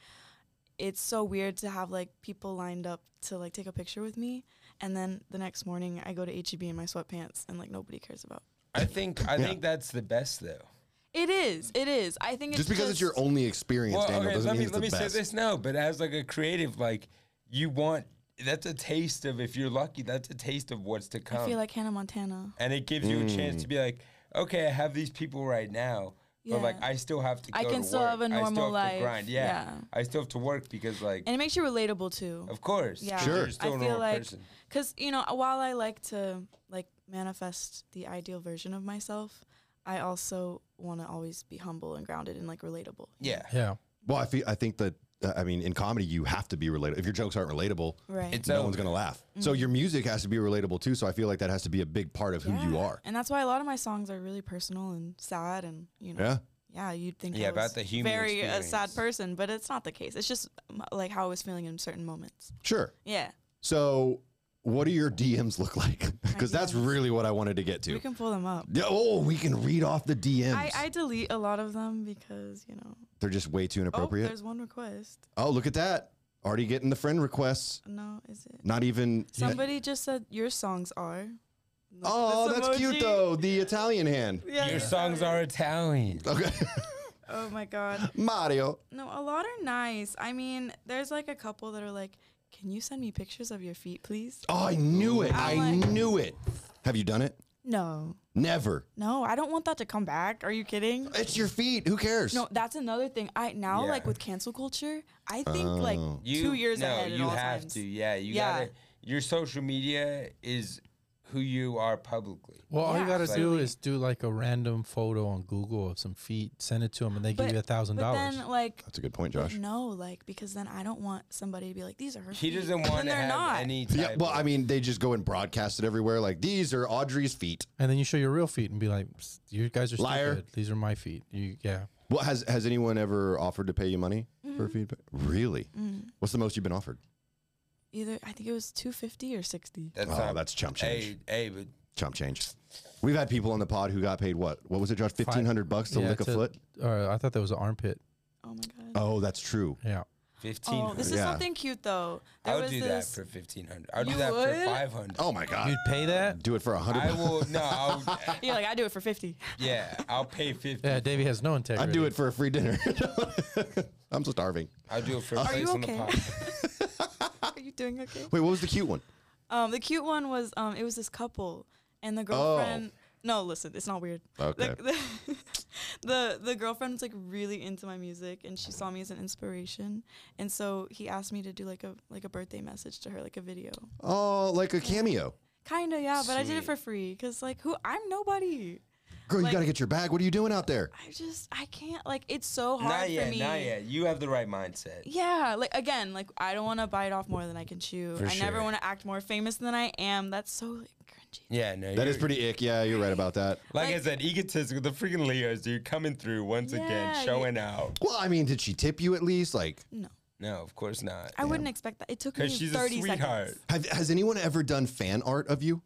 Speaker 2: it's so weird to have like people lined up to like take a picture with me, and then the next morning I go to HEB in my sweatpants, and like nobody cares about.
Speaker 3: I think I think that's the best though.
Speaker 2: It is. It is. I think it's
Speaker 1: Just because it's your only experience,
Speaker 3: Well,
Speaker 1: Daniel,
Speaker 3: okay,
Speaker 1: doesn't
Speaker 3: let
Speaker 1: mean
Speaker 3: me
Speaker 1: it's
Speaker 3: let
Speaker 1: the
Speaker 3: me
Speaker 1: best.
Speaker 3: say this now, but as like a creative, like you want that's a taste of if you're lucky, that's a taste of what's to come.
Speaker 2: I feel like Hannah Montana.
Speaker 3: and it gives you a chance
Speaker 1: Mm.
Speaker 3: to be like, okay, I have these people right now, but like
Speaker 2: Yeah.
Speaker 3: I still have to. Go
Speaker 2: I can
Speaker 3: to
Speaker 2: still
Speaker 3: work.
Speaker 2: have a
Speaker 3: I still
Speaker 2: normal
Speaker 3: have
Speaker 2: life.
Speaker 3: To grind. Yeah.
Speaker 2: Yeah.
Speaker 3: I still have to work because like,
Speaker 2: And it makes you relatable too.
Speaker 3: of course,
Speaker 2: Yeah.
Speaker 3: 'cause
Speaker 1: Sure.
Speaker 3: You're
Speaker 2: I
Speaker 3: still
Speaker 2: feel
Speaker 3: a normal
Speaker 2: like,
Speaker 3: person.
Speaker 2: because you know, while I like to like manifest the ideal version of myself, I also want to always be humble and grounded and like relatable.
Speaker 3: Yeah.
Speaker 4: yeah.
Speaker 1: Well, I feel I think that uh, I mean in comedy you have to be relatable. If your jokes aren't relatable,
Speaker 2: Right.
Speaker 3: It's
Speaker 1: no
Speaker 3: over.
Speaker 1: one's gonna laugh.
Speaker 2: Mm.
Speaker 1: So your music has to be relatable too. So I feel like that has to be a big part of who you
Speaker 2: Yeah.
Speaker 1: are.
Speaker 2: And that's why a lot of my songs are really personal and sad and, you know.
Speaker 1: Yeah.
Speaker 2: Yeah, you'd think
Speaker 3: Yeah,
Speaker 2: I
Speaker 3: about
Speaker 2: was
Speaker 3: the human
Speaker 2: very a
Speaker 3: experience.
Speaker 2: sad person, but it's not the case. It's just um, like how I was feeling in certain moments.
Speaker 1: Sure.
Speaker 2: Yeah.
Speaker 1: So what do your DMs look like? [laughs] Because that's
Speaker 2: DMs.
Speaker 1: really what I wanted to get to.
Speaker 2: We can pull them up.
Speaker 1: Yeah, Oh, we can read off the DMs.
Speaker 2: I, I delete a lot of them because, you know.
Speaker 1: They're just way too
Speaker 2: Oh,
Speaker 1: inappropriate.
Speaker 2: there's one request.
Speaker 1: Oh, look at that. Already getting the friend requests.
Speaker 2: No, is it?
Speaker 1: Not even.
Speaker 2: Somebody just said your songs are. Look,
Speaker 1: Oh,
Speaker 2: this
Speaker 1: that's cute
Speaker 2: emoji.
Speaker 1: though. The Italian hand.
Speaker 2: Yeah,
Speaker 3: Your
Speaker 2: yeah.
Speaker 3: songs are Italian.
Speaker 1: Okay. [laughs]
Speaker 2: Oh my god.
Speaker 1: Mario.
Speaker 2: No, a lot are nice. I mean, there's like a couple that are like, "Can you send me pictures of your feet, please?"
Speaker 1: Oh, I knew it. I
Speaker 2: Alex.
Speaker 1: knew it. Have you done it?
Speaker 2: No.
Speaker 1: Never.
Speaker 2: No, I don't want that to come back. Are you kidding?
Speaker 1: It's your feet. Who cares?
Speaker 2: No, that's another thing. I now like
Speaker 3: Yeah.
Speaker 2: with cancel culture, I think
Speaker 1: Oh.
Speaker 2: like two years
Speaker 3: no,
Speaker 2: ahead at
Speaker 3: you
Speaker 2: all
Speaker 3: have
Speaker 2: times.
Speaker 3: to. Yeah, you
Speaker 2: Yeah.
Speaker 3: gotta. Your social media is who you are publicly.
Speaker 4: Well, all you
Speaker 2: Yeah,
Speaker 4: gotta do
Speaker 2: absolutely.
Speaker 4: is do like a random photo on Google of some feet, send it to them, and they
Speaker 2: But-
Speaker 4: give you a thousand
Speaker 2: But
Speaker 4: dollars.
Speaker 2: then like
Speaker 1: That's a good point,
Speaker 2: but [laughs]
Speaker 1: Josh.
Speaker 2: no, like because then I don't want somebody to be like, "These are her
Speaker 3: He
Speaker 2: feet,"
Speaker 3: doesn't
Speaker 2: when
Speaker 3: want to
Speaker 2: they're
Speaker 3: have
Speaker 2: not.
Speaker 3: any. Type
Speaker 1: Yeah, well,
Speaker 3: of-
Speaker 1: I mean, they just go and broadcast it everywhere. Like, these are Audrey's feet.
Speaker 4: And then you show your real feet and be like, "Psst, "You guys are
Speaker 1: Liar.
Speaker 4: stupid. These are my feet." You, yeah.
Speaker 1: Well, has has anyone ever offered to pay you money
Speaker 2: Mm-hmm.
Speaker 1: for feedback? Really?
Speaker 2: Mm.
Speaker 1: What's the most you've been offered?
Speaker 2: Either I think it was 250 or 60.
Speaker 3: that's
Speaker 1: oh,
Speaker 3: not,
Speaker 1: that's chump change.
Speaker 3: Hey, hey,
Speaker 2: Oh,
Speaker 3: but
Speaker 1: Chump change. We've had people on the pod who got paid what? What was it, Josh? Fifteen hundred bucks to
Speaker 4: yeah,
Speaker 1: lick a
Speaker 4: to-
Speaker 1: foot.
Speaker 4: Uh, I thought that was an armpit.
Speaker 2: Oh my god.
Speaker 1: Oh, that's true.
Speaker 4: Yeah.
Speaker 3: fifteen
Speaker 2: Oh,
Speaker 3: hundred.
Speaker 2: this is
Speaker 1: Yeah.
Speaker 2: something cute though. There
Speaker 3: I would
Speaker 2: was
Speaker 3: do that
Speaker 2: this.
Speaker 3: for fifteen hundred. I'll do
Speaker 2: You
Speaker 3: that for
Speaker 2: would?
Speaker 3: five hundred.
Speaker 1: Oh my god.
Speaker 4: You'd pay that?
Speaker 1: Do it for a hundred.
Speaker 3: I
Speaker 1: bucks.
Speaker 3: will. No, I'll,
Speaker 2: You're like, I do it for fifty. [laughs]
Speaker 3: yeah, I'll pay fifty.
Speaker 4: Yeah. Davey has no integrity.
Speaker 1: I'd do it for a free dinner. [laughs] I'm starving.
Speaker 3: I'll do it for a place
Speaker 2: you
Speaker 3: on the
Speaker 2: okay?
Speaker 3: podcast.
Speaker 2: Are you doing okay?
Speaker 1: Wait, what was the cute one?
Speaker 2: Um, the cute one was um, it was this couple and
Speaker 3: Oh.
Speaker 2: the girlfriend. No, listen, it's not weird.
Speaker 1: Okay.
Speaker 2: The, the, [laughs] the the girlfriend was like really into my music, and she saw me as an inspiration, and so he asked me to do like a like a birthday message to her, like a video.
Speaker 1: Oh, like a cameo.
Speaker 2: Kinda, yeah, but I did
Speaker 3: Sweet.
Speaker 2: it for free, cause like who I'm nobody.
Speaker 1: Girl, you
Speaker 2: Like-
Speaker 1: gotta get your bag. What are you doing out there?
Speaker 2: I just I can't like it's so hard
Speaker 3: not
Speaker 2: for
Speaker 3: yet.
Speaker 2: me.
Speaker 3: Not yet. You have the right mindset.
Speaker 2: Yeah, like again, like I don't want to bite off more than I can chew.
Speaker 3: For
Speaker 2: I never
Speaker 3: sure.
Speaker 2: want to act more famous than I am. That's so like, cringy.
Speaker 3: Yeah, no.
Speaker 1: That is
Speaker 3: you're-
Speaker 1: pretty ick. Yeah, you're right about that.
Speaker 3: Like, I
Speaker 2: like-
Speaker 3: said, egotistical. The freaking Leos, dude, coming through once
Speaker 2: Yeah,
Speaker 3: again,
Speaker 2: you-
Speaker 3: showing out.
Speaker 1: Well, I mean, did she tip you at least? Like,
Speaker 2: No,
Speaker 3: No, of course not.
Speaker 2: I wouldn't expect that. It took me
Speaker 3: Because she's a
Speaker 2: 30
Speaker 3: sweetheart.
Speaker 2: seconds.
Speaker 1: have, has anyone ever done fan art of you?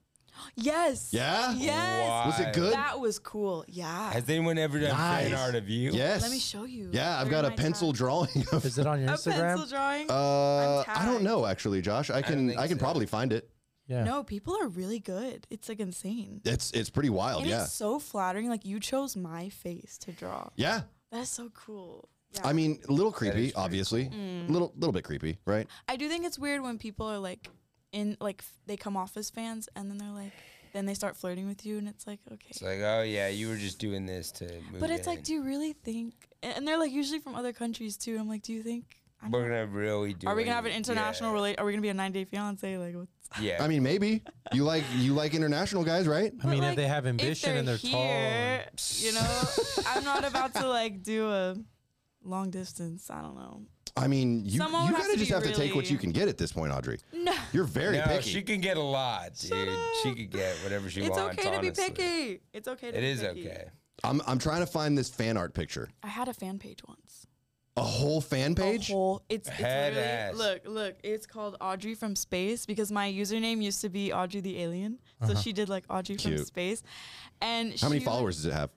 Speaker 2: Yes.
Speaker 1: Yeah?
Speaker 2: Yes.
Speaker 3: Wow.
Speaker 1: Was it good?
Speaker 2: That was cool. Yeah.
Speaker 3: Has anyone ever done fan
Speaker 1: Nice.
Speaker 3: art of you?
Speaker 1: Yes.
Speaker 2: Let me show you.
Speaker 1: Yeah, I've
Speaker 2: They're
Speaker 1: got a
Speaker 2: in my
Speaker 1: pencil
Speaker 2: tab.
Speaker 1: drawing of
Speaker 4: [laughs] Is it on your
Speaker 2: A
Speaker 4: Instagram?
Speaker 2: pencil drawing?
Speaker 1: Uh,
Speaker 2: [laughs] I'm
Speaker 1: I don't
Speaker 2: tagged.
Speaker 1: know actually, Josh. I can
Speaker 3: think
Speaker 1: I, can
Speaker 3: so.
Speaker 1: probably find it.
Speaker 4: yeah.
Speaker 2: No, people are really good. It's like insane.
Speaker 1: It's it's pretty wild.
Speaker 2: And
Speaker 1: oh, yeah,
Speaker 2: it's so flattering. Like you chose my face to draw.
Speaker 1: yeah.
Speaker 2: That's so cool. Yeah.
Speaker 1: I mean, a little
Speaker 3: pretty
Speaker 1: creepy, obviously.
Speaker 2: Mm.
Speaker 1: Little little bit creepy, right?
Speaker 2: I do think it's weird when people are like in like f- they come off as fans and then they're like then they start flirting with you, and it's like, okay.
Speaker 3: It's like, oh yeah, you were just doing this to. Move
Speaker 2: but it's
Speaker 3: in.
Speaker 2: like, do you really think? And and they're like usually from other countries too. I'm like, do you think? I'm
Speaker 3: we're gonna really do.
Speaker 2: are we gonna have an
Speaker 3: it.
Speaker 2: international
Speaker 3: Yeah.
Speaker 2: relate? Are we gonna be a nine day fiance? Like, what's
Speaker 3: Yeah.
Speaker 1: I mean, maybe you like you like international guys, right?
Speaker 4: I mean,
Speaker 2: But,
Speaker 4: if they
Speaker 2: like,
Speaker 4: have ambition and they're tall, and-
Speaker 2: here, you
Speaker 4: [laughs]
Speaker 2: know, I'm not about to like do a long distance. I don't know.
Speaker 1: I mean, you
Speaker 2: Someone
Speaker 1: you
Speaker 2: would have
Speaker 1: gotta
Speaker 2: to
Speaker 1: just
Speaker 2: be
Speaker 1: have to take what
Speaker 2: really-
Speaker 1: you can get at this point, Audrey.
Speaker 2: No,
Speaker 1: You're very
Speaker 3: no,
Speaker 1: picky.
Speaker 3: she can get a lot, dude. She could get whatever she
Speaker 2: it's
Speaker 3: wants.
Speaker 2: okay to be
Speaker 3: honestly.
Speaker 2: picky. It's okay. To
Speaker 3: It
Speaker 2: be
Speaker 3: is
Speaker 2: picky.
Speaker 3: okay.
Speaker 1: I'm I'm trying to find this fan art picture.
Speaker 2: I had a fan page once.
Speaker 1: A whole fan
Speaker 2: A
Speaker 1: page.
Speaker 2: whole- it's, it's
Speaker 3: Head
Speaker 2: really-
Speaker 3: ass.
Speaker 2: look, look. It's called Audrey from Space because my username used to be Audrey the Alien, so
Speaker 4: Uh-huh.
Speaker 2: she did like Audrey from
Speaker 1: Cute.
Speaker 2: Space. And
Speaker 1: How many
Speaker 2: she was
Speaker 1: followers does it have?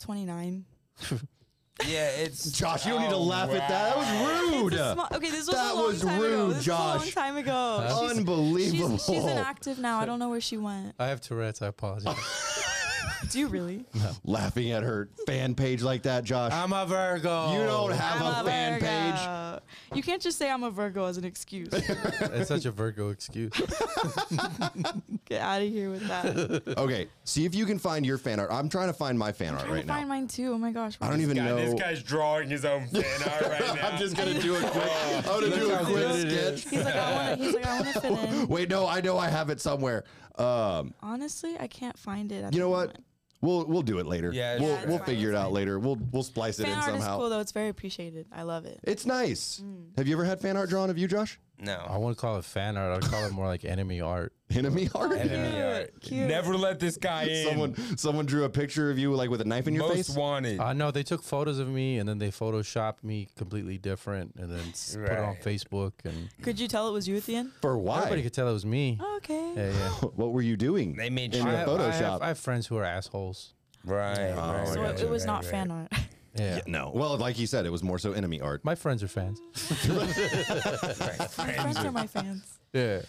Speaker 2: Twenty nine.
Speaker 3: Yeah, it's
Speaker 1: [laughs] Josh, you don't need to
Speaker 3: Oh,
Speaker 1: laugh at that. That was rude.
Speaker 2: okay, this was
Speaker 1: That
Speaker 2: a long
Speaker 1: was
Speaker 2: time ago.
Speaker 1: rude,
Speaker 2: This was a long
Speaker 1: Josh.
Speaker 2: time ago. She's-
Speaker 1: Unbelievable.
Speaker 2: She's, she's inactive now. I [laughs] don't know where she went.
Speaker 4: I have Tourette's. I apologize.
Speaker 2: [laughs] Do you really?
Speaker 1: Laughing at her fan page like that, Josh.
Speaker 4: I'm a Virgo.
Speaker 1: you don't have
Speaker 2: [laughs] I'm
Speaker 1: a fan page.
Speaker 2: Virgo. You can't just say I'm a Virgo as
Speaker 1: [laughs]
Speaker 2: an excuse.
Speaker 4: It's such a Virgo excuse.
Speaker 2: Get out of here with that. I'm
Speaker 1: Okay, see if you can find your fan art. I'm trying to find my fan art
Speaker 2: trying
Speaker 1: right
Speaker 2: to
Speaker 1: now.
Speaker 2: find mine too. Oh my gosh.
Speaker 1: I don't even
Speaker 3: God,
Speaker 1: know.
Speaker 3: this guy's drawing his own
Speaker 1: [laughs]
Speaker 3: fan art right now.
Speaker 1: I'm just gonna [laughs] do a quick. I'm gonna Oh, do a
Speaker 4: how good
Speaker 1: quick
Speaker 4: it
Speaker 1: sketch.
Speaker 2: He's like, I wanna, he's like, I want to fit
Speaker 1: [laughs]
Speaker 2: in.
Speaker 1: Wait, no, I know I have it somewhere. Um,
Speaker 2: Honestly, I can't find it. At
Speaker 1: you
Speaker 2: the
Speaker 1: know what?
Speaker 2: moment.
Speaker 1: We'll we'll do it later.
Speaker 3: Yeah,
Speaker 1: we'll
Speaker 3: sure.
Speaker 1: we'll
Speaker 2: That's fine,
Speaker 1: figure it
Speaker 2: that's
Speaker 1: out
Speaker 2: fine.
Speaker 1: later. We'll we'll splice it
Speaker 2: Fan
Speaker 1: in
Speaker 2: art
Speaker 1: somehow.
Speaker 2: is cool Mm. though. It's very appreciated. I love it.
Speaker 1: It's nice. Have you ever had fan art drawn of you, Josh?
Speaker 4: I
Speaker 3: no.
Speaker 4: wouldn't call it fan art. I'd call it more like enemy art.
Speaker 1: Enemy art.
Speaker 3: Enemy art.
Speaker 2: cute.
Speaker 3: Never let this guy in.
Speaker 1: Someone someone drew a picture of you like with a knife in your
Speaker 3: Most
Speaker 1: face.
Speaker 3: wanted.
Speaker 4: Uh, no, they took photos of me and then they photoshopped me completely different and then s- put it on
Speaker 3: Right.
Speaker 4: Facebook and
Speaker 2: Could you tell it was you at the end?
Speaker 1: For why?
Speaker 4: everybody could tell it was me.
Speaker 2: Okay.
Speaker 4: Yeah, yeah.
Speaker 1: [laughs] what were you doing?
Speaker 3: They made
Speaker 1: in
Speaker 3: sure-
Speaker 1: your
Speaker 4: I have, I,
Speaker 1: Photoshop.
Speaker 4: have, I have friends who are assholes.
Speaker 1: Oh,
Speaker 3: right. right,
Speaker 2: So
Speaker 3: right,
Speaker 2: it, it was
Speaker 3: right,
Speaker 2: not
Speaker 3: right.
Speaker 2: fan art.
Speaker 4: Yeah.
Speaker 1: Yeah, no. Well, like you said, it was more so enemy art.
Speaker 4: My friends are fans.
Speaker 2: my [laughs] friends are my fans.
Speaker 4: Yeah.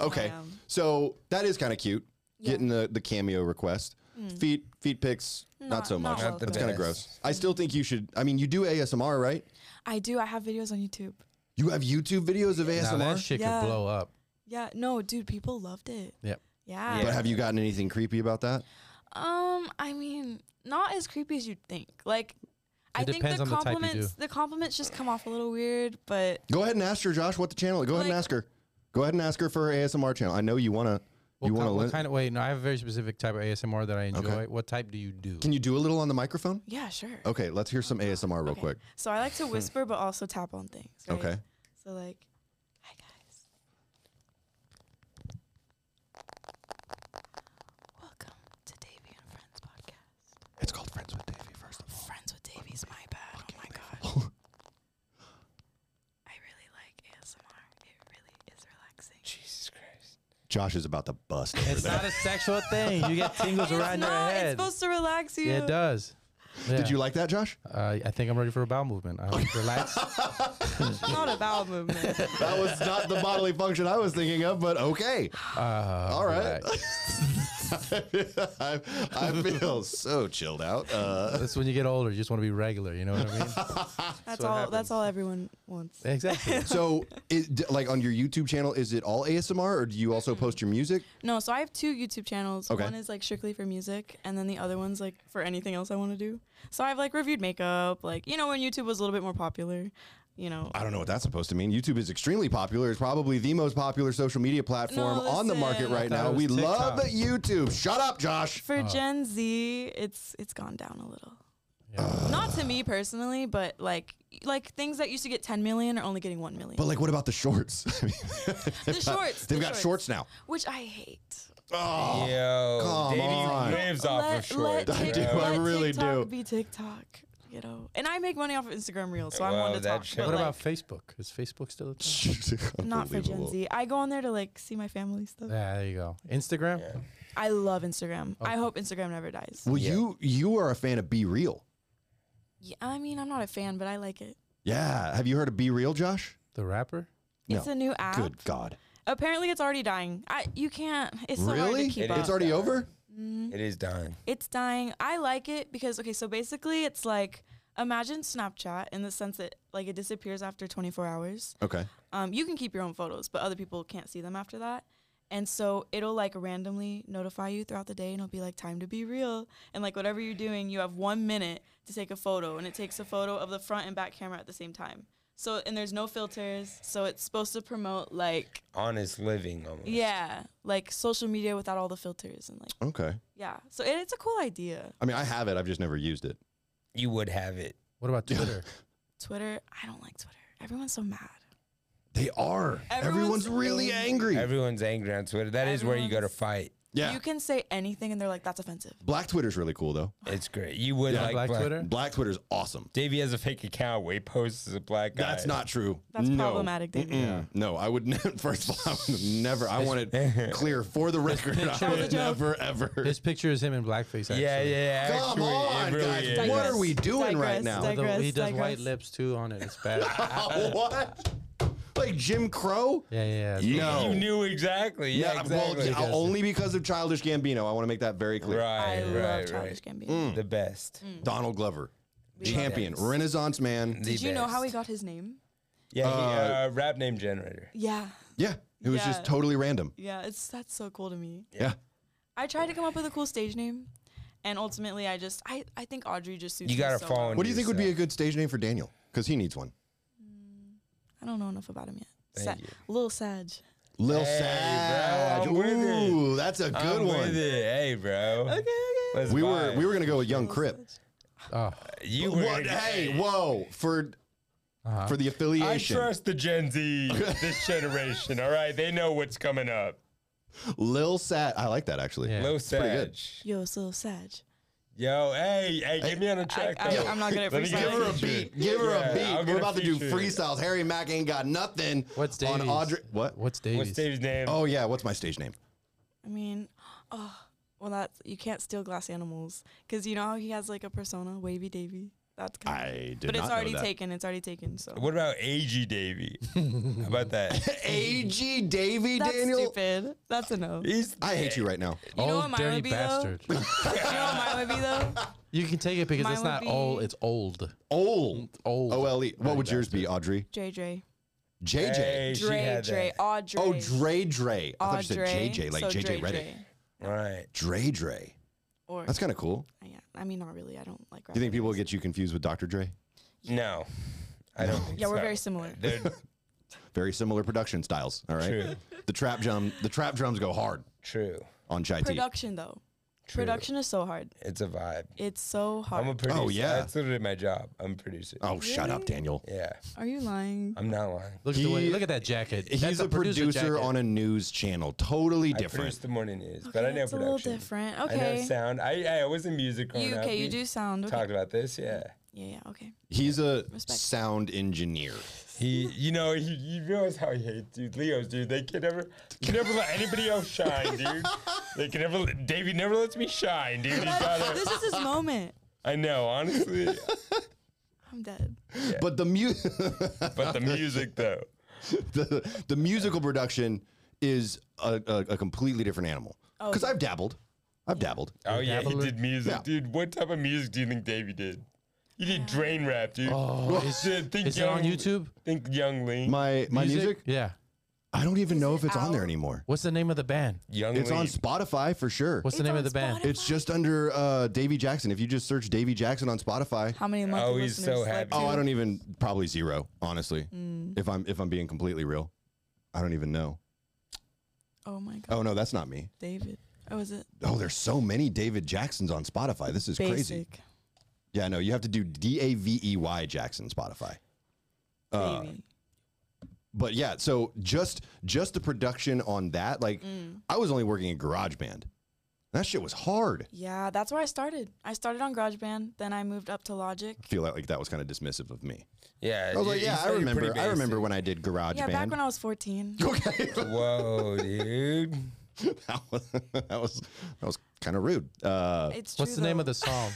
Speaker 1: Okay,
Speaker 2: Wow.
Speaker 1: so that is kind of cute.
Speaker 2: Yeah. Hmm.
Speaker 1: Getting the, the cameo request, feet feet pics, [laughs] not,
Speaker 2: Not-
Speaker 1: so
Speaker 2: not
Speaker 1: much.
Speaker 2: welcome.
Speaker 1: That's kind of
Speaker 3: Yes.
Speaker 1: gross. I still think you should. I mean, you do ASMR, right?
Speaker 2: I do. I have videos on YouTube.
Speaker 1: You have YouTube videos of
Speaker 4: Now that
Speaker 1: ASMR,
Speaker 4: shit
Speaker 2: Yeah.
Speaker 4: could blow up.
Speaker 2: Yeah. No, dude, people loved it.
Speaker 4: Yep.
Speaker 2: Yeah.
Speaker 1: but have you gotten anything creepy about that?
Speaker 2: Um, I mean, not as creepy as you'd think. Like, I think
Speaker 4: depends
Speaker 2: the
Speaker 4: on the type you
Speaker 2: compliments the compliments just come off a little weird, but
Speaker 1: Go ahead and ask her, Josh. What the channel? Go ahead and
Speaker 2: Like-
Speaker 1: ask her. Go ahead and ask her for her ASMR channel. I know you wanna.
Speaker 4: What,
Speaker 1: you
Speaker 4: ki-
Speaker 1: wanna.
Speaker 4: what
Speaker 1: li-
Speaker 4: kind of wait? No, I have a very specific type of ASMR that I enjoy. What type do you do?
Speaker 1: Can you do a little on the microphone?
Speaker 2: yeah, sure.
Speaker 1: Okay, let's hear some ASMR real
Speaker 2: Okay.
Speaker 1: Oh, quick. Hmm.
Speaker 2: So I like to whisper but also tap on things. right?
Speaker 1: Okay.
Speaker 2: So like, hi guys. Welcome to Davey and Friends podcast.
Speaker 1: It's called Friends with Davey. First of all.
Speaker 2: Friends with Davies, my bad. Oh
Speaker 1: [laughs]
Speaker 2: my god. I really like ASMR. It really is relaxing.
Speaker 3: Jesus Christ.
Speaker 1: Josh is about to bust over
Speaker 4: It's
Speaker 1: there.
Speaker 4: not a sexual thing. You get
Speaker 2: [laughs]
Speaker 4: tingles around your
Speaker 2: it's
Speaker 4: head.
Speaker 2: supposed to relax you.
Speaker 4: Yeah, it does. Yeah.
Speaker 1: Did you like that, Josh?
Speaker 4: Uh, I think I'm ready for a bowel movement. I'm relaxed.
Speaker 2: not a bowel
Speaker 1: [laughs]
Speaker 2: movement.
Speaker 1: That was not the bodily function I was thinking of, but okay.
Speaker 4: Uh,
Speaker 1: All right.
Speaker 4: relax.
Speaker 1: I, [laughs] I feel so chilled out. Uh,
Speaker 4: That's when you get older. You just want to be regular. You know what
Speaker 1: [laughs]
Speaker 4: I mean?
Speaker 2: That's
Speaker 4: what
Speaker 2: all.
Speaker 4: happens.
Speaker 2: That's all everyone wants.
Speaker 4: exactly.
Speaker 1: so, it, d- like on your YouTube channel, is it all ASMR or do you also post your music?
Speaker 2: No, so I have two YouTube channels.
Speaker 1: Okay.
Speaker 2: One is like strictly for music, and then the other one's like for anything else I want to do. So I've like reviewed makeup, like you know when YouTube was a little bit more popular, you know.
Speaker 1: I don't know what that's supposed to mean. YouTube is extremely popular. It's probably the most popular social media platform
Speaker 2: No,
Speaker 1: on the
Speaker 2: listen.
Speaker 1: market right
Speaker 4: I thought
Speaker 1: now.
Speaker 4: it
Speaker 1: We
Speaker 4: was
Speaker 1: love
Speaker 4: TikTok.
Speaker 1: YouTube. Shut up, Josh.
Speaker 2: For Gen Z, it's it's gone down a little.
Speaker 4: Yeah.
Speaker 2: Not to me personally, but like like things that used to get 10 million are only getting 1 million.
Speaker 1: But like, what about the shorts? [laughs]
Speaker 2: the shorts.
Speaker 1: They've
Speaker 2: the
Speaker 1: got shorts now.
Speaker 2: which I hate.
Speaker 1: Oh,
Speaker 3: [laughs] Yo,
Speaker 1: come
Speaker 3: Davey
Speaker 1: on.
Speaker 3: lives off of shorts.
Speaker 2: let
Speaker 1: I
Speaker 2: Tik-
Speaker 1: do,
Speaker 3: bro.
Speaker 1: I
Speaker 2: let
Speaker 1: really
Speaker 2: TikTok
Speaker 1: do.
Speaker 2: Be TikTok, you know. And I make money off of Instagram Reels, so I'm
Speaker 3: Well,
Speaker 2: one to
Speaker 3: that
Speaker 2: talk.
Speaker 3: shit-
Speaker 2: but,
Speaker 4: What
Speaker 2: like,
Speaker 4: about Facebook? Is Facebook still a thing?
Speaker 2: not for
Speaker 1: [laughs]
Speaker 2: Gen
Speaker 1: Unbelievable.
Speaker 2: Z. I go on there to like see my family stuff.
Speaker 4: Yeah, there you go. Instagram.
Speaker 2: I love Instagram.
Speaker 1: Oh.
Speaker 2: I hope Instagram never dies.
Speaker 1: Well,
Speaker 3: Yeah.
Speaker 1: you you are a fan of Be Real.
Speaker 2: Yeah, I mean, I'm not a fan, but I like it.
Speaker 1: Yeah. Have you heard of Be Real, Josh?
Speaker 4: The rapper.
Speaker 1: No.
Speaker 2: It's a new app.
Speaker 1: Good God.
Speaker 2: Apparently, it's already dying. I you can't. It's so hard
Speaker 1: Really?
Speaker 2: to keep
Speaker 3: It
Speaker 2: up.
Speaker 3: is.
Speaker 1: It's already over?
Speaker 3: It is dying.
Speaker 2: it's dying. I like it because okay, so basically, it's like imagine Snapchat in the sense that like it disappears after 24 hours.
Speaker 1: Okay.
Speaker 2: Um, you can keep your own photos, but other people can't see them after that. And so it'll like randomly notify you throughout the day and it'll be like time to be real. And like whatever you're doing, you have one minute to take a photo and it takes a photo of the front and back camera at the same time. So and there's no filters. So it's supposed to promote like
Speaker 3: honest living almost.
Speaker 2: yeah, like social media without all the filters and like
Speaker 1: Okay.
Speaker 2: yeah. So it, it's a cool idea.
Speaker 1: I mean, I have it. I've just never used it.
Speaker 3: You would have it.
Speaker 4: What
Speaker 1: [laughs]
Speaker 4: about Twitter?
Speaker 2: Twitter, I don't like Twitter. Everyone's so mad.
Speaker 1: They are. Everyone's,
Speaker 2: Everyone's
Speaker 1: really angry.
Speaker 3: Everyone's angry on Twitter. That is where you got to
Speaker 2: Everyone's-
Speaker 3: fight.
Speaker 1: yeah.
Speaker 2: You can say anything and they're like that's offensive.
Speaker 1: Black Twitter's really cool though.
Speaker 3: It's great. You would
Speaker 1: Yeah.
Speaker 3: like
Speaker 4: Black
Speaker 3: black-
Speaker 4: Twitter?
Speaker 1: Black Twitter's awesome.
Speaker 3: Davey has a fake account where he posts as a black guy.
Speaker 1: That's not true.
Speaker 2: That's
Speaker 1: no.
Speaker 2: problematic, David.
Speaker 1: Mm-mm. No, I would never. [laughs] First of all, I would never. I want [laughs] it clear for the record. I would never, ever.
Speaker 4: His picture is him in blackface. Actually.
Speaker 3: Yeah, yeah, yeah.
Speaker 1: Come
Speaker 3: actually, it
Speaker 1: on,
Speaker 3: really
Speaker 1: guys.
Speaker 3: is.
Speaker 1: What are we
Speaker 2: Digress,
Speaker 1: doing right
Speaker 2: digress,
Speaker 1: now?
Speaker 4: Although he
Speaker 2: Digress,
Speaker 4: does white
Speaker 2: digress.
Speaker 4: lips too on it. It's
Speaker 1: [laughs]
Speaker 4: bad.
Speaker 1: what? Like Jim Crow?
Speaker 4: yeah, yeah. yeah.
Speaker 1: You- No.
Speaker 3: You knew exactly. Yeah,
Speaker 1: Yeah,
Speaker 3: exactly.
Speaker 1: well,
Speaker 4: doesn't.
Speaker 1: only because of Childish Gambino. I want to make that very clear.
Speaker 3: right,
Speaker 2: I love Mm.
Speaker 3: right,
Speaker 2: Childish
Speaker 3: right.
Speaker 2: Gambino.
Speaker 3: The best.
Speaker 1: Donald Glover,
Speaker 2: We love
Speaker 1: champion,
Speaker 2: it.
Speaker 1: Renaissance man.
Speaker 3: The
Speaker 2: Did you know how he
Speaker 3: best.
Speaker 2: got his name?
Speaker 3: Yeah,
Speaker 1: Uh,
Speaker 3: he, uh, rap name generator.
Speaker 2: Yeah.
Speaker 1: Yeah, it was just
Speaker 2: Yeah.
Speaker 1: totally random.
Speaker 2: Yeah, it's that's so cool to me.
Speaker 1: Yeah.
Speaker 2: I tried to come up with a cool stage name, and ultimately, I just I, I think Audrey just suits
Speaker 3: You
Speaker 2: me
Speaker 3: gotta
Speaker 2: so
Speaker 3: fall
Speaker 2: well.
Speaker 1: What do you think would be a good stage name for Daniel? Because he needs one.
Speaker 2: I don't know enough about him yet.
Speaker 3: Thank you.
Speaker 2: Little Sag.
Speaker 1: Lil
Speaker 3: Hey,
Speaker 1: Sag.
Speaker 3: bro, I'm with it.
Speaker 1: Ooh, that's a good
Speaker 3: I'm
Speaker 1: one.
Speaker 3: With it. Hey, bro.
Speaker 2: Okay, okay.
Speaker 3: Let's
Speaker 1: We were
Speaker 3: vibe.
Speaker 1: we were gonna go with Young Crip.
Speaker 4: Oh,
Speaker 3: You [laughs] were.
Speaker 1: What? Hey, whoa! For
Speaker 4: uh-huh.
Speaker 1: for the
Speaker 3: I
Speaker 1: affiliation,
Speaker 3: trust the Gen Z,
Speaker 1: [laughs]
Speaker 3: this generation. All right, they know what's coming up.
Speaker 1: Lil Sag. I like that actually.
Speaker 4: Yeah.
Speaker 3: Low
Speaker 1: pretty
Speaker 3: Sag.
Speaker 1: good.
Speaker 2: Yo, it's Lil Sag.
Speaker 3: Yo, hey, hey, get me on a track.
Speaker 2: I-
Speaker 3: though.
Speaker 2: I'm not good at
Speaker 3: [laughs] Let me get
Speaker 1: Give her a
Speaker 3: feature.
Speaker 1: beat. Give her
Speaker 3: Yeah,
Speaker 1: a
Speaker 3: I'll
Speaker 1: beat.
Speaker 3: get
Speaker 1: We're
Speaker 3: a
Speaker 1: about to do
Speaker 3: feature.
Speaker 1: freestyles. Harry Mack ain't got nothing
Speaker 4: What's
Speaker 1: on
Speaker 4: Davies?
Speaker 1: Audrey. What?
Speaker 4: What's Davies?
Speaker 3: What's Dave's name?
Speaker 1: Oh yeah. What's my stage name?
Speaker 2: I mean, [gasps] oh, well, that's you can't steal glass animals because you know how he has like a persona, Wavy Davy. That's kind of.
Speaker 1: I did
Speaker 2: But it's
Speaker 1: not
Speaker 2: already
Speaker 1: know that.
Speaker 2: taken. It's already taken. So
Speaker 3: What about AG Davey? How about that?
Speaker 1: [laughs] A.G. Davy
Speaker 2: that's
Speaker 1: Daniel.
Speaker 2: stupid. That's a no. You
Speaker 3: He's,
Speaker 1: I hate you right now.
Speaker 2: know
Speaker 4: old
Speaker 2: what mine
Speaker 4: dirty
Speaker 2: would be, though?
Speaker 4: bastard.
Speaker 2: know what mine would be
Speaker 3: [laughs]
Speaker 2: though?
Speaker 4: you can take it because
Speaker 2: Mine
Speaker 4: it's
Speaker 2: would
Speaker 4: not
Speaker 2: be-
Speaker 4: old. It's old.
Speaker 1: Old.
Speaker 4: Old.
Speaker 1: O L E. What would yours be, Audrey?
Speaker 2: Dre Dre.
Speaker 1: JJ.
Speaker 3: Hey, she
Speaker 2: Dre
Speaker 3: had
Speaker 2: Dre.
Speaker 3: that.
Speaker 2: Audrey.
Speaker 1: Oh, Dre Dre. I thought you
Speaker 2: Audrey.
Speaker 1: said JJ, like
Speaker 2: so
Speaker 1: JJ
Speaker 2: Dre,
Speaker 1: Reddick.
Speaker 2: Dre.
Speaker 3: All right.
Speaker 1: Dre Dre.
Speaker 2: Or
Speaker 1: That's kind of cool.
Speaker 2: yeah, I mean, not really. I don't like.
Speaker 1: Do you
Speaker 2: rap
Speaker 1: think people
Speaker 2: names.
Speaker 1: get you confused with Dr. Dre?
Speaker 3: No, I don't. Think
Speaker 2: Yeah, we're
Speaker 3: so.
Speaker 2: very similar.
Speaker 3: [laughs] They're
Speaker 1: Very similar production styles. All right.
Speaker 3: True.
Speaker 1: The trap drum, the trap drums go hard
Speaker 3: true.
Speaker 1: on Chai Tea.
Speaker 2: Production though,
Speaker 3: True.
Speaker 2: production is so hard.
Speaker 3: It's a vibe.
Speaker 2: It's so hard.
Speaker 3: I'm a producer.
Speaker 1: Oh, yeah.
Speaker 3: That's literally my job. I'm a producer.
Speaker 1: Oh, shut up, Daniel.
Speaker 3: Yeah,
Speaker 2: Are you lying?
Speaker 3: I'm not lying.
Speaker 4: Look at the
Speaker 1: He-
Speaker 4: way. Look at that jacket.
Speaker 1: He's
Speaker 4: That's
Speaker 1: a,
Speaker 4: producer,
Speaker 1: producer
Speaker 4: jacket.
Speaker 1: on a news channel. Totally
Speaker 3: I produce
Speaker 1: different.
Speaker 3: the morning news, but I
Speaker 2: Okay,
Speaker 3: know
Speaker 2: it's a
Speaker 3: production.
Speaker 2: little different.
Speaker 3: I know
Speaker 2: Okay.
Speaker 3: sound. I, I was in music growing
Speaker 2: You
Speaker 3: up.
Speaker 2: okay?
Speaker 3: We
Speaker 2: You do sound. Okay.
Speaker 3: Talked about this, yeah.
Speaker 2: Yeah, yeah. Okay.
Speaker 1: He's a
Speaker 2: Respect.
Speaker 1: sound engineer.
Speaker 3: He, you know, he, you realize how he hates dude. Leos, dude, they can never, can never let anybody else
Speaker 1: [laughs]
Speaker 3: shine, dude. They can never. let- Davey never lets me shine, dude. You gotta,
Speaker 2: [laughs] this is his moment.
Speaker 3: I know, honestly.
Speaker 2: I'm dead.
Speaker 1: But the, mu- [laughs]
Speaker 3: But the music, though.
Speaker 1: the the musical production is a, a, a completely different animal.
Speaker 2: Oh,
Speaker 1: Because
Speaker 2: yeah.
Speaker 1: I've dabbled. I've dabbled.
Speaker 3: Oh yeah, he
Speaker 4: Dabbler?
Speaker 3: did music,
Speaker 1: Yeah.
Speaker 3: dude. What type of music do you think Davey did? He did drain rap, dude.
Speaker 4: Oh, is,
Speaker 3: Dude, think
Speaker 4: is it on
Speaker 3: Young-
Speaker 4: YouTube?
Speaker 3: Think Young Lean.
Speaker 1: My my music,
Speaker 4: Yeah.
Speaker 1: I don't even know if it's on there
Speaker 2: out?
Speaker 1: anymore.
Speaker 4: What's the name of the band?
Speaker 3: Young
Speaker 1: It's on
Speaker 3: Lean.
Speaker 1: Spotify for sure.
Speaker 4: What's the
Speaker 2: It's
Speaker 4: name of
Speaker 2: on
Speaker 4: the band?
Speaker 2: Spotify.
Speaker 1: It's just under uh, Davy Jackson. If you just search Davy Jackson on Spotify,
Speaker 2: How many monthly
Speaker 3: Oh, he's so
Speaker 2: listeners? Mm.
Speaker 3: happy.
Speaker 1: oh, I don't even probably zero, honestly. If I'm if I'm being completely real, I don't even know.
Speaker 2: Oh my God,
Speaker 1: Oh no, that's not me.
Speaker 2: David. Oh, is it
Speaker 1: Oh, there's so many David Jacksons on Spotify. This is crazy.
Speaker 2: basic?
Speaker 1: Yeah, no, you have to do D A V E Y Jackson Spotify. Uh,
Speaker 2: Baby.
Speaker 1: but yeah, so just just the production on that, like
Speaker 2: Mm.
Speaker 1: I was only working in GarageBand. That shit was hard.
Speaker 2: Yeah, that's where I started. I started on GarageBand, then I moved up to Logic.
Speaker 1: I feel like, like that was kind of dismissive of me.
Speaker 3: Yeah.
Speaker 1: I was like,
Speaker 3: Uh, you- you
Speaker 1: yeah, I
Speaker 3: said you're
Speaker 1: remember.
Speaker 3: pretty
Speaker 1: I remember
Speaker 3: basic.
Speaker 1: when I did GarageBand.
Speaker 2: Yeah, back when I was 14.
Speaker 1: [laughs] okay.
Speaker 3: Whoa, dude.
Speaker 1: [laughs] that was that was that was kind of rude. Uh,
Speaker 2: It's true.
Speaker 4: What's the name of
Speaker 2: though.
Speaker 4: the song?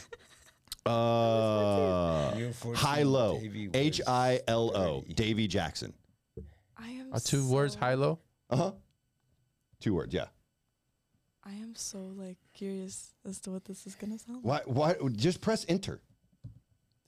Speaker 1: uh,
Speaker 3: You were 14,
Speaker 1: high low,
Speaker 3: Davey was-
Speaker 1: H I L O, Davy Jackson.
Speaker 2: I am
Speaker 4: Uh, two words,
Speaker 2: so-
Speaker 4: high low.
Speaker 1: Uh huh. Two words, yeah.
Speaker 2: I am so like curious as to what this is gonna sound. like.
Speaker 1: Why? Why? Just press enter.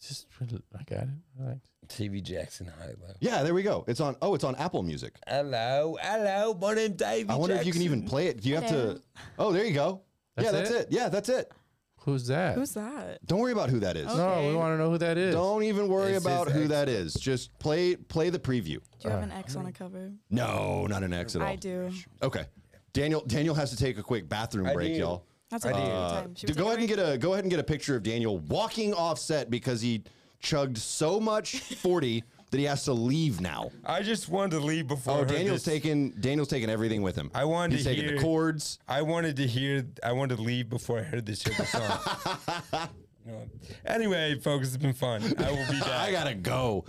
Speaker 4: Just rel- I got it. Relax.
Speaker 3: TV Jackson High Low.
Speaker 1: Yeah, there we go. It's on. Oh, it's on Apple Music.
Speaker 3: Hello, hello, my name's Davey
Speaker 1: I wonder if you can even
Speaker 3: Jackson.
Speaker 1: play it. Do you have
Speaker 2: Hello.
Speaker 1: to? Oh, there you go. yeah,
Speaker 4: That's
Speaker 1: that's it? Yeah, that's it.
Speaker 4: Who's that?
Speaker 2: Who's that?
Speaker 1: Don't worry about who that is.
Speaker 2: Oh.
Speaker 4: no, we
Speaker 2: Okay.
Speaker 4: want to know who that is.
Speaker 1: Don't even worry
Speaker 3: This
Speaker 1: about
Speaker 3: is
Speaker 1: who
Speaker 3: ex-
Speaker 1: that is. Just play play the preview.
Speaker 2: Do you have an X on a cover?
Speaker 1: No, not an X at all.
Speaker 2: I do.
Speaker 1: Okay. Daniel Daniel has to take a quick bathroom
Speaker 3: I
Speaker 1: break,
Speaker 3: do.
Speaker 1: y'all.
Speaker 2: That's okay.
Speaker 1: Uh,
Speaker 2: time. Should we
Speaker 1: go ahead
Speaker 2: take
Speaker 1: and
Speaker 2: a
Speaker 1: get a go ahead and get a picture of Daniel walking off set because he chugged so much 40 that he has to leave now.
Speaker 3: I just wanted to leave before. I
Speaker 1: Oh,
Speaker 3: heard
Speaker 1: Daniel's
Speaker 3: this.
Speaker 1: taking Daniel's taking everything with him.
Speaker 3: I wanted
Speaker 1: He's
Speaker 3: to
Speaker 1: taking
Speaker 3: hear-
Speaker 1: the chords.
Speaker 3: I wanted to hear. I wanted to leave before I heard this shit song.
Speaker 1: [laughs]
Speaker 3: You know, Anyway, folks, it's been fun. I will be back.
Speaker 1: I gotta go.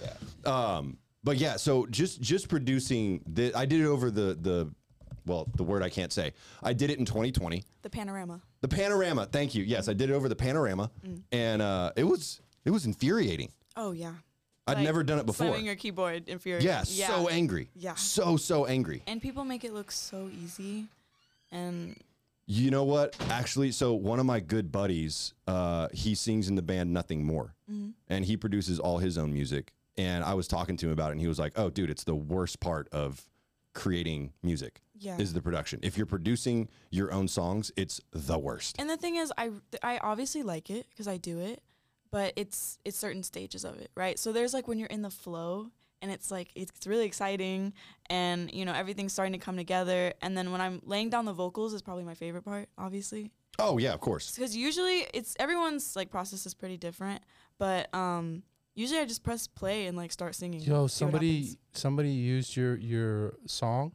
Speaker 1: Um, but yeah, so just just producing. The, I did it over the the, well, the word I can't say. I did it in 2020.
Speaker 2: the panorama.
Speaker 1: The panorama. Thank you. Yes, I did it over the panorama,
Speaker 2: Mm.
Speaker 1: and uh, it was it was infuriating.
Speaker 2: Oh yeah.
Speaker 1: I'd
Speaker 2: Like,
Speaker 1: never done it before.
Speaker 2: Slamming your keyboard if you're
Speaker 1: Yeah, so angry.
Speaker 2: Yeah.
Speaker 1: so so angry.
Speaker 2: and people make it look so easy, and
Speaker 1: You know what? Actually, so one of my good buddies, uh, he sings in the band Nothing More, and he produces all his own music. And I was talking to him about it, and he was like, "Oh, dude, it's the worst part of creating music
Speaker 2: Yeah.
Speaker 1: is the production. If you're producing your own songs, it's the worst."
Speaker 2: and the thing is, I I obviously like it because I do it, but it's it's certain stages of it, right? So there's like when you're in the flow. And it's like it's really exciting, and you know everything's starting to come together. And then when I'm laying down the vocals is probably my favorite part, obviously.
Speaker 1: Oh yeah, of course.
Speaker 2: because usually it's everyone's like process is pretty different but um usually i just press play and like start singing see
Speaker 4: Yo,
Speaker 2: what
Speaker 4: somebody
Speaker 2: happens.
Speaker 4: somebody used your your song,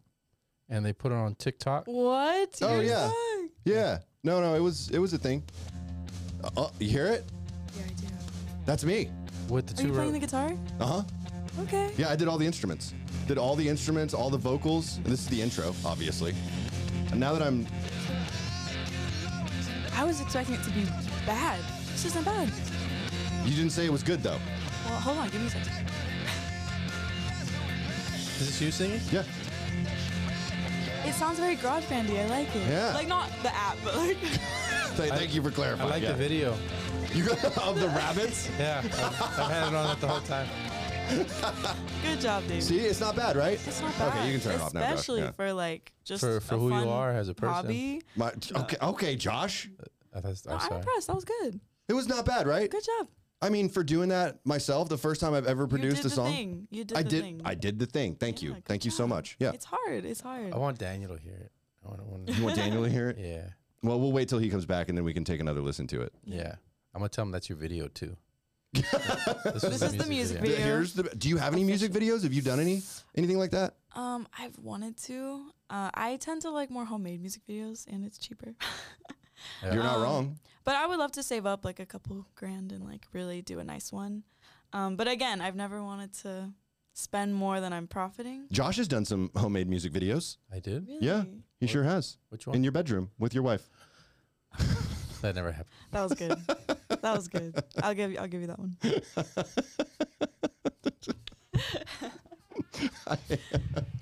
Speaker 4: and they put it on TikTok.
Speaker 2: what
Speaker 1: Oh,
Speaker 2: You're
Speaker 1: yeah.
Speaker 2: fine.
Speaker 1: Yeah. No, no, it was it was a thing. Uh, uh, you hear it?
Speaker 2: yeah i do
Speaker 1: That's me.
Speaker 4: with the
Speaker 2: are you
Speaker 4: two
Speaker 2: playing the
Speaker 4: ro-
Speaker 2: guitar
Speaker 1: Uh huh.
Speaker 2: okay
Speaker 1: Yeah, I did all the instruments. Did all the instruments, all the vocals. And this is the intro, obviously. And now that I'm
Speaker 2: i was expecting it to be bad this isn't bad
Speaker 1: You didn't say it was good though.
Speaker 2: well hold on give me a second
Speaker 4: is this you singing?
Speaker 1: Yeah.
Speaker 2: it sounds very garage bandy i like it
Speaker 1: Yeah.
Speaker 2: like not the app but like [laughs]
Speaker 1: Th- thank you for
Speaker 4: I
Speaker 1: clarifying.
Speaker 4: like
Speaker 1: Oh yeah.
Speaker 4: the video.
Speaker 1: You got [laughs] of the rabbits.
Speaker 2: [laughs]
Speaker 4: Yeah, I've, I've had it on it the whole time.
Speaker 2: good job dude
Speaker 1: See, it's not bad, right?
Speaker 2: it's not bad
Speaker 1: Okay, you can turn it off now. Josh.
Speaker 2: especially
Speaker 1: Yeah.
Speaker 2: for like just
Speaker 4: For- for
Speaker 2: a
Speaker 4: who you
Speaker 2: fun
Speaker 4: are as a person.
Speaker 2: hobby
Speaker 1: My, okay, okay, Josh.
Speaker 4: I thought,
Speaker 2: No,
Speaker 4: I'm
Speaker 2: Oh, i'm
Speaker 4: sorry.
Speaker 2: impressed that was good
Speaker 1: It was not bad, right?
Speaker 2: good job
Speaker 1: I mean, for doing that myself, the first time I've ever produced
Speaker 2: you did
Speaker 1: a song.
Speaker 2: the thing you did
Speaker 1: I
Speaker 2: the
Speaker 1: did.
Speaker 2: thing.
Speaker 1: I did the thing. Thank
Speaker 2: Yeah,
Speaker 1: you.
Speaker 2: good
Speaker 1: Thank you so
Speaker 2: job.
Speaker 1: much. Yeah.
Speaker 2: It's hard. It's hard.
Speaker 4: I want Daniel to hear it. I want, I want
Speaker 1: [laughs] you want Daniel to hear it?
Speaker 4: [laughs] yeah,
Speaker 1: Well, we'll wait till he comes back, and then we can take another listen to it.
Speaker 4: yeah. I'm gonna tell him that's your video
Speaker 1: [laughs]
Speaker 4: too. this,
Speaker 2: This is the music
Speaker 1: Th-
Speaker 2: video.
Speaker 1: Here's the. Do you have any music videos? Have you done any anything like that?
Speaker 2: Um, I've wanted to. Uh, I tend to like more homemade music videos, and it's cheaper. [laughs]
Speaker 4: Yeah.
Speaker 1: You're not
Speaker 2: Um,
Speaker 1: wrong.
Speaker 2: but I would love to save up like a couple grand and like really do a nice one. Um, but again, I've never wanted to spend more than I'm profiting.
Speaker 1: Josh has done some homemade music videos.
Speaker 4: I did.
Speaker 2: Really?
Speaker 1: Yeah, he sure has.
Speaker 4: Which
Speaker 1: In
Speaker 4: one?
Speaker 1: your bedroom with your wife.
Speaker 4: That never happened.
Speaker 2: That was good. that was good. I'll give you. I'll give
Speaker 1: [laughs]
Speaker 2: you that one.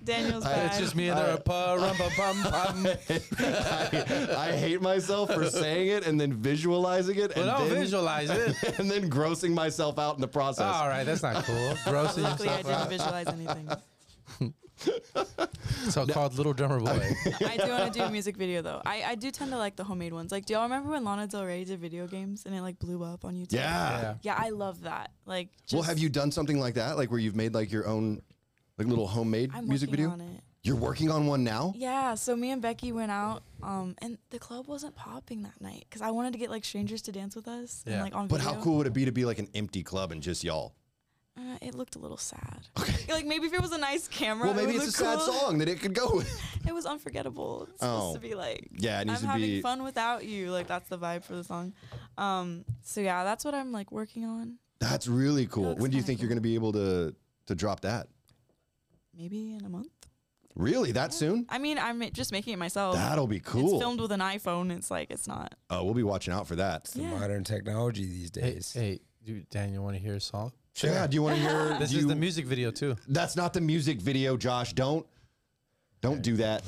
Speaker 2: Daniel's back.
Speaker 4: It's just me and her. Pa-rum, pa-bum, pum.
Speaker 2: [laughs]
Speaker 1: I, I hate myself for saying it and then visualizing it
Speaker 4: But
Speaker 1: and,
Speaker 4: I'll
Speaker 1: then,
Speaker 2: [laughs]
Speaker 4: visualize
Speaker 1: [laughs]
Speaker 4: it.
Speaker 1: and then grossing myself out in the process.
Speaker 4: All right, that's not cool. Grossing
Speaker 2: Luckily, I
Speaker 4: yourself
Speaker 2: didn't
Speaker 4: out.
Speaker 2: visualize anything.
Speaker 4: So called Little Drummer
Speaker 2: [laughs]
Speaker 4: Boy.
Speaker 2: I do want to do a music video though. I, I do tend to like the homemade ones. Like, do y'all remember when Lana Del Rey did video games and it like blew up on YouTube?
Speaker 1: Yeah.
Speaker 4: Yeah.
Speaker 2: Yeah, I love that. Like, just,
Speaker 1: Well, have you done something like that, like where you've made like your own, like little homemade
Speaker 2: I'm
Speaker 1: music video?
Speaker 2: working on it.
Speaker 1: You're working on one now.
Speaker 2: Yeah. So me and Becky went out, um, and the club wasn't popping that night because I wanted to get like strangers to dance with us.
Speaker 4: Yeah.
Speaker 2: And, like on
Speaker 1: But
Speaker 2: video.
Speaker 1: how cool would it be to be like an empty club and just y'all?
Speaker 2: Uh, it looked a little sad. [laughs] like maybe if it was a nice camera.
Speaker 1: Well, maybe
Speaker 2: it would
Speaker 1: it's a
Speaker 2: look
Speaker 1: sad
Speaker 2: cool.
Speaker 1: song that it could go with.
Speaker 2: [laughs] It was unforgettable. It's
Speaker 1: Oh.
Speaker 2: supposed to be like
Speaker 1: Yeah, it needs
Speaker 2: I'm
Speaker 1: to
Speaker 2: having
Speaker 1: be-
Speaker 2: fun without you. Like that's the vibe for the song. Um, so yeah, that's what I'm like working on.
Speaker 1: That's really cool.
Speaker 2: looks
Speaker 1: When do you
Speaker 2: kinda
Speaker 1: think you're going to be able to to drop that?
Speaker 2: Maybe in a month.
Speaker 1: Really, that soon?
Speaker 2: I mean, I'm just making it myself.
Speaker 1: That'll be
Speaker 2: It's
Speaker 1: cool.
Speaker 2: filmed with an iPhone. It's like it's not.
Speaker 1: Oh, we'll be watching out for that.
Speaker 3: The
Speaker 2: Yeah.
Speaker 3: modern technology these
Speaker 4: Hey,
Speaker 3: days.
Speaker 4: hey, dude, Daniel, want to hear a song?
Speaker 1: Yeah. Do you want to hear?
Speaker 4: This
Speaker 1: do
Speaker 4: is the
Speaker 1: you-
Speaker 4: music video too.
Speaker 1: That's not the music video, Josh. Don't don't do that.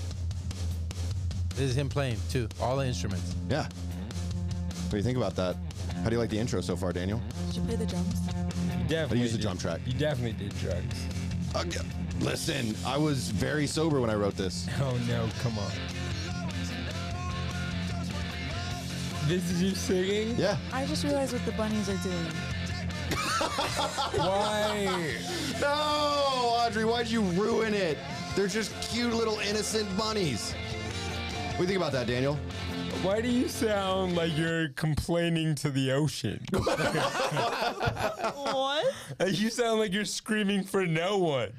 Speaker 4: This is him playing too. All the instruments.
Speaker 1: Yeah. What do you think about that? How do you like the intro so far, Daniel?
Speaker 2: Should play the drums.
Speaker 3: definitely
Speaker 1: used the
Speaker 3: did-
Speaker 1: drum track.
Speaker 3: You definitely did drugs. [laughs]
Speaker 1: Okay. Listen, I was very sober when I wrote this.
Speaker 3: Oh no, come on. This is you singing?
Speaker 1: Yeah.
Speaker 2: I just realized what the bunnies are doing.
Speaker 3: Why?
Speaker 1: No, Audrey, why'd you ruin it? They're just cute little innocent bunnies. What do you think about that, Daniel?
Speaker 3: Why do you sound like you're complaining to
Speaker 1: [laughs]
Speaker 3: the ocean?
Speaker 2: what?
Speaker 3: Like, you sound like you're screaming for no one.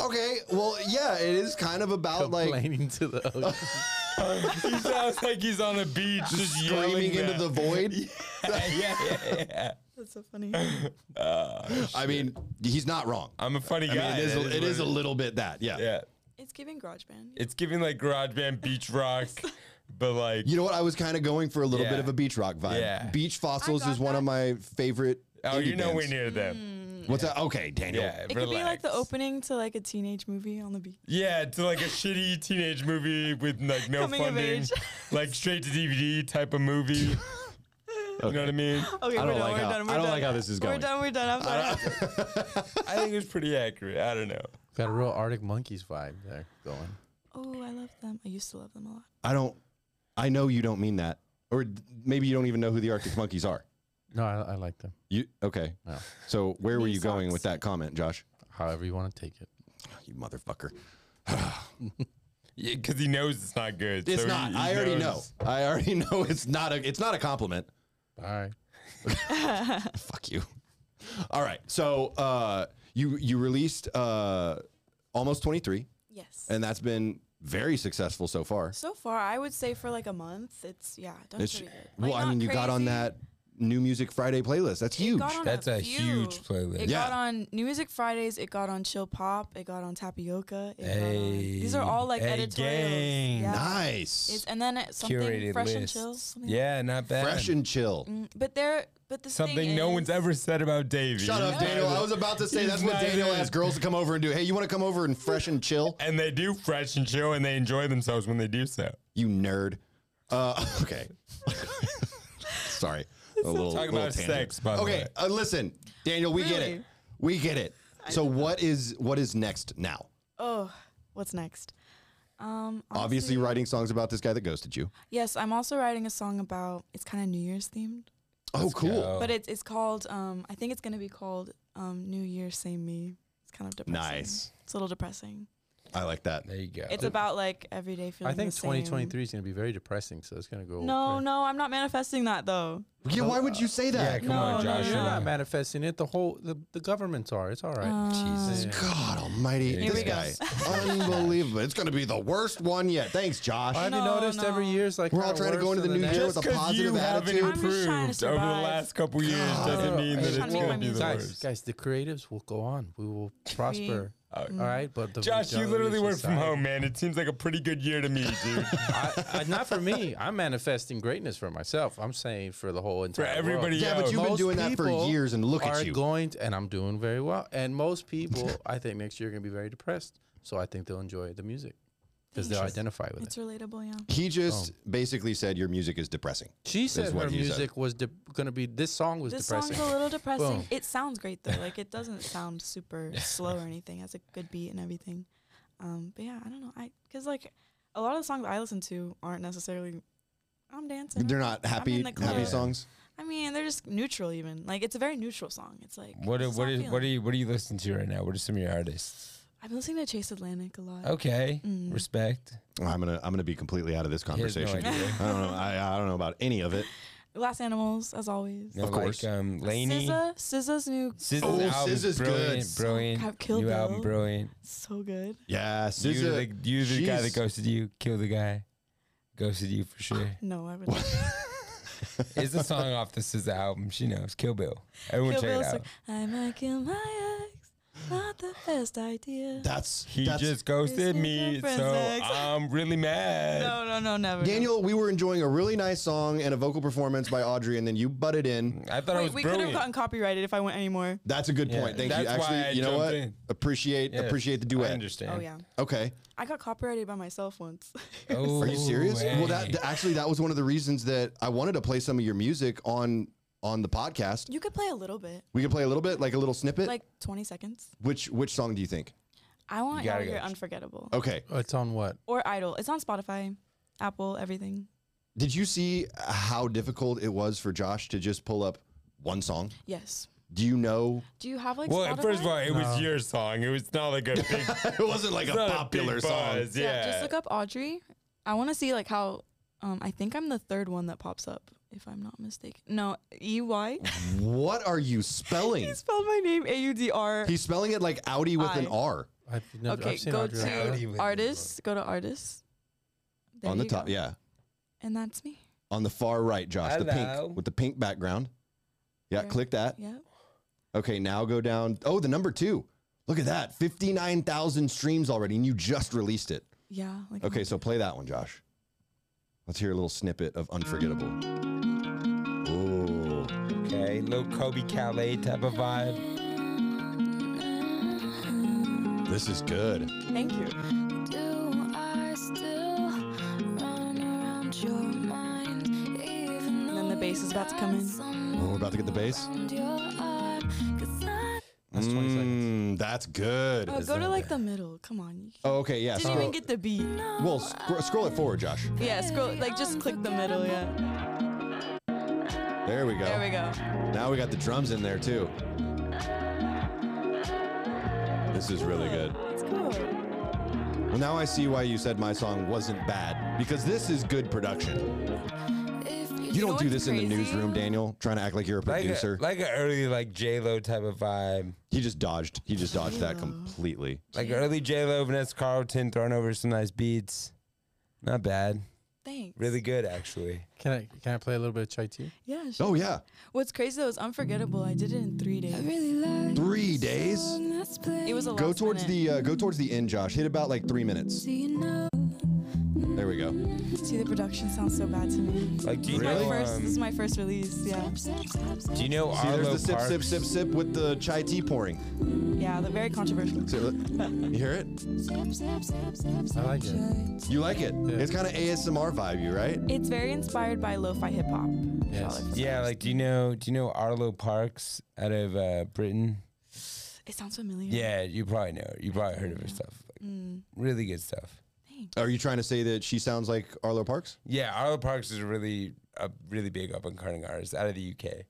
Speaker 1: Okay, well, yeah, it is kind of about like
Speaker 4: Complaining to the ocean. [laughs]
Speaker 3: He sounds like he's on a
Speaker 1: [laughs]
Speaker 3: beach just,
Speaker 1: screaming
Speaker 3: yelling
Speaker 1: into the void.
Speaker 3: back. [laughs] yeah, yeah, yeah.
Speaker 2: [laughs] That's so
Speaker 1: [laughs]
Speaker 2: funny.
Speaker 1: I mean, he's not wrong. I
Speaker 3: I'm a funny
Speaker 1: mean,
Speaker 3: guy.
Speaker 1: it is,
Speaker 3: that
Speaker 1: it
Speaker 3: what
Speaker 1: is a little bit that, yeah.
Speaker 3: Yeah,
Speaker 2: It's giving GarageBand.
Speaker 3: it's giving like garage band beach
Speaker 1: [laughs]
Speaker 3: rock, but like
Speaker 1: You know what? I was kind of going for a little bit
Speaker 3: Yeah.
Speaker 1: of a beach rock vibe.
Speaker 3: Yeah.
Speaker 1: Beach Fossils
Speaker 2: I got
Speaker 1: is one
Speaker 2: that.
Speaker 1: of my favorite.
Speaker 3: oh,
Speaker 1: indie
Speaker 3: you're nowhere
Speaker 1: bands.
Speaker 3: near
Speaker 2: Mm.
Speaker 3: them.
Speaker 1: What's that? Okay, Daniel.
Speaker 3: Yeah,
Speaker 2: It could be like the
Speaker 3: relax.
Speaker 2: opening to like a teenage movie on the beach.
Speaker 3: Yeah, to like a shitty teenage movie with like no
Speaker 2: Coming of
Speaker 3: funding,
Speaker 2: age.
Speaker 3: [laughs] like straight to DVD type
Speaker 1: [laughs]
Speaker 3: of movie. You know what
Speaker 2: [laughs]
Speaker 3: I mean?
Speaker 2: Okay,
Speaker 1: I
Speaker 2: we're
Speaker 1: don't
Speaker 2: done.
Speaker 1: like
Speaker 2: we're
Speaker 1: how-
Speaker 2: done. We're
Speaker 1: I don't
Speaker 2: done.
Speaker 1: like how this is
Speaker 2: We're
Speaker 1: going.
Speaker 2: done. We're done. I'm sorry.
Speaker 1: [laughs]
Speaker 3: I think it's pretty accurate. I don't know.
Speaker 4: Got a real Arctic Monkeys vibe there going.
Speaker 2: Oh, I love them. I used to love them a lot.
Speaker 1: I don't. I know you don't mean that, or d- maybe you don't even know who the Arctic Monkeys are.
Speaker 4: No, I, I like them.
Speaker 1: You okay?
Speaker 4: No.
Speaker 1: So where were
Speaker 2: Knee
Speaker 1: you going
Speaker 2: socks.
Speaker 1: with that comment, Josh?
Speaker 4: However you want to take it.
Speaker 1: Oh, You motherfucker!
Speaker 3: Because he knows it's not good.
Speaker 1: It's
Speaker 3: so he-
Speaker 1: not.
Speaker 3: he
Speaker 1: I already know.
Speaker 3: knows.
Speaker 1: I already [laughs] know it's not a. It's not a compliment.
Speaker 4: All right.
Speaker 1: Fuck you. All right. So uh, you you released uh, almost twenty three,
Speaker 2: Yes.
Speaker 1: and that's been very successful so far.
Speaker 2: so far, I would say for like a month, it's yeah, done
Speaker 1: It's,
Speaker 2: pretty good.
Speaker 1: well,
Speaker 2: Like,
Speaker 1: I
Speaker 2: not
Speaker 1: mean, you got on
Speaker 2: crazy.
Speaker 1: that new music Friday playlist. That's
Speaker 2: It
Speaker 1: huge.
Speaker 2: got on
Speaker 3: That's a
Speaker 2: few.
Speaker 3: huge playlist.
Speaker 2: It
Speaker 1: Yeah.
Speaker 2: got on New Music Fridays. It got on Chill Pop. It got on Tapioca. It got on,
Speaker 3: Hey.
Speaker 2: these are all like
Speaker 3: Hey,
Speaker 2: editorials.
Speaker 3: gang.
Speaker 2: Yeah.
Speaker 1: nice.
Speaker 2: It's, and then it, something
Speaker 3: Curated
Speaker 2: fresh and
Speaker 3: lists.
Speaker 2: chill. Something
Speaker 3: Yeah, not bad.
Speaker 1: Fresh and chill.
Speaker 2: Mm, But there, but the
Speaker 3: Something
Speaker 2: thing
Speaker 3: no
Speaker 2: is-
Speaker 3: one's ever said about Davey.
Speaker 1: Shut up, Daniel. I was about to say
Speaker 3: He's
Speaker 1: that's what
Speaker 3: not
Speaker 1: Daniel
Speaker 3: even-
Speaker 1: asks girls to come over and do. Hey, you want to come over and fresh and chill?
Speaker 3: And they do fresh and chill, and they enjoy themselves when they do so.
Speaker 1: You nerd. Uh, [laughs] okay. Sorry. A little,
Speaker 3: Talking
Speaker 1: little
Speaker 3: about
Speaker 1: tangent.
Speaker 3: sex, by the
Speaker 1: Okay,
Speaker 3: way.
Speaker 1: uh, listen, Daniel, we get it.
Speaker 2: Really?
Speaker 1: We get it. So what is what is next now?
Speaker 2: Oh, what's next? Um,
Speaker 1: Obviously,
Speaker 2: honestly-
Speaker 1: writing songs about this guy that ghosted you.
Speaker 2: Yes, I'm also writing a song about. It's kind of New Year's themed,
Speaker 1: Oh, cool.
Speaker 3: go.
Speaker 2: but it's it's called. Um, I think it's gonna be called um, New Year Same Me. It's kind of depressing.
Speaker 1: Nice.
Speaker 2: It's a little depressing.
Speaker 1: I like that.
Speaker 3: There you go.
Speaker 2: It's about like everyday feeling.
Speaker 4: I think
Speaker 2: the same.
Speaker 4: 2023 is going to be very depressing, so it's going to go.
Speaker 2: No, no, I'm not manifesting that though.
Speaker 1: Yeah, why would you say
Speaker 3: yeah,
Speaker 1: that?
Speaker 3: come on,
Speaker 2: No, no,
Speaker 3: Josh.
Speaker 2: no.
Speaker 4: You're
Speaker 3: you're
Speaker 4: not
Speaker 3: not-
Speaker 4: manifesting it. The whole the, the governments are. It's all right.
Speaker 3: Jesus.
Speaker 2: Um,
Speaker 4: Yeah.
Speaker 1: God Almighty,
Speaker 3: Here
Speaker 1: this
Speaker 3: we go.
Speaker 1: guy, unbelievable. It's gonna be the worst one yet. Thanks, Josh.
Speaker 4: Have you
Speaker 2: No,
Speaker 4: noticed every
Speaker 2: no.
Speaker 4: year it's like
Speaker 1: We're all
Speaker 4: kinda
Speaker 1: trying to go
Speaker 4: worse
Speaker 1: into
Speaker 4: than
Speaker 1: the new year
Speaker 4: next?
Speaker 1: with a [laughs]
Speaker 3: Just 'cause you
Speaker 1: positive
Speaker 3: haven't
Speaker 1: attitude.
Speaker 2: I'm just trying
Speaker 3: improved
Speaker 2: to
Speaker 3: over the
Speaker 2: survive.
Speaker 3: last couple years doesn't mean that
Speaker 2: just
Speaker 3: it's
Speaker 2: trying to make
Speaker 3: going to
Speaker 2: my
Speaker 3: be the
Speaker 2: music.
Speaker 4: guys,
Speaker 3: worst.
Speaker 4: guys, the creatives will go on. We will prosper. all right, but the
Speaker 3: Josh, you
Speaker 4: majority
Speaker 3: literally
Speaker 4: of
Speaker 3: work from
Speaker 4: society-
Speaker 3: home, man. It seems like a pretty good year to me, [laughs] dude.
Speaker 4: I, I, not for me. I'm manifesting greatness for myself. I'm saying for the whole entire world.
Speaker 3: everybody
Speaker 1: Yeah, but
Speaker 3: Yo,
Speaker 1: you've been
Speaker 4: Most
Speaker 1: doing that for
Speaker 4: people
Speaker 1: years, and look
Speaker 4: are
Speaker 1: at you.
Speaker 4: going to, and I'm doing very well. And most people, I think next year are going to be very depressed. So I think they'll enjoy the music because they'll
Speaker 2: Interesting.
Speaker 4: identify with
Speaker 2: It's
Speaker 4: it.
Speaker 2: relatable, yeah.
Speaker 1: He just basically said your music is depressing.
Speaker 4: She said
Speaker 1: what
Speaker 4: her
Speaker 1: he said.
Speaker 4: music was de- going to be. This song was
Speaker 2: This
Speaker 4: depressing.
Speaker 2: song's a little depressing.
Speaker 4: Boom.
Speaker 2: It sounds great though. Like it
Speaker 3: [laughs]
Speaker 2: doesn't sound super slow or anything. It has a good beat and everything. Um, but yeah, I don't know. I because like a lot of the songs I listen to aren't necessarily I'm dancing.
Speaker 1: They're
Speaker 2: I'm
Speaker 1: not
Speaker 2: dancing, I'm
Speaker 1: happy
Speaker 2: in the
Speaker 1: happy
Speaker 2: club.
Speaker 1: songs.
Speaker 2: I mean, they're just neutral. Even like it's a very neutral song. It's like
Speaker 3: What are,
Speaker 2: just
Speaker 3: what
Speaker 2: not
Speaker 3: is
Speaker 2: feeling
Speaker 3: what are
Speaker 2: it.
Speaker 3: you what are you listening to right now? What are some of your artists?
Speaker 2: I've been listening to Chase Atlantic a lot.
Speaker 3: Okay,
Speaker 2: Mm.
Speaker 3: respect.
Speaker 1: Oh, I'm gonna I'm gonna be completely out of this
Speaker 3: has no
Speaker 1: conversation.
Speaker 3: idea.
Speaker 1: I don't know. I, I don't know about any of it.
Speaker 2: Last Animals, as always.
Speaker 3: You know,
Speaker 1: Of course.
Speaker 3: like, um, Laney.
Speaker 2: SZA, SZA's new
Speaker 3: SZA's
Speaker 1: Oh,
Speaker 3: album's
Speaker 1: SZA's good.
Speaker 3: brilliant, brilliant.
Speaker 2: Have Kill
Speaker 3: New album,
Speaker 2: Bill.
Speaker 3: brilliant.
Speaker 2: so good.
Speaker 1: Yeah,
Speaker 3: You
Speaker 1: SZA.
Speaker 3: the, you the guy that
Speaker 1: she's-
Speaker 3: ghosted you, kill the guy, ghosted you for sure.
Speaker 2: No,
Speaker 3: [laughs]
Speaker 2: I would.
Speaker 3: it's a song off the SZA album. She knows. Kill Bill. Everyone
Speaker 2: Kill
Speaker 3: check
Speaker 2: Bill's
Speaker 3: it
Speaker 2: like,
Speaker 3: out.
Speaker 2: I might kill my ex. Not the best
Speaker 3: [laughs]
Speaker 2: idea.
Speaker 1: That's
Speaker 3: He
Speaker 1: that's
Speaker 3: just ghosted
Speaker 2: It's
Speaker 3: me,
Speaker 2: different,
Speaker 3: so
Speaker 2: Zach.
Speaker 3: I'm really mad.
Speaker 2: No, no, no, never.
Speaker 1: Daniel. We were enjoying a really nice song and a vocal performance by Audrey, and then you butted in.
Speaker 3: I thought it
Speaker 2: Wait,
Speaker 3: was
Speaker 2: we could have
Speaker 3: brilliant.
Speaker 2: gotten copyrighted if I went anymore.
Speaker 1: That's a good
Speaker 3: Yeah,
Speaker 1: point. Thank you.
Speaker 3: that's why
Speaker 1: Actually,
Speaker 3: I
Speaker 1: you know
Speaker 3: jumped
Speaker 1: what?
Speaker 3: in.
Speaker 1: Appreciate
Speaker 3: Yeah.
Speaker 1: appreciate the
Speaker 3: I
Speaker 1: duet.
Speaker 3: understand.
Speaker 2: Oh yeah,
Speaker 1: Okay.
Speaker 2: I got copyrighted by myself once. [laughs]
Speaker 3: Oh,
Speaker 1: Are you serious? Well, that
Speaker 3: hey.
Speaker 1: th- actually that was one of the reasons that I wanted to play some of your music on on the podcast.
Speaker 2: You could play a little bit,
Speaker 1: We can play a little bit, like a little snippet.
Speaker 2: like 20 seconds.
Speaker 1: which which song do you think?
Speaker 2: I want you
Speaker 3: gotta
Speaker 2: to hear
Speaker 3: go.
Speaker 2: Unforgettable
Speaker 1: Okay.
Speaker 4: It's on what?
Speaker 2: or Idol. It's on Spotify, Apple, everything.
Speaker 1: Did you see how difficult it was for Josh to just pull up one song?
Speaker 2: Yes.
Speaker 1: Do you know? [laughs]
Speaker 2: Do you have like
Speaker 3: Well,
Speaker 2: Spotify?
Speaker 3: first of all, it was
Speaker 4: No.
Speaker 3: your song. It was not like a
Speaker 1: [laughs]
Speaker 3: big,
Speaker 1: it wasn't like a
Speaker 3: not
Speaker 1: popular
Speaker 3: big
Speaker 1: song.
Speaker 3: buzz,
Speaker 2: yeah.
Speaker 3: Yeah,
Speaker 2: Just look up Audrey. I want to see like how. Um, I think I'm the third one that pops up, if I'm not mistaken. No, E Y.
Speaker 1: What are you spelling?
Speaker 2: [laughs] he spelled my name A U D R.
Speaker 1: He's spelling it like Audi with an
Speaker 2: I.
Speaker 1: R
Speaker 4: I've never
Speaker 2: Okay,
Speaker 4: I've seen
Speaker 2: go
Speaker 4: Audrey
Speaker 2: to
Speaker 4: Hepburn.
Speaker 3: Howdy with
Speaker 2: artists. Go to artists. There
Speaker 1: on the
Speaker 2: you
Speaker 1: top.
Speaker 2: go.
Speaker 1: Yeah,
Speaker 2: And that's me.
Speaker 1: on the far right, Josh, the
Speaker 3: Hello.
Speaker 1: pink with the pink background. Yeah,
Speaker 2: There.
Speaker 1: click that.
Speaker 2: Yep.
Speaker 1: Okay, now go down. Oh, the number two. Look at that, fifty-nine thousand streams already, and you just released it.
Speaker 2: Yeah. Like
Speaker 1: Okay, so play that one, Josh. Let's hear a little snippet of Unforgettable. Ooh.
Speaker 3: Okay, little Kobe Calais type of vibe.
Speaker 1: This is good.
Speaker 2: Thank you. Uh,
Speaker 5: Do I still run around your mind? Even
Speaker 2: then the
Speaker 5: though
Speaker 2: bass
Speaker 5: you
Speaker 2: is about to come
Speaker 5: got
Speaker 2: in.
Speaker 5: someone
Speaker 1: Oh, we're about to get the bass.
Speaker 5: around your arm, 'cause I
Speaker 4: That's 20 seconds.
Speaker 1: Mm, that's good.
Speaker 2: Oh,
Speaker 4: Is
Speaker 2: go to
Speaker 4: that
Speaker 2: like
Speaker 4: it?
Speaker 2: the middle. Come on. You
Speaker 1: Oh, okay, yeah.
Speaker 2: didn't
Speaker 1: scroll-
Speaker 2: even get the beat.
Speaker 1: well, scr- scroll it forward, Josh.
Speaker 2: Yeah, scroll. Like just click the middle. Yeah.
Speaker 1: There we go.
Speaker 2: There we go.
Speaker 1: Now we got the drums in there too. This is really good.
Speaker 2: It's cool.
Speaker 1: Well, now I see why you said my song wasn't bad because this is good production.
Speaker 5: if
Speaker 1: You
Speaker 2: know
Speaker 1: don't do
Speaker 2: what's
Speaker 1: this in the
Speaker 2: crazy? uh,
Speaker 1: newsroom, Daniel, trying to act like you're a
Speaker 3: Like a-
Speaker 1: producer.
Speaker 3: like an early like J Lo type of vibe.
Speaker 1: he just dodged. He just dodged that
Speaker 2: Yeah.
Speaker 1: completely.
Speaker 3: Like early J Lo, Vanessa Carlton throwing over some nice beats. Not bad.
Speaker 2: Thanks.
Speaker 3: Really good actually.
Speaker 4: Can I can I play a little bit of chai tea?
Speaker 2: Yeah. Sure.
Speaker 1: Oh yeah,
Speaker 2: What's crazy though is unforgettable. I did it in three
Speaker 5: I
Speaker 2: days.
Speaker 5: really like
Speaker 1: three days.
Speaker 5: song that's played.
Speaker 2: It was a
Speaker 1: Go
Speaker 2: last
Speaker 1: towards
Speaker 2: minute.
Speaker 1: the uh, go towards the end, Josh. Hit about like three minutes.
Speaker 5: Do you know?
Speaker 1: There we go.
Speaker 2: See the production sounds so bad to me.
Speaker 3: Like do
Speaker 2: This
Speaker 3: you
Speaker 2: is
Speaker 1: Really?
Speaker 3: know
Speaker 2: My first, this is
Speaker 3: um,
Speaker 2: my first release. Yeah.
Speaker 3: do you know
Speaker 1: See, there's
Speaker 3: Arlo
Speaker 1: the sip,
Speaker 3: Parks?
Speaker 1: sip, sip, sip with the chai tea pouring.
Speaker 2: Yeah. The very controversial.
Speaker 1: See, look. you hear it?
Speaker 4: I like it.
Speaker 1: You like it? It's kind of ASMR vibey, right?
Speaker 2: It's very inspired by lo-fi hip hop.
Speaker 4: Yes.
Speaker 3: Yeah, like do you know do you know Arlo Parks out of uh, Britain?
Speaker 2: It sounds familiar. Mm.
Speaker 3: Yeah, you probably know. Her. You probably heard of her stuff. Like, Really good stuff.
Speaker 1: Are you trying to say that she sounds like Arlo Parks?
Speaker 3: Yeah, Arlo Parks is really a really big up and coming artist out of the UK.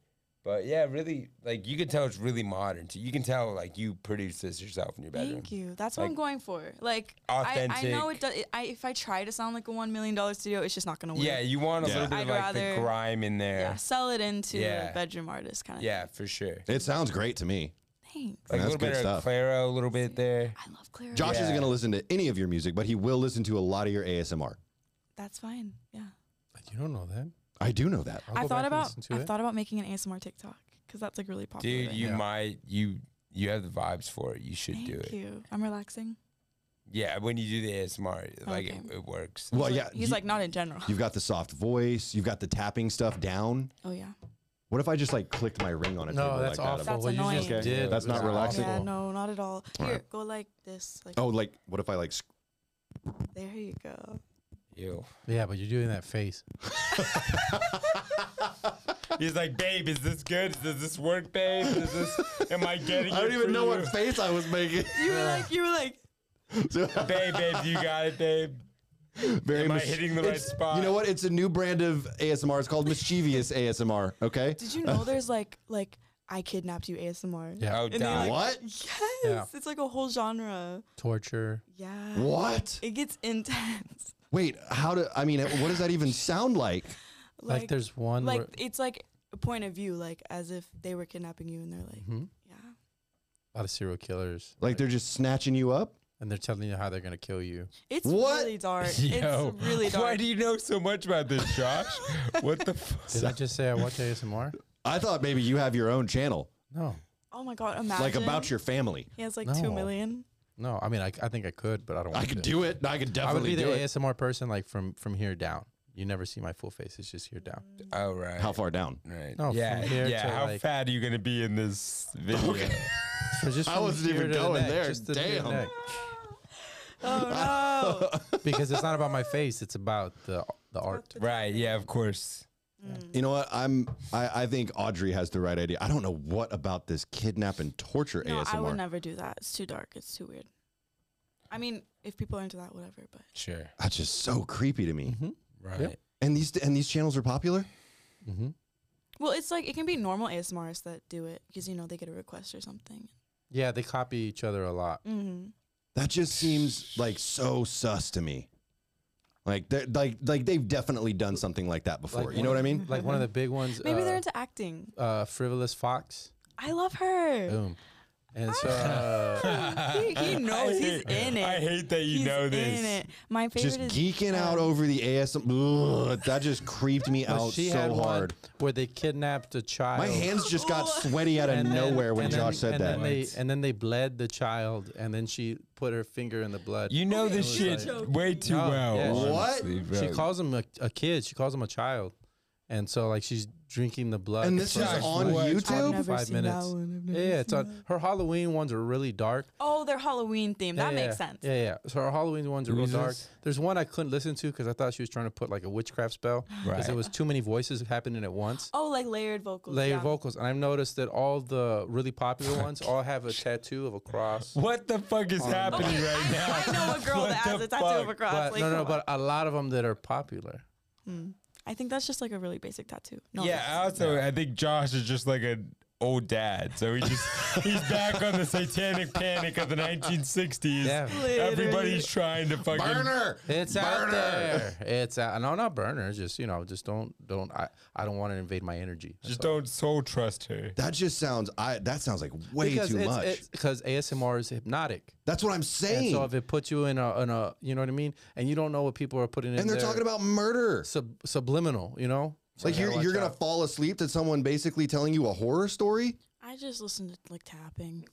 Speaker 3: But yeah, really like you can tell it's really modern. Too. You can tell like you produced this yourself in your bedroom.
Speaker 2: Thank you. That's what I'm
Speaker 3: Like,
Speaker 2: going for. Like I, I know
Speaker 3: authentic.
Speaker 2: it does. It, I, if I try to sound like a one million dollar studio, it's just not gonna work.
Speaker 3: Yeah, you want a
Speaker 1: Yeah.
Speaker 3: little bit of
Speaker 2: I'd
Speaker 3: like the
Speaker 2: rather-
Speaker 3: grime in
Speaker 2: Yeah,
Speaker 3: there.
Speaker 2: sell it into
Speaker 3: Yeah.
Speaker 2: a bedroom artist kind
Speaker 3: Yeah,
Speaker 2: of.
Speaker 3: for sure.
Speaker 1: It sounds great to me.
Speaker 2: Thing. Thanks.
Speaker 3: Like
Speaker 1: that's
Speaker 3: a little
Speaker 1: good
Speaker 3: bit
Speaker 1: stuff.
Speaker 3: of Claro, a little bit there.
Speaker 2: I love Clara.
Speaker 1: Josh isn't
Speaker 3: Yeah.
Speaker 1: going to listen to any of your music, but he will listen to a lot of your ASMR.
Speaker 2: That's fine. Yeah.
Speaker 4: You don't know that.
Speaker 1: I do know that.
Speaker 4: I'll
Speaker 2: I
Speaker 4: go back
Speaker 2: thought
Speaker 4: and
Speaker 2: about
Speaker 4: listen to
Speaker 2: I
Speaker 4: it.
Speaker 2: thought about making an ASMR TikTok because that's like really popular.
Speaker 3: Dude,
Speaker 2: right
Speaker 3: you
Speaker 2: now.
Speaker 3: might you you have the vibes for it. You should
Speaker 2: Thank
Speaker 3: do it.
Speaker 2: you. I'm relaxing.
Speaker 3: Yeah, when you do the ASMR, like it,
Speaker 2: Okay.
Speaker 3: it works.
Speaker 1: Well,
Speaker 2: He's
Speaker 1: yeah.
Speaker 2: like- He's
Speaker 1: you,
Speaker 2: like not in
Speaker 4: [laughs]
Speaker 2: general.
Speaker 1: you've got the soft voice. You've got the tapping stuff down.
Speaker 2: Oh yeah.
Speaker 1: What if I just like clicked my ring on a table
Speaker 4: No, that's
Speaker 1: like
Speaker 4: awful.
Speaker 1: that?
Speaker 2: That's
Speaker 4: what you
Speaker 2: annoying.
Speaker 4: just
Speaker 1: Okay,
Speaker 4: did.
Speaker 1: that's not
Speaker 4: was
Speaker 1: relaxing.
Speaker 2: Yeah.
Speaker 4: awful.
Speaker 2: No, not at all.
Speaker 1: All
Speaker 2: Here,
Speaker 1: right.
Speaker 2: go like this. Like
Speaker 1: Oh, like what if I like? sc-
Speaker 2: there you
Speaker 3: [laughs]
Speaker 2: go.
Speaker 3: Ew.
Speaker 4: Yeah, but you're doing that face.
Speaker 3: He's like, babe, is this good? Does this work, babe? Is this? Am I getting?
Speaker 1: [laughs] I don't
Speaker 3: it
Speaker 1: even
Speaker 3: for
Speaker 1: know
Speaker 3: you?
Speaker 1: what face I was making. [laughs]
Speaker 2: You were like you were like
Speaker 3: [laughs] babe, babe, you got it, babe.
Speaker 1: Very
Speaker 3: Am I
Speaker 1: mis-
Speaker 3: hitting the
Speaker 1: it's-
Speaker 3: right spot?
Speaker 1: You know what? It's a new brand of ASMR. It's called mischievous ASMR. Okay.
Speaker 2: Did you
Speaker 4: [laughs]
Speaker 2: know there's like like I kidnapped you ASMR?
Speaker 4: Yeah.
Speaker 3: Oh,
Speaker 2: And they,
Speaker 3: die.
Speaker 2: like-
Speaker 1: What?
Speaker 2: Yes.
Speaker 4: Yeah.
Speaker 2: It's like a whole genre.
Speaker 4: Torture.
Speaker 2: Yeah.
Speaker 1: What?
Speaker 2: It gets intense. [laughs]
Speaker 1: Wait. How do? I mean, uh, what does that even sound like?
Speaker 4: Like, there's one
Speaker 2: like
Speaker 4: where
Speaker 2: it's like a point of view, like as if they were kidnapping you and they're like,
Speaker 4: Mhm.
Speaker 2: yeah.
Speaker 4: a lot of serial killers.
Speaker 1: Like they're just snatching you up?
Speaker 4: and they're telling you how they're gonna kill you.
Speaker 2: It's
Speaker 1: What?
Speaker 2: really dark.
Speaker 3: Yo,
Speaker 2: it's really dark.
Speaker 3: Why do you know so much about this,
Speaker 2: [laughs]
Speaker 3: Josh? what the fuck?
Speaker 4: Did I just say I watch ASMR?
Speaker 1: I thought maybe you have your own channel,
Speaker 4: No,
Speaker 2: oh my god, imagine
Speaker 1: like about your family.
Speaker 2: He has like
Speaker 4: No.
Speaker 2: two million.
Speaker 4: no. I mean, I, I think I could, but I don't.
Speaker 1: I
Speaker 4: want
Speaker 1: could
Speaker 4: to.
Speaker 1: do it. I could
Speaker 4: I would
Speaker 1: definitely
Speaker 4: be the
Speaker 1: do it.
Speaker 4: ASMR person, like from from here down. You never see my full face. It's just here down.
Speaker 3: Oh right.
Speaker 1: How far down?
Speaker 3: Right.
Speaker 4: No,
Speaker 3: yeah.
Speaker 4: from here
Speaker 3: yeah.
Speaker 4: to,
Speaker 3: How
Speaker 4: like-
Speaker 3: fat are you gonna be in this video?
Speaker 4: So just
Speaker 1: I
Speaker 4: from
Speaker 1: wasn't even
Speaker 4: here to the
Speaker 1: going
Speaker 4: neck,
Speaker 1: there.
Speaker 4: just to the
Speaker 1: Damn.
Speaker 4: neck.
Speaker 2: Oh no.
Speaker 4: because it's not about my face. It's about the the art.
Speaker 3: right. Yeah. Of course.
Speaker 1: You know what? I'm. I, I think Audrey has the right idea. I don't know what about this kidnap and torture
Speaker 2: No,
Speaker 1: ASMR.
Speaker 2: I would never do that. It's too dark. It's too weird. I mean, if people are into that, whatever. But
Speaker 3: Sure.
Speaker 1: That's just so creepy to me.
Speaker 4: Mm-hmm.
Speaker 3: Right. [laughs]
Speaker 4: Yep.
Speaker 1: And these and these channels are popular.
Speaker 4: Mm-hmm.
Speaker 2: well, it's like it can be normal ASMRs that do it because you know they get a request or something.
Speaker 4: Yeah, they copy each other a lot.
Speaker 2: Mm-hmm.
Speaker 1: That just seems like so sus to me. Like they're like like they've definitely done something like that before. you know what I mean?
Speaker 4: Like one of the big ones.
Speaker 2: Mm-hmm. Maybe
Speaker 4: uh,
Speaker 2: they're into acting.
Speaker 4: uh, frivolous fox.
Speaker 2: I love her.
Speaker 4: Boom.
Speaker 1: [laughs]
Speaker 4: And so uh,
Speaker 2: [laughs] he, he knows
Speaker 3: [laughs] I
Speaker 2: he's
Speaker 3: hate-
Speaker 2: in it.
Speaker 3: I hate that you
Speaker 2: He's
Speaker 3: know this.
Speaker 2: In it. My favorite
Speaker 1: Just
Speaker 2: is
Speaker 1: geeking out
Speaker 2: um,
Speaker 1: over the ASM. Ugh, that just creeped me
Speaker 4: but
Speaker 1: out
Speaker 4: she
Speaker 1: so
Speaker 4: had one
Speaker 1: hard.
Speaker 4: where they kidnapped a child.
Speaker 1: My hands just
Speaker 2: [laughs]
Speaker 1: got sweaty out of
Speaker 4: And then-
Speaker 1: nowhere when
Speaker 4: and then-
Speaker 1: Josh said
Speaker 4: and
Speaker 1: that.
Speaker 4: Then they, and then they bled the child, and then she put her finger in the blood.
Speaker 3: You know this
Speaker 4: It was
Speaker 3: shit
Speaker 2: like-
Speaker 3: way too
Speaker 4: No,
Speaker 3: well.
Speaker 4: yeah.
Speaker 1: What?
Speaker 3: honestly, bro.
Speaker 4: she calls him a, a kid. She calls him a child, and so like she's drinking the blood.
Speaker 1: And this
Speaker 4: for,
Speaker 1: is
Speaker 4: like,
Speaker 1: on
Speaker 4: like,
Speaker 1: YouTube?
Speaker 2: I've
Speaker 1: Tube?
Speaker 2: never
Speaker 4: Five
Speaker 2: seen
Speaker 4: minutes.
Speaker 2: That one. I've never
Speaker 4: Yeah, it's
Speaker 2: seen
Speaker 4: on. Her Halloween ones are really dark.
Speaker 2: Oh, they're Halloween themed. That
Speaker 4: Yeah,
Speaker 2: makes
Speaker 4: yeah,
Speaker 2: sense.
Speaker 4: Yeah, yeah. So her Halloween ones are real dark.
Speaker 3: Jesus.
Speaker 4: There's one I couldn't listen to because I thought she was trying to put like a
Speaker 1: [gasps]
Speaker 4: witchcraft spell because
Speaker 3: Right.
Speaker 4: there was too many voices happening at once.
Speaker 2: Oh, like layered vocals.
Speaker 4: Layered
Speaker 2: yeah.
Speaker 4: vocals, and I've noticed that all the really popular ones all have a tattoo of a cross.
Speaker 3: What the fuck is happening
Speaker 2: Okay,
Speaker 3: right
Speaker 2: I, [laughs]
Speaker 3: now?
Speaker 2: I know a girl
Speaker 3: What
Speaker 2: that has
Speaker 3: the
Speaker 2: a tattoo of
Speaker 3: fuck?
Speaker 2: a cross.
Speaker 4: But
Speaker 2: like,
Speaker 4: no, no,
Speaker 2: come on.
Speaker 4: but a lot of them that are popular.
Speaker 2: I think that's just like a really basic tattoo. No,
Speaker 3: yeah,
Speaker 2: offense.
Speaker 3: I also I think Josh is just like an old dad, so he [laughs] just he's back on the satanic panic of the 1960s.
Speaker 4: Yeah.
Speaker 2: Literally.
Speaker 3: Everybody's trying to fucking
Speaker 1: Burner.
Speaker 4: It's out there. It's out. No, not burner. Just you know, just don't, don't. I, I don't want to invade my energy. That's
Speaker 3: just
Speaker 4: all.
Speaker 3: don't soul trust her.
Speaker 1: That just sounds I that sounds like way
Speaker 4: because
Speaker 1: too
Speaker 4: it's,
Speaker 1: much.
Speaker 4: Because ASMR is hypnotic.
Speaker 1: That's what I'm
Speaker 4: And
Speaker 1: saying.
Speaker 4: so if it puts you in a, in a, you know what I mean, and you don't know what people are putting in,
Speaker 1: and they're
Speaker 4: their
Speaker 1: talking about murder.
Speaker 4: sub, subliminal. You know, So
Speaker 1: like
Speaker 4: you
Speaker 1: you're
Speaker 4: gotta
Speaker 1: you're
Speaker 4: watch
Speaker 1: gonna
Speaker 4: out.
Speaker 1: fall asleep to someone basically telling you a horror story.
Speaker 2: I just listen to like tapping.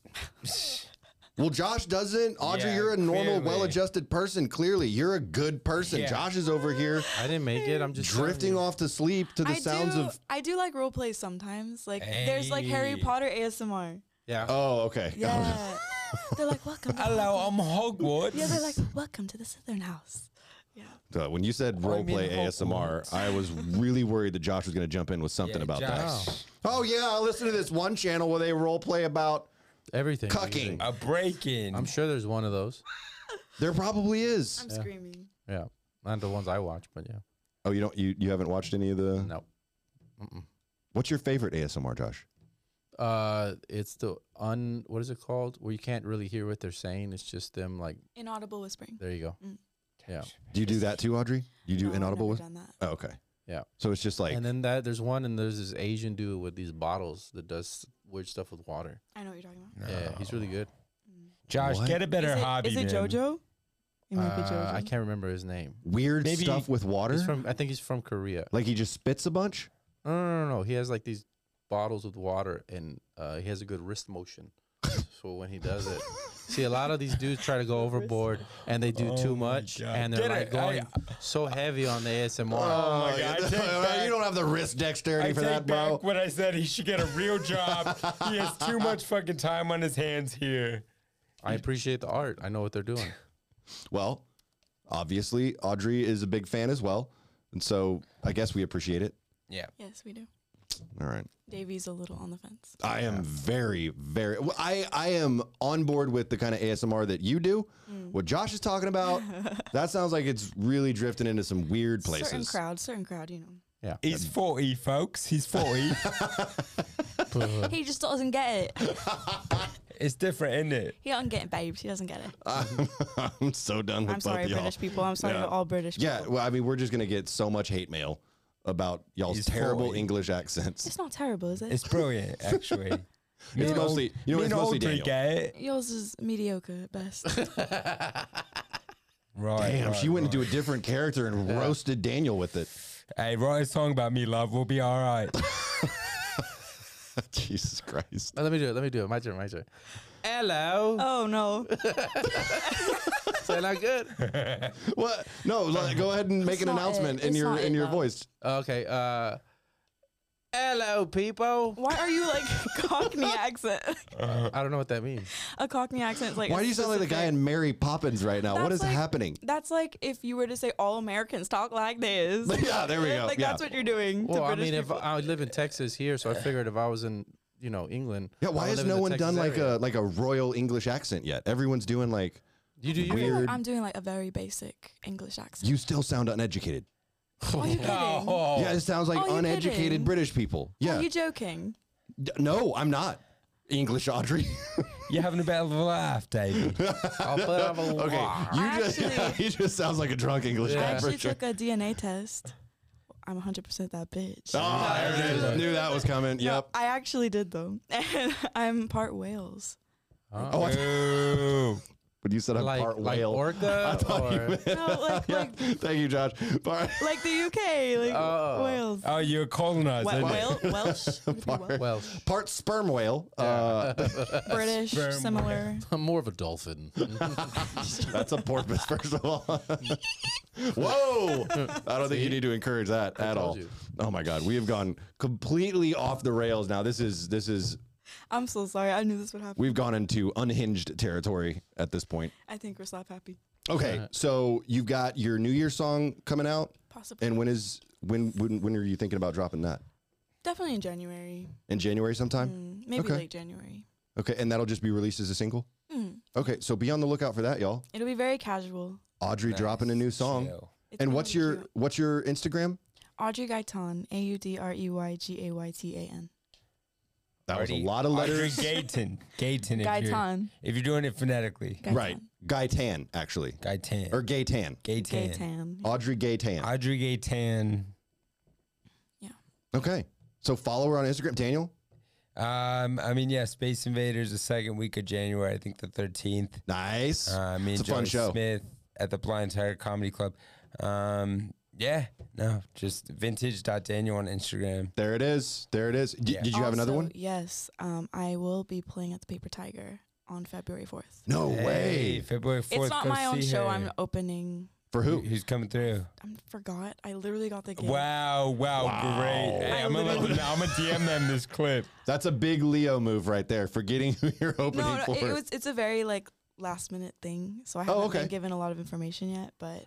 Speaker 1: Well, Josh doesn't. Audrey,
Speaker 3: Yeah,
Speaker 1: you're a normal,
Speaker 3: clearly.
Speaker 1: well-adjusted person. Clearly, you're a good person.
Speaker 3: Yeah.
Speaker 1: Josh is over here
Speaker 4: I didn't make it. I'm just telling
Speaker 1: drifting
Speaker 4: you.
Speaker 1: off to sleep to the
Speaker 2: I
Speaker 1: sounds
Speaker 2: do.
Speaker 1: of.
Speaker 2: I do like role plays sometimes. Like there's like Harry
Speaker 3: Hey.
Speaker 2: Potter ASMR.
Speaker 4: Yeah.
Speaker 1: Oh, okay. [laughs]
Speaker 2: Yeah. they're like welcome. To
Speaker 3: Hello,
Speaker 2: Hogwarts."
Speaker 3: I'm Hogwarts.
Speaker 2: Yeah, they're like welcome to the Southern House. Yeah.
Speaker 1: Uh, when you said roleplay
Speaker 3: mean,
Speaker 1: ASMR, I was really worried that Josh was gonna jump in with something about that. Oh yeah, I listened to this one channel where they roleplay about.
Speaker 4: Everything.
Speaker 1: Cucking.
Speaker 3: A break in.
Speaker 4: I'm sure there's one of those.
Speaker 1: There probably is.
Speaker 2: I'm screaming.
Speaker 4: Yeah. Not the ones I watch, but yeah.
Speaker 1: Oh, you don't you you haven't watched any of the.
Speaker 4: No.
Speaker 1: What's your favorite ASMR, Josh?
Speaker 4: Uh, it's the un. What is it called? Where you can't really hear what they're saying. It's just them. Like
Speaker 2: Inaudible whispering.
Speaker 4: there you go. Yeah.
Speaker 1: Do you do that too, Audrey? You do
Speaker 2: No, I've
Speaker 1: inaudible.
Speaker 2: never
Speaker 1: With-
Speaker 2: done that.
Speaker 1: oh, okay.
Speaker 4: Yeah.
Speaker 1: So it's just like
Speaker 4: and then that there's one and there's this Asian dude with these bottles that does weird stuff with water.
Speaker 2: I know what you're talking about.
Speaker 4: Yeah, he's really good.
Speaker 3: Josh,
Speaker 1: What?
Speaker 3: get a better
Speaker 2: is it,
Speaker 3: hobby.
Speaker 2: Is it
Speaker 3: man.
Speaker 2: JoJo? It might be
Speaker 4: Uh,
Speaker 2: JoJo.
Speaker 4: I can't remember his name.
Speaker 1: weird
Speaker 3: Maybe-
Speaker 1: stuff with water.
Speaker 4: He's from I think he's from Korea.
Speaker 1: like he just spits a bunch.
Speaker 4: No, no, no, no. He has like these bottles with water and uh, he has a good wrist
Speaker 1: [laughs]
Speaker 4: motion. so when he does it, see a lot of these dudes try to go overboard and they do
Speaker 1: Oh
Speaker 4: too much
Speaker 3: God.
Speaker 4: and they're
Speaker 3: Get
Speaker 4: like
Speaker 3: it. I-
Speaker 4: going so heavy on the
Speaker 3: Oh
Speaker 4: ASMR.
Speaker 3: my God, I take back-
Speaker 1: Oh, [laughs] you don't have the wrist dexterity
Speaker 3: I
Speaker 1: for
Speaker 3: take
Speaker 1: that, bro.
Speaker 3: back when I said he should get a real job. he has too much fucking time on his hands here.
Speaker 4: I appreciate the art. I know what
Speaker 1: [laughs]
Speaker 4: they're doing.
Speaker 1: Well, obviously Audrey is a big fan as well, and so I guess we appreciate it.
Speaker 3: Yeah.
Speaker 2: yes, we do.
Speaker 1: All right.
Speaker 2: Davey's a little on the fence.
Speaker 1: I am very, very. well, I I am on board with the kind of ASMR that you do.
Speaker 2: Mm.
Speaker 1: What Josh is talking about,
Speaker 2: [laughs]
Speaker 1: that sounds like it's really drifting into some weird
Speaker 2: Certain
Speaker 1: places.
Speaker 2: crowd, certain crowd, you know.
Speaker 3: He's 40, folks. He's 40.
Speaker 1: Uh-huh.
Speaker 2: he just doesn't get it.
Speaker 3: it's different, isn't it?
Speaker 2: He doesn't get it, babes. He doesn't get it.
Speaker 1: I'm, [laughs] I'm so done with
Speaker 2: I'm
Speaker 1: both
Speaker 2: sorry,
Speaker 1: of y'all.
Speaker 2: British people. I'm sorry
Speaker 1: Yeah.
Speaker 2: to all British
Speaker 1: Yeah,
Speaker 2: people.
Speaker 1: well, I mean, we're just gonna get so much hate mail about y'all's
Speaker 3: He's
Speaker 1: terrible
Speaker 3: forty.
Speaker 1: English accents.
Speaker 2: It's not terrible, is it?
Speaker 3: It's brilliant, [laughs] actually.
Speaker 1: It's mostly, you know, it's mostly Daniel.
Speaker 3: Daniel.
Speaker 2: Yours is mediocre
Speaker 1: [laughs]
Speaker 2: at best.
Speaker 3: Right.
Speaker 1: Damn,
Speaker 3: right,
Speaker 1: she went
Speaker 3: right.
Speaker 1: into a different character
Speaker 2: [laughs]
Speaker 1: and roasted Daniel with it.
Speaker 3: Hey, write a song about me, love. We'll be all right.
Speaker 1: Jesus Christ.
Speaker 4: Uh, let me do it. Let me do it. My turn. My turn. Hello.
Speaker 2: oh no.
Speaker 4: Is that not
Speaker 1: [laughs]
Speaker 4: good?
Speaker 1: What? No, like, go ahead and make
Speaker 2: It's
Speaker 1: an
Speaker 2: not
Speaker 1: announcement
Speaker 2: it.
Speaker 1: in
Speaker 2: It's
Speaker 1: your
Speaker 2: not
Speaker 1: in
Speaker 2: it,
Speaker 1: your
Speaker 2: though.
Speaker 1: voice.
Speaker 4: Okay. Uh, Hello, people.
Speaker 2: Why are you like [laughs] Cockney accent?
Speaker 1: Uh.
Speaker 4: I don't know what that means.
Speaker 2: a Cockney accent is like.
Speaker 1: Why
Speaker 2: a
Speaker 1: do you sound like the guy
Speaker 2: specific-
Speaker 1: in Mary Poppins right now? what is
Speaker 2: That's like-
Speaker 1: happening?
Speaker 2: That's like if you were to say all Americans talk like this.
Speaker 1: [laughs] yeah, there we go.
Speaker 2: like
Speaker 1: yeah.
Speaker 2: that's what you're doing.
Speaker 4: Well,
Speaker 2: to
Speaker 4: I
Speaker 2: British
Speaker 4: mean, if
Speaker 2: people.
Speaker 4: I live in Texas here, so I figured if I was in, you know, England.
Speaker 1: yeah, why has no one done like a like a royal English accent yet? Everyone's doing like
Speaker 4: You do you?
Speaker 2: I feel like
Speaker 1: weird-
Speaker 2: I'm doing like a very basic English accent.
Speaker 1: you still sound uneducated. [laughs]
Speaker 2: are you kidding?
Speaker 3: Oh,
Speaker 1: Yeah, it sounds like
Speaker 2: Are you
Speaker 1: uneducated
Speaker 2: kidding?
Speaker 1: British people. Yeah.
Speaker 2: Are you joking?
Speaker 1: D- no, I'm not. English Audrey. [laughs]
Speaker 3: you're having a battle of life, David. [laughs]
Speaker 4: I'll put [laughs] up a
Speaker 1: okay.
Speaker 4: wall.
Speaker 1: You
Speaker 2: I
Speaker 1: just [laughs]
Speaker 2: actually-
Speaker 1: he just sounds like a drunk English
Speaker 2: I
Speaker 1: guy for
Speaker 2: actually
Speaker 1: sure.
Speaker 2: took a DNA test. I'm 100% that bitch.
Speaker 1: Oh, there it is. Knew that was
Speaker 4: [laughs]
Speaker 1: coming.
Speaker 2: No,
Speaker 1: Yep.
Speaker 2: I actually did though. [laughs] And I'm part Wales.
Speaker 1: Oh, I th-
Speaker 3: Ooh.
Speaker 1: but you said I'm
Speaker 4: Like,
Speaker 1: part
Speaker 4: like
Speaker 1: whale. I [laughs]
Speaker 4: [laughs] orca
Speaker 1: thought you
Speaker 4: or-
Speaker 1: meant-
Speaker 2: No, like
Speaker 1: Yeah. [laughs]
Speaker 2: like
Speaker 1: Thank you, Josh. Part-
Speaker 2: like the UK, like
Speaker 4: Oh.
Speaker 2: Wales.
Speaker 3: Oh, you're a colonizer.
Speaker 2: Wel-
Speaker 3: isn't
Speaker 2: Wel-
Speaker 3: it?
Speaker 1: [laughs]
Speaker 2: Welsh, Would it be Wel-
Speaker 4: Welsh.
Speaker 1: part sperm whale. Uh,
Speaker 2: British,
Speaker 3: Sperm
Speaker 2: similar.
Speaker 4: I'm more of a [laughs] dolphin.
Speaker 1: That's a porpoise, first of all. [laughs] Whoa! I don't think you need to encourage that at
Speaker 4: told
Speaker 1: all.
Speaker 4: you.
Speaker 1: Oh my God, we have gone completely off the rails now. This is this is
Speaker 2: I'm so sorry. I knew this would happen.
Speaker 1: we've gone into unhinged territory at this point.
Speaker 2: I think we're slap happy.
Speaker 1: Okay, so you've got your New Year song coming out,
Speaker 2: Possibly.
Speaker 1: and when is when when when are you thinking about dropping that?
Speaker 2: Definitely in January.
Speaker 1: In January sometime.
Speaker 2: Mm, maybe
Speaker 1: Okay.
Speaker 2: late January.
Speaker 1: Okay, and that'll just be released as a single.
Speaker 2: Mm.
Speaker 1: Okay, so be on the lookout for that, y'all.
Speaker 2: It'll be very casual.
Speaker 1: Audrey
Speaker 3: Nice.
Speaker 1: dropping a new song.
Speaker 3: Chill.
Speaker 2: It's
Speaker 1: And
Speaker 2: gonna
Speaker 1: what's
Speaker 2: be
Speaker 1: your
Speaker 2: cute.
Speaker 1: what's your Instagram?
Speaker 2: Audrey Gaitan? A U D R E Y G A Y T A N.
Speaker 1: That was a
Speaker 3: Audrey-
Speaker 1: lot of
Speaker 3: Audrey
Speaker 1: letters.
Speaker 3: Gayton. Gayton. If you're,
Speaker 2: Gaitan.
Speaker 3: if you're doing it phonetically.
Speaker 2: Gaitan.
Speaker 1: Right. Gaitan, actually.
Speaker 3: Gayton.
Speaker 1: Or Gaytan.
Speaker 3: Gayton.
Speaker 2: Gaitan.
Speaker 1: Audrey Gaytan.
Speaker 3: Audrey Gayton.
Speaker 1: Okay. So follow her on Instagram. Daniel,
Speaker 3: Um, I mean, yeah, Space Invaders the second week of January. I think the thirteenth.
Speaker 1: nice.
Speaker 3: Uh, me
Speaker 1: It's
Speaker 3: and
Speaker 1: a fun
Speaker 3: Joey
Speaker 1: show.
Speaker 3: Smith at the Blind Tiger Comedy Club. Um, yeah, no, just vintage.daniel on Instagram.
Speaker 1: there it is. There it is. D-
Speaker 3: Yeah.
Speaker 1: Did you have another
Speaker 2: Also,
Speaker 1: one?
Speaker 2: Yes. Um, I will be playing at the Paper Tiger on February 4th.
Speaker 1: No
Speaker 3: Hey,
Speaker 1: way.
Speaker 3: February fourth.
Speaker 2: it's not my own show. I'm opening.
Speaker 1: For who?
Speaker 3: Who's coming through?
Speaker 2: I forgot. I literally got the gig.
Speaker 3: Wow, wow,
Speaker 1: Wow.
Speaker 3: great! Hey,
Speaker 2: I
Speaker 3: I'm gonna let them
Speaker 2: literally-
Speaker 3: know. I'm gonna DM them
Speaker 1: [laughs]
Speaker 3: this clip.
Speaker 1: That's a big Leo move right there. Forgetting [laughs] who you're opening
Speaker 2: No, no
Speaker 1: for.
Speaker 2: it, was. It's a very like last minute thing. So I
Speaker 1: Oh,
Speaker 2: haven't
Speaker 1: okay.
Speaker 2: been given a lot of information yet, but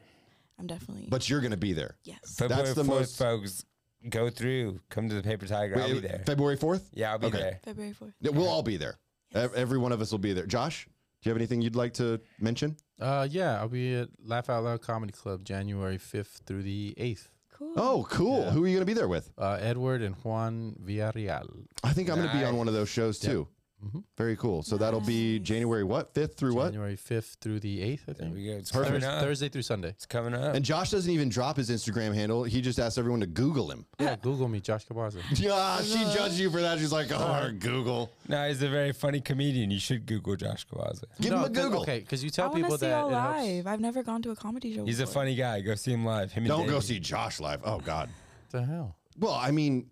Speaker 2: I'm definitely.
Speaker 1: but you're gonna be there.
Speaker 2: yes.
Speaker 3: February
Speaker 1: the
Speaker 3: fourth,
Speaker 1: most-
Speaker 3: folks. Go through. Come to the Paper Tiger. I'll be
Speaker 1: Wait,
Speaker 3: there.
Speaker 1: February fourth.
Speaker 3: Yeah, I'll be
Speaker 1: Okay.
Speaker 3: there.
Speaker 2: February 4th.
Speaker 1: We'll all be there.
Speaker 2: Yes.
Speaker 1: Ev- Every one of us will be there. Josh, do you have anything you'd like to mention?
Speaker 4: uh, yeah, I'll be at Laugh Out Loud Comedy Club January 5th through the 8th.
Speaker 2: Cool.
Speaker 1: Oh, cool.
Speaker 4: Yeah.
Speaker 1: Who are you gonna be there with?
Speaker 4: Uh, Edward and Juan Villarreal.
Speaker 1: I think I'm gonna be on
Speaker 3: Nice.
Speaker 1: one of those shows
Speaker 4: Yep.
Speaker 1: too.
Speaker 4: Mhm.
Speaker 1: Very cool. So that'll be
Speaker 2: Nice.
Speaker 1: January what? Fifth through what?
Speaker 4: January 5th through the 8th, I
Speaker 3: There
Speaker 4: think.
Speaker 3: we go. It's
Speaker 1: Perfect.
Speaker 3: coming
Speaker 4: Thursday,
Speaker 3: up.
Speaker 4: Thursday through Sunday.
Speaker 3: It's coming up.
Speaker 1: And Josh doesn't even drop his Instagram handle. He just asks everyone to Google
Speaker 4: [laughs]
Speaker 1: him. [laughs]
Speaker 4: Yeah, Google me, Josh Cabaza.
Speaker 1: Yeah, she judged you for that. She's like, oh, Google.
Speaker 3: No, he's a very funny comedian. You should Google Josh Kawaza.
Speaker 1: Give him a
Speaker 4: th-
Speaker 1: Google.
Speaker 4: Okay, because you
Speaker 2: I
Speaker 4: tell
Speaker 2: want
Speaker 4: people
Speaker 2: to see
Speaker 4: that
Speaker 2: y'all
Speaker 4: it helps.
Speaker 2: live. I've never gone to a comedy show.
Speaker 3: He's a
Speaker 2: before.
Speaker 3: funny guy. Go see him live. Him and
Speaker 1: Don't go
Speaker 3: Davey.
Speaker 1: see Josh live. Oh, God.
Speaker 4: What the hell?
Speaker 1: Well, I mean,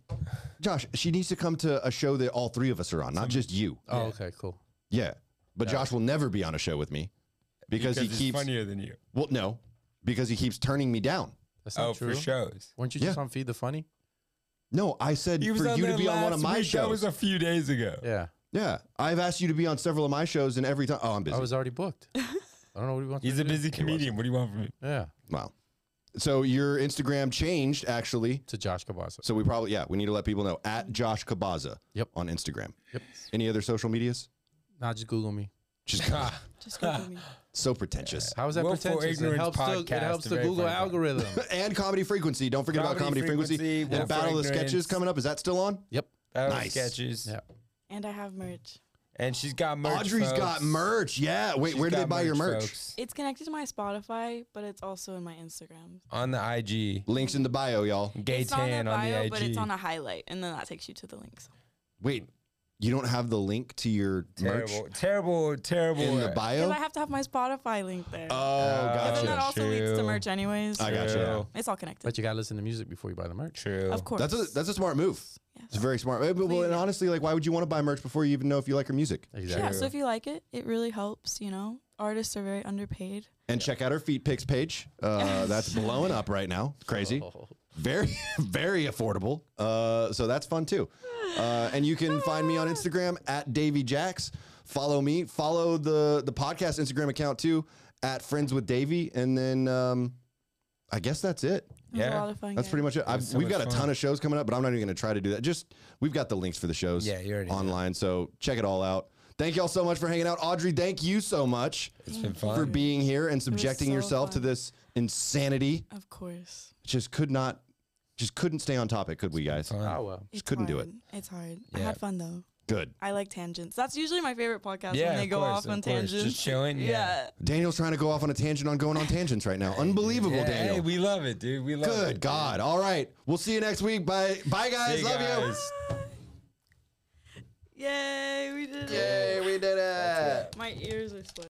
Speaker 1: Josh, she needs to come to a show that all three of us are on, not just you.
Speaker 4: Oh, okay, cool.
Speaker 1: Yeah. But Josh will never be on a show with me because,
Speaker 3: he's
Speaker 1: he keeps,
Speaker 3: funnier than you.
Speaker 1: well, no, because he keeps turning me down.
Speaker 4: That's not
Speaker 3: Oh,
Speaker 4: true.
Speaker 3: for shows.
Speaker 4: Weren't you just
Speaker 1: Yeah.
Speaker 4: on Feed the Funny?
Speaker 1: No, I said for you to
Speaker 3: there
Speaker 1: be on one of
Speaker 3: last
Speaker 1: my
Speaker 3: week. That
Speaker 1: shows.
Speaker 3: was a few days ago.
Speaker 4: Yeah,
Speaker 1: yeah. I've asked you to be on several of my shows, and every time, oh, I'm busy.
Speaker 4: I was
Speaker 2: [laughs]
Speaker 4: already booked. I don't know what he wants.
Speaker 3: He's
Speaker 4: me
Speaker 3: a
Speaker 4: to do.
Speaker 3: busy comedian. What do you want from him?
Speaker 4: Yeah,
Speaker 1: wow. So your Instagram changed, actually.
Speaker 4: to Josh Cabaza.
Speaker 1: So we probably yeah, we need to let people know at Josh Kabaza
Speaker 4: Yep.
Speaker 1: on Instagram.
Speaker 4: Yep.
Speaker 1: Any other social medias?
Speaker 4: Nah, just Google me.
Speaker 3: [laughs]
Speaker 1: Just
Speaker 2: Just Google me.
Speaker 1: so pretentious.
Speaker 4: How is that
Speaker 3: Willful
Speaker 4: pretentious? It
Speaker 3: Ignorance
Speaker 4: helps, to,
Speaker 3: podcast,
Speaker 4: it helps
Speaker 3: a
Speaker 4: the
Speaker 3: very
Speaker 4: Google
Speaker 3: funny one.
Speaker 4: algorithm.
Speaker 3: [laughs]
Speaker 1: [laughs] And comedy frequency. Don't forget about comedy
Speaker 3: Comedy
Speaker 1: frequency.
Speaker 3: Frequency,
Speaker 1: and
Speaker 3: Willful
Speaker 1: Battle of the
Speaker 3: Ignorance.
Speaker 1: Sketches coming up. Is that still on?
Speaker 4: yep.
Speaker 3: That was
Speaker 1: Nice.
Speaker 3: sketches.
Speaker 4: Yeah.
Speaker 2: And I have merch.
Speaker 3: And she's got merch.
Speaker 1: Audrey's
Speaker 3: folks.
Speaker 1: got merch. Yeah. Wait,
Speaker 3: She's
Speaker 1: where do they
Speaker 3: got
Speaker 1: buy your merch?
Speaker 3: folks.
Speaker 2: It's connected to my Spotify, but it's also in my Instagram.
Speaker 3: On the IG.
Speaker 1: Links in the bio, y'all.
Speaker 3: Gay
Speaker 2: it's not
Speaker 3: tan
Speaker 2: in the
Speaker 3: on
Speaker 2: bio,
Speaker 3: the IG.
Speaker 2: but it's on a highlight, and then that takes you to the links.
Speaker 1: Wait, you don't have the link to your
Speaker 3: terrible, terrible, terrible.
Speaker 1: merch in the
Speaker 2: Because
Speaker 1: bio?
Speaker 2: I have to have my Spotify link there.
Speaker 1: oh,
Speaker 2: But then
Speaker 1: gotcha.
Speaker 2: that also leads to
Speaker 3: True.
Speaker 2: merch, anyways.
Speaker 1: I gotcha.
Speaker 3: True.
Speaker 2: It's all connected.
Speaker 4: But you gotta listen to music before you buy the merch.
Speaker 3: True.
Speaker 2: Of course.
Speaker 1: That's a that's a smart move. It's very smart. Eh, but- well, and honestly, like, why would you want to buy merch before you even know if you like her music?
Speaker 4: Exactly.
Speaker 2: yeah, so if you like it, it really helps, you know. Artists are very underpaid.
Speaker 1: And check out her feet pics page. Uh, that's blowing up right now. Crazy. very [laughs] very affordable. Uh, so that's fun too. Uh, and you can find me on Instagram at Davy Jacks. Follow me. Follow the the podcast Instagram account too at Friends with Davy. And then um, I guess that's it.
Speaker 2: It was
Speaker 3: Yeah.
Speaker 2: a lot of fun.
Speaker 1: That's
Speaker 2: guys.
Speaker 1: pretty much it. I've,
Speaker 3: was so
Speaker 1: we've
Speaker 3: much
Speaker 1: got a ton
Speaker 3: fun.
Speaker 1: of shows coming up, but I'm not even going to try to do that. Just we've got the links for the shows
Speaker 3: Yeah, you already know.
Speaker 1: online, so check it all out. Thank y'all so much for hanging out. Audrey, thank you so much
Speaker 3: It's been
Speaker 1: for
Speaker 3: fun.
Speaker 1: being here and subjecting
Speaker 2: so
Speaker 1: yourself to
Speaker 2: fun.
Speaker 1: this insanity.
Speaker 2: Of course.
Speaker 1: Just could not, just couldn't stay on topic, could we, guys?
Speaker 3: Fun.
Speaker 4: Ah, well.
Speaker 2: It's
Speaker 1: couldn't do it.
Speaker 2: hard. It's hard. I
Speaker 3: Yeah.
Speaker 2: had fun though.
Speaker 1: Good.
Speaker 2: I like tangents. That's usually my favorite podcast
Speaker 3: Yeah,
Speaker 2: when they
Speaker 3: of
Speaker 2: go
Speaker 3: course,
Speaker 2: off
Speaker 3: of
Speaker 2: on
Speaker 3: course. Just
Speaker 2: tangents.
Speaker 3: chilling, yeah.
Speaker 1: Daniel's trying to go off on a tangent on going on tangents right now. Unbelievable,
Speaker 3: Yeah,
Speaker 1: Daniel.
Speaker 3: Hey, we love it, dude. We love it.
Speaker 1: Good God. All right. We'll see you next week. Bye. Bye, guys.
Speaker 3: Hey,
Speaker 1: Love you.
Speaker 3: guys.
Speaker 2: Yay, we did it.
Speaker 1: Yay, we did it.
Speaker 2: My ears are sweating.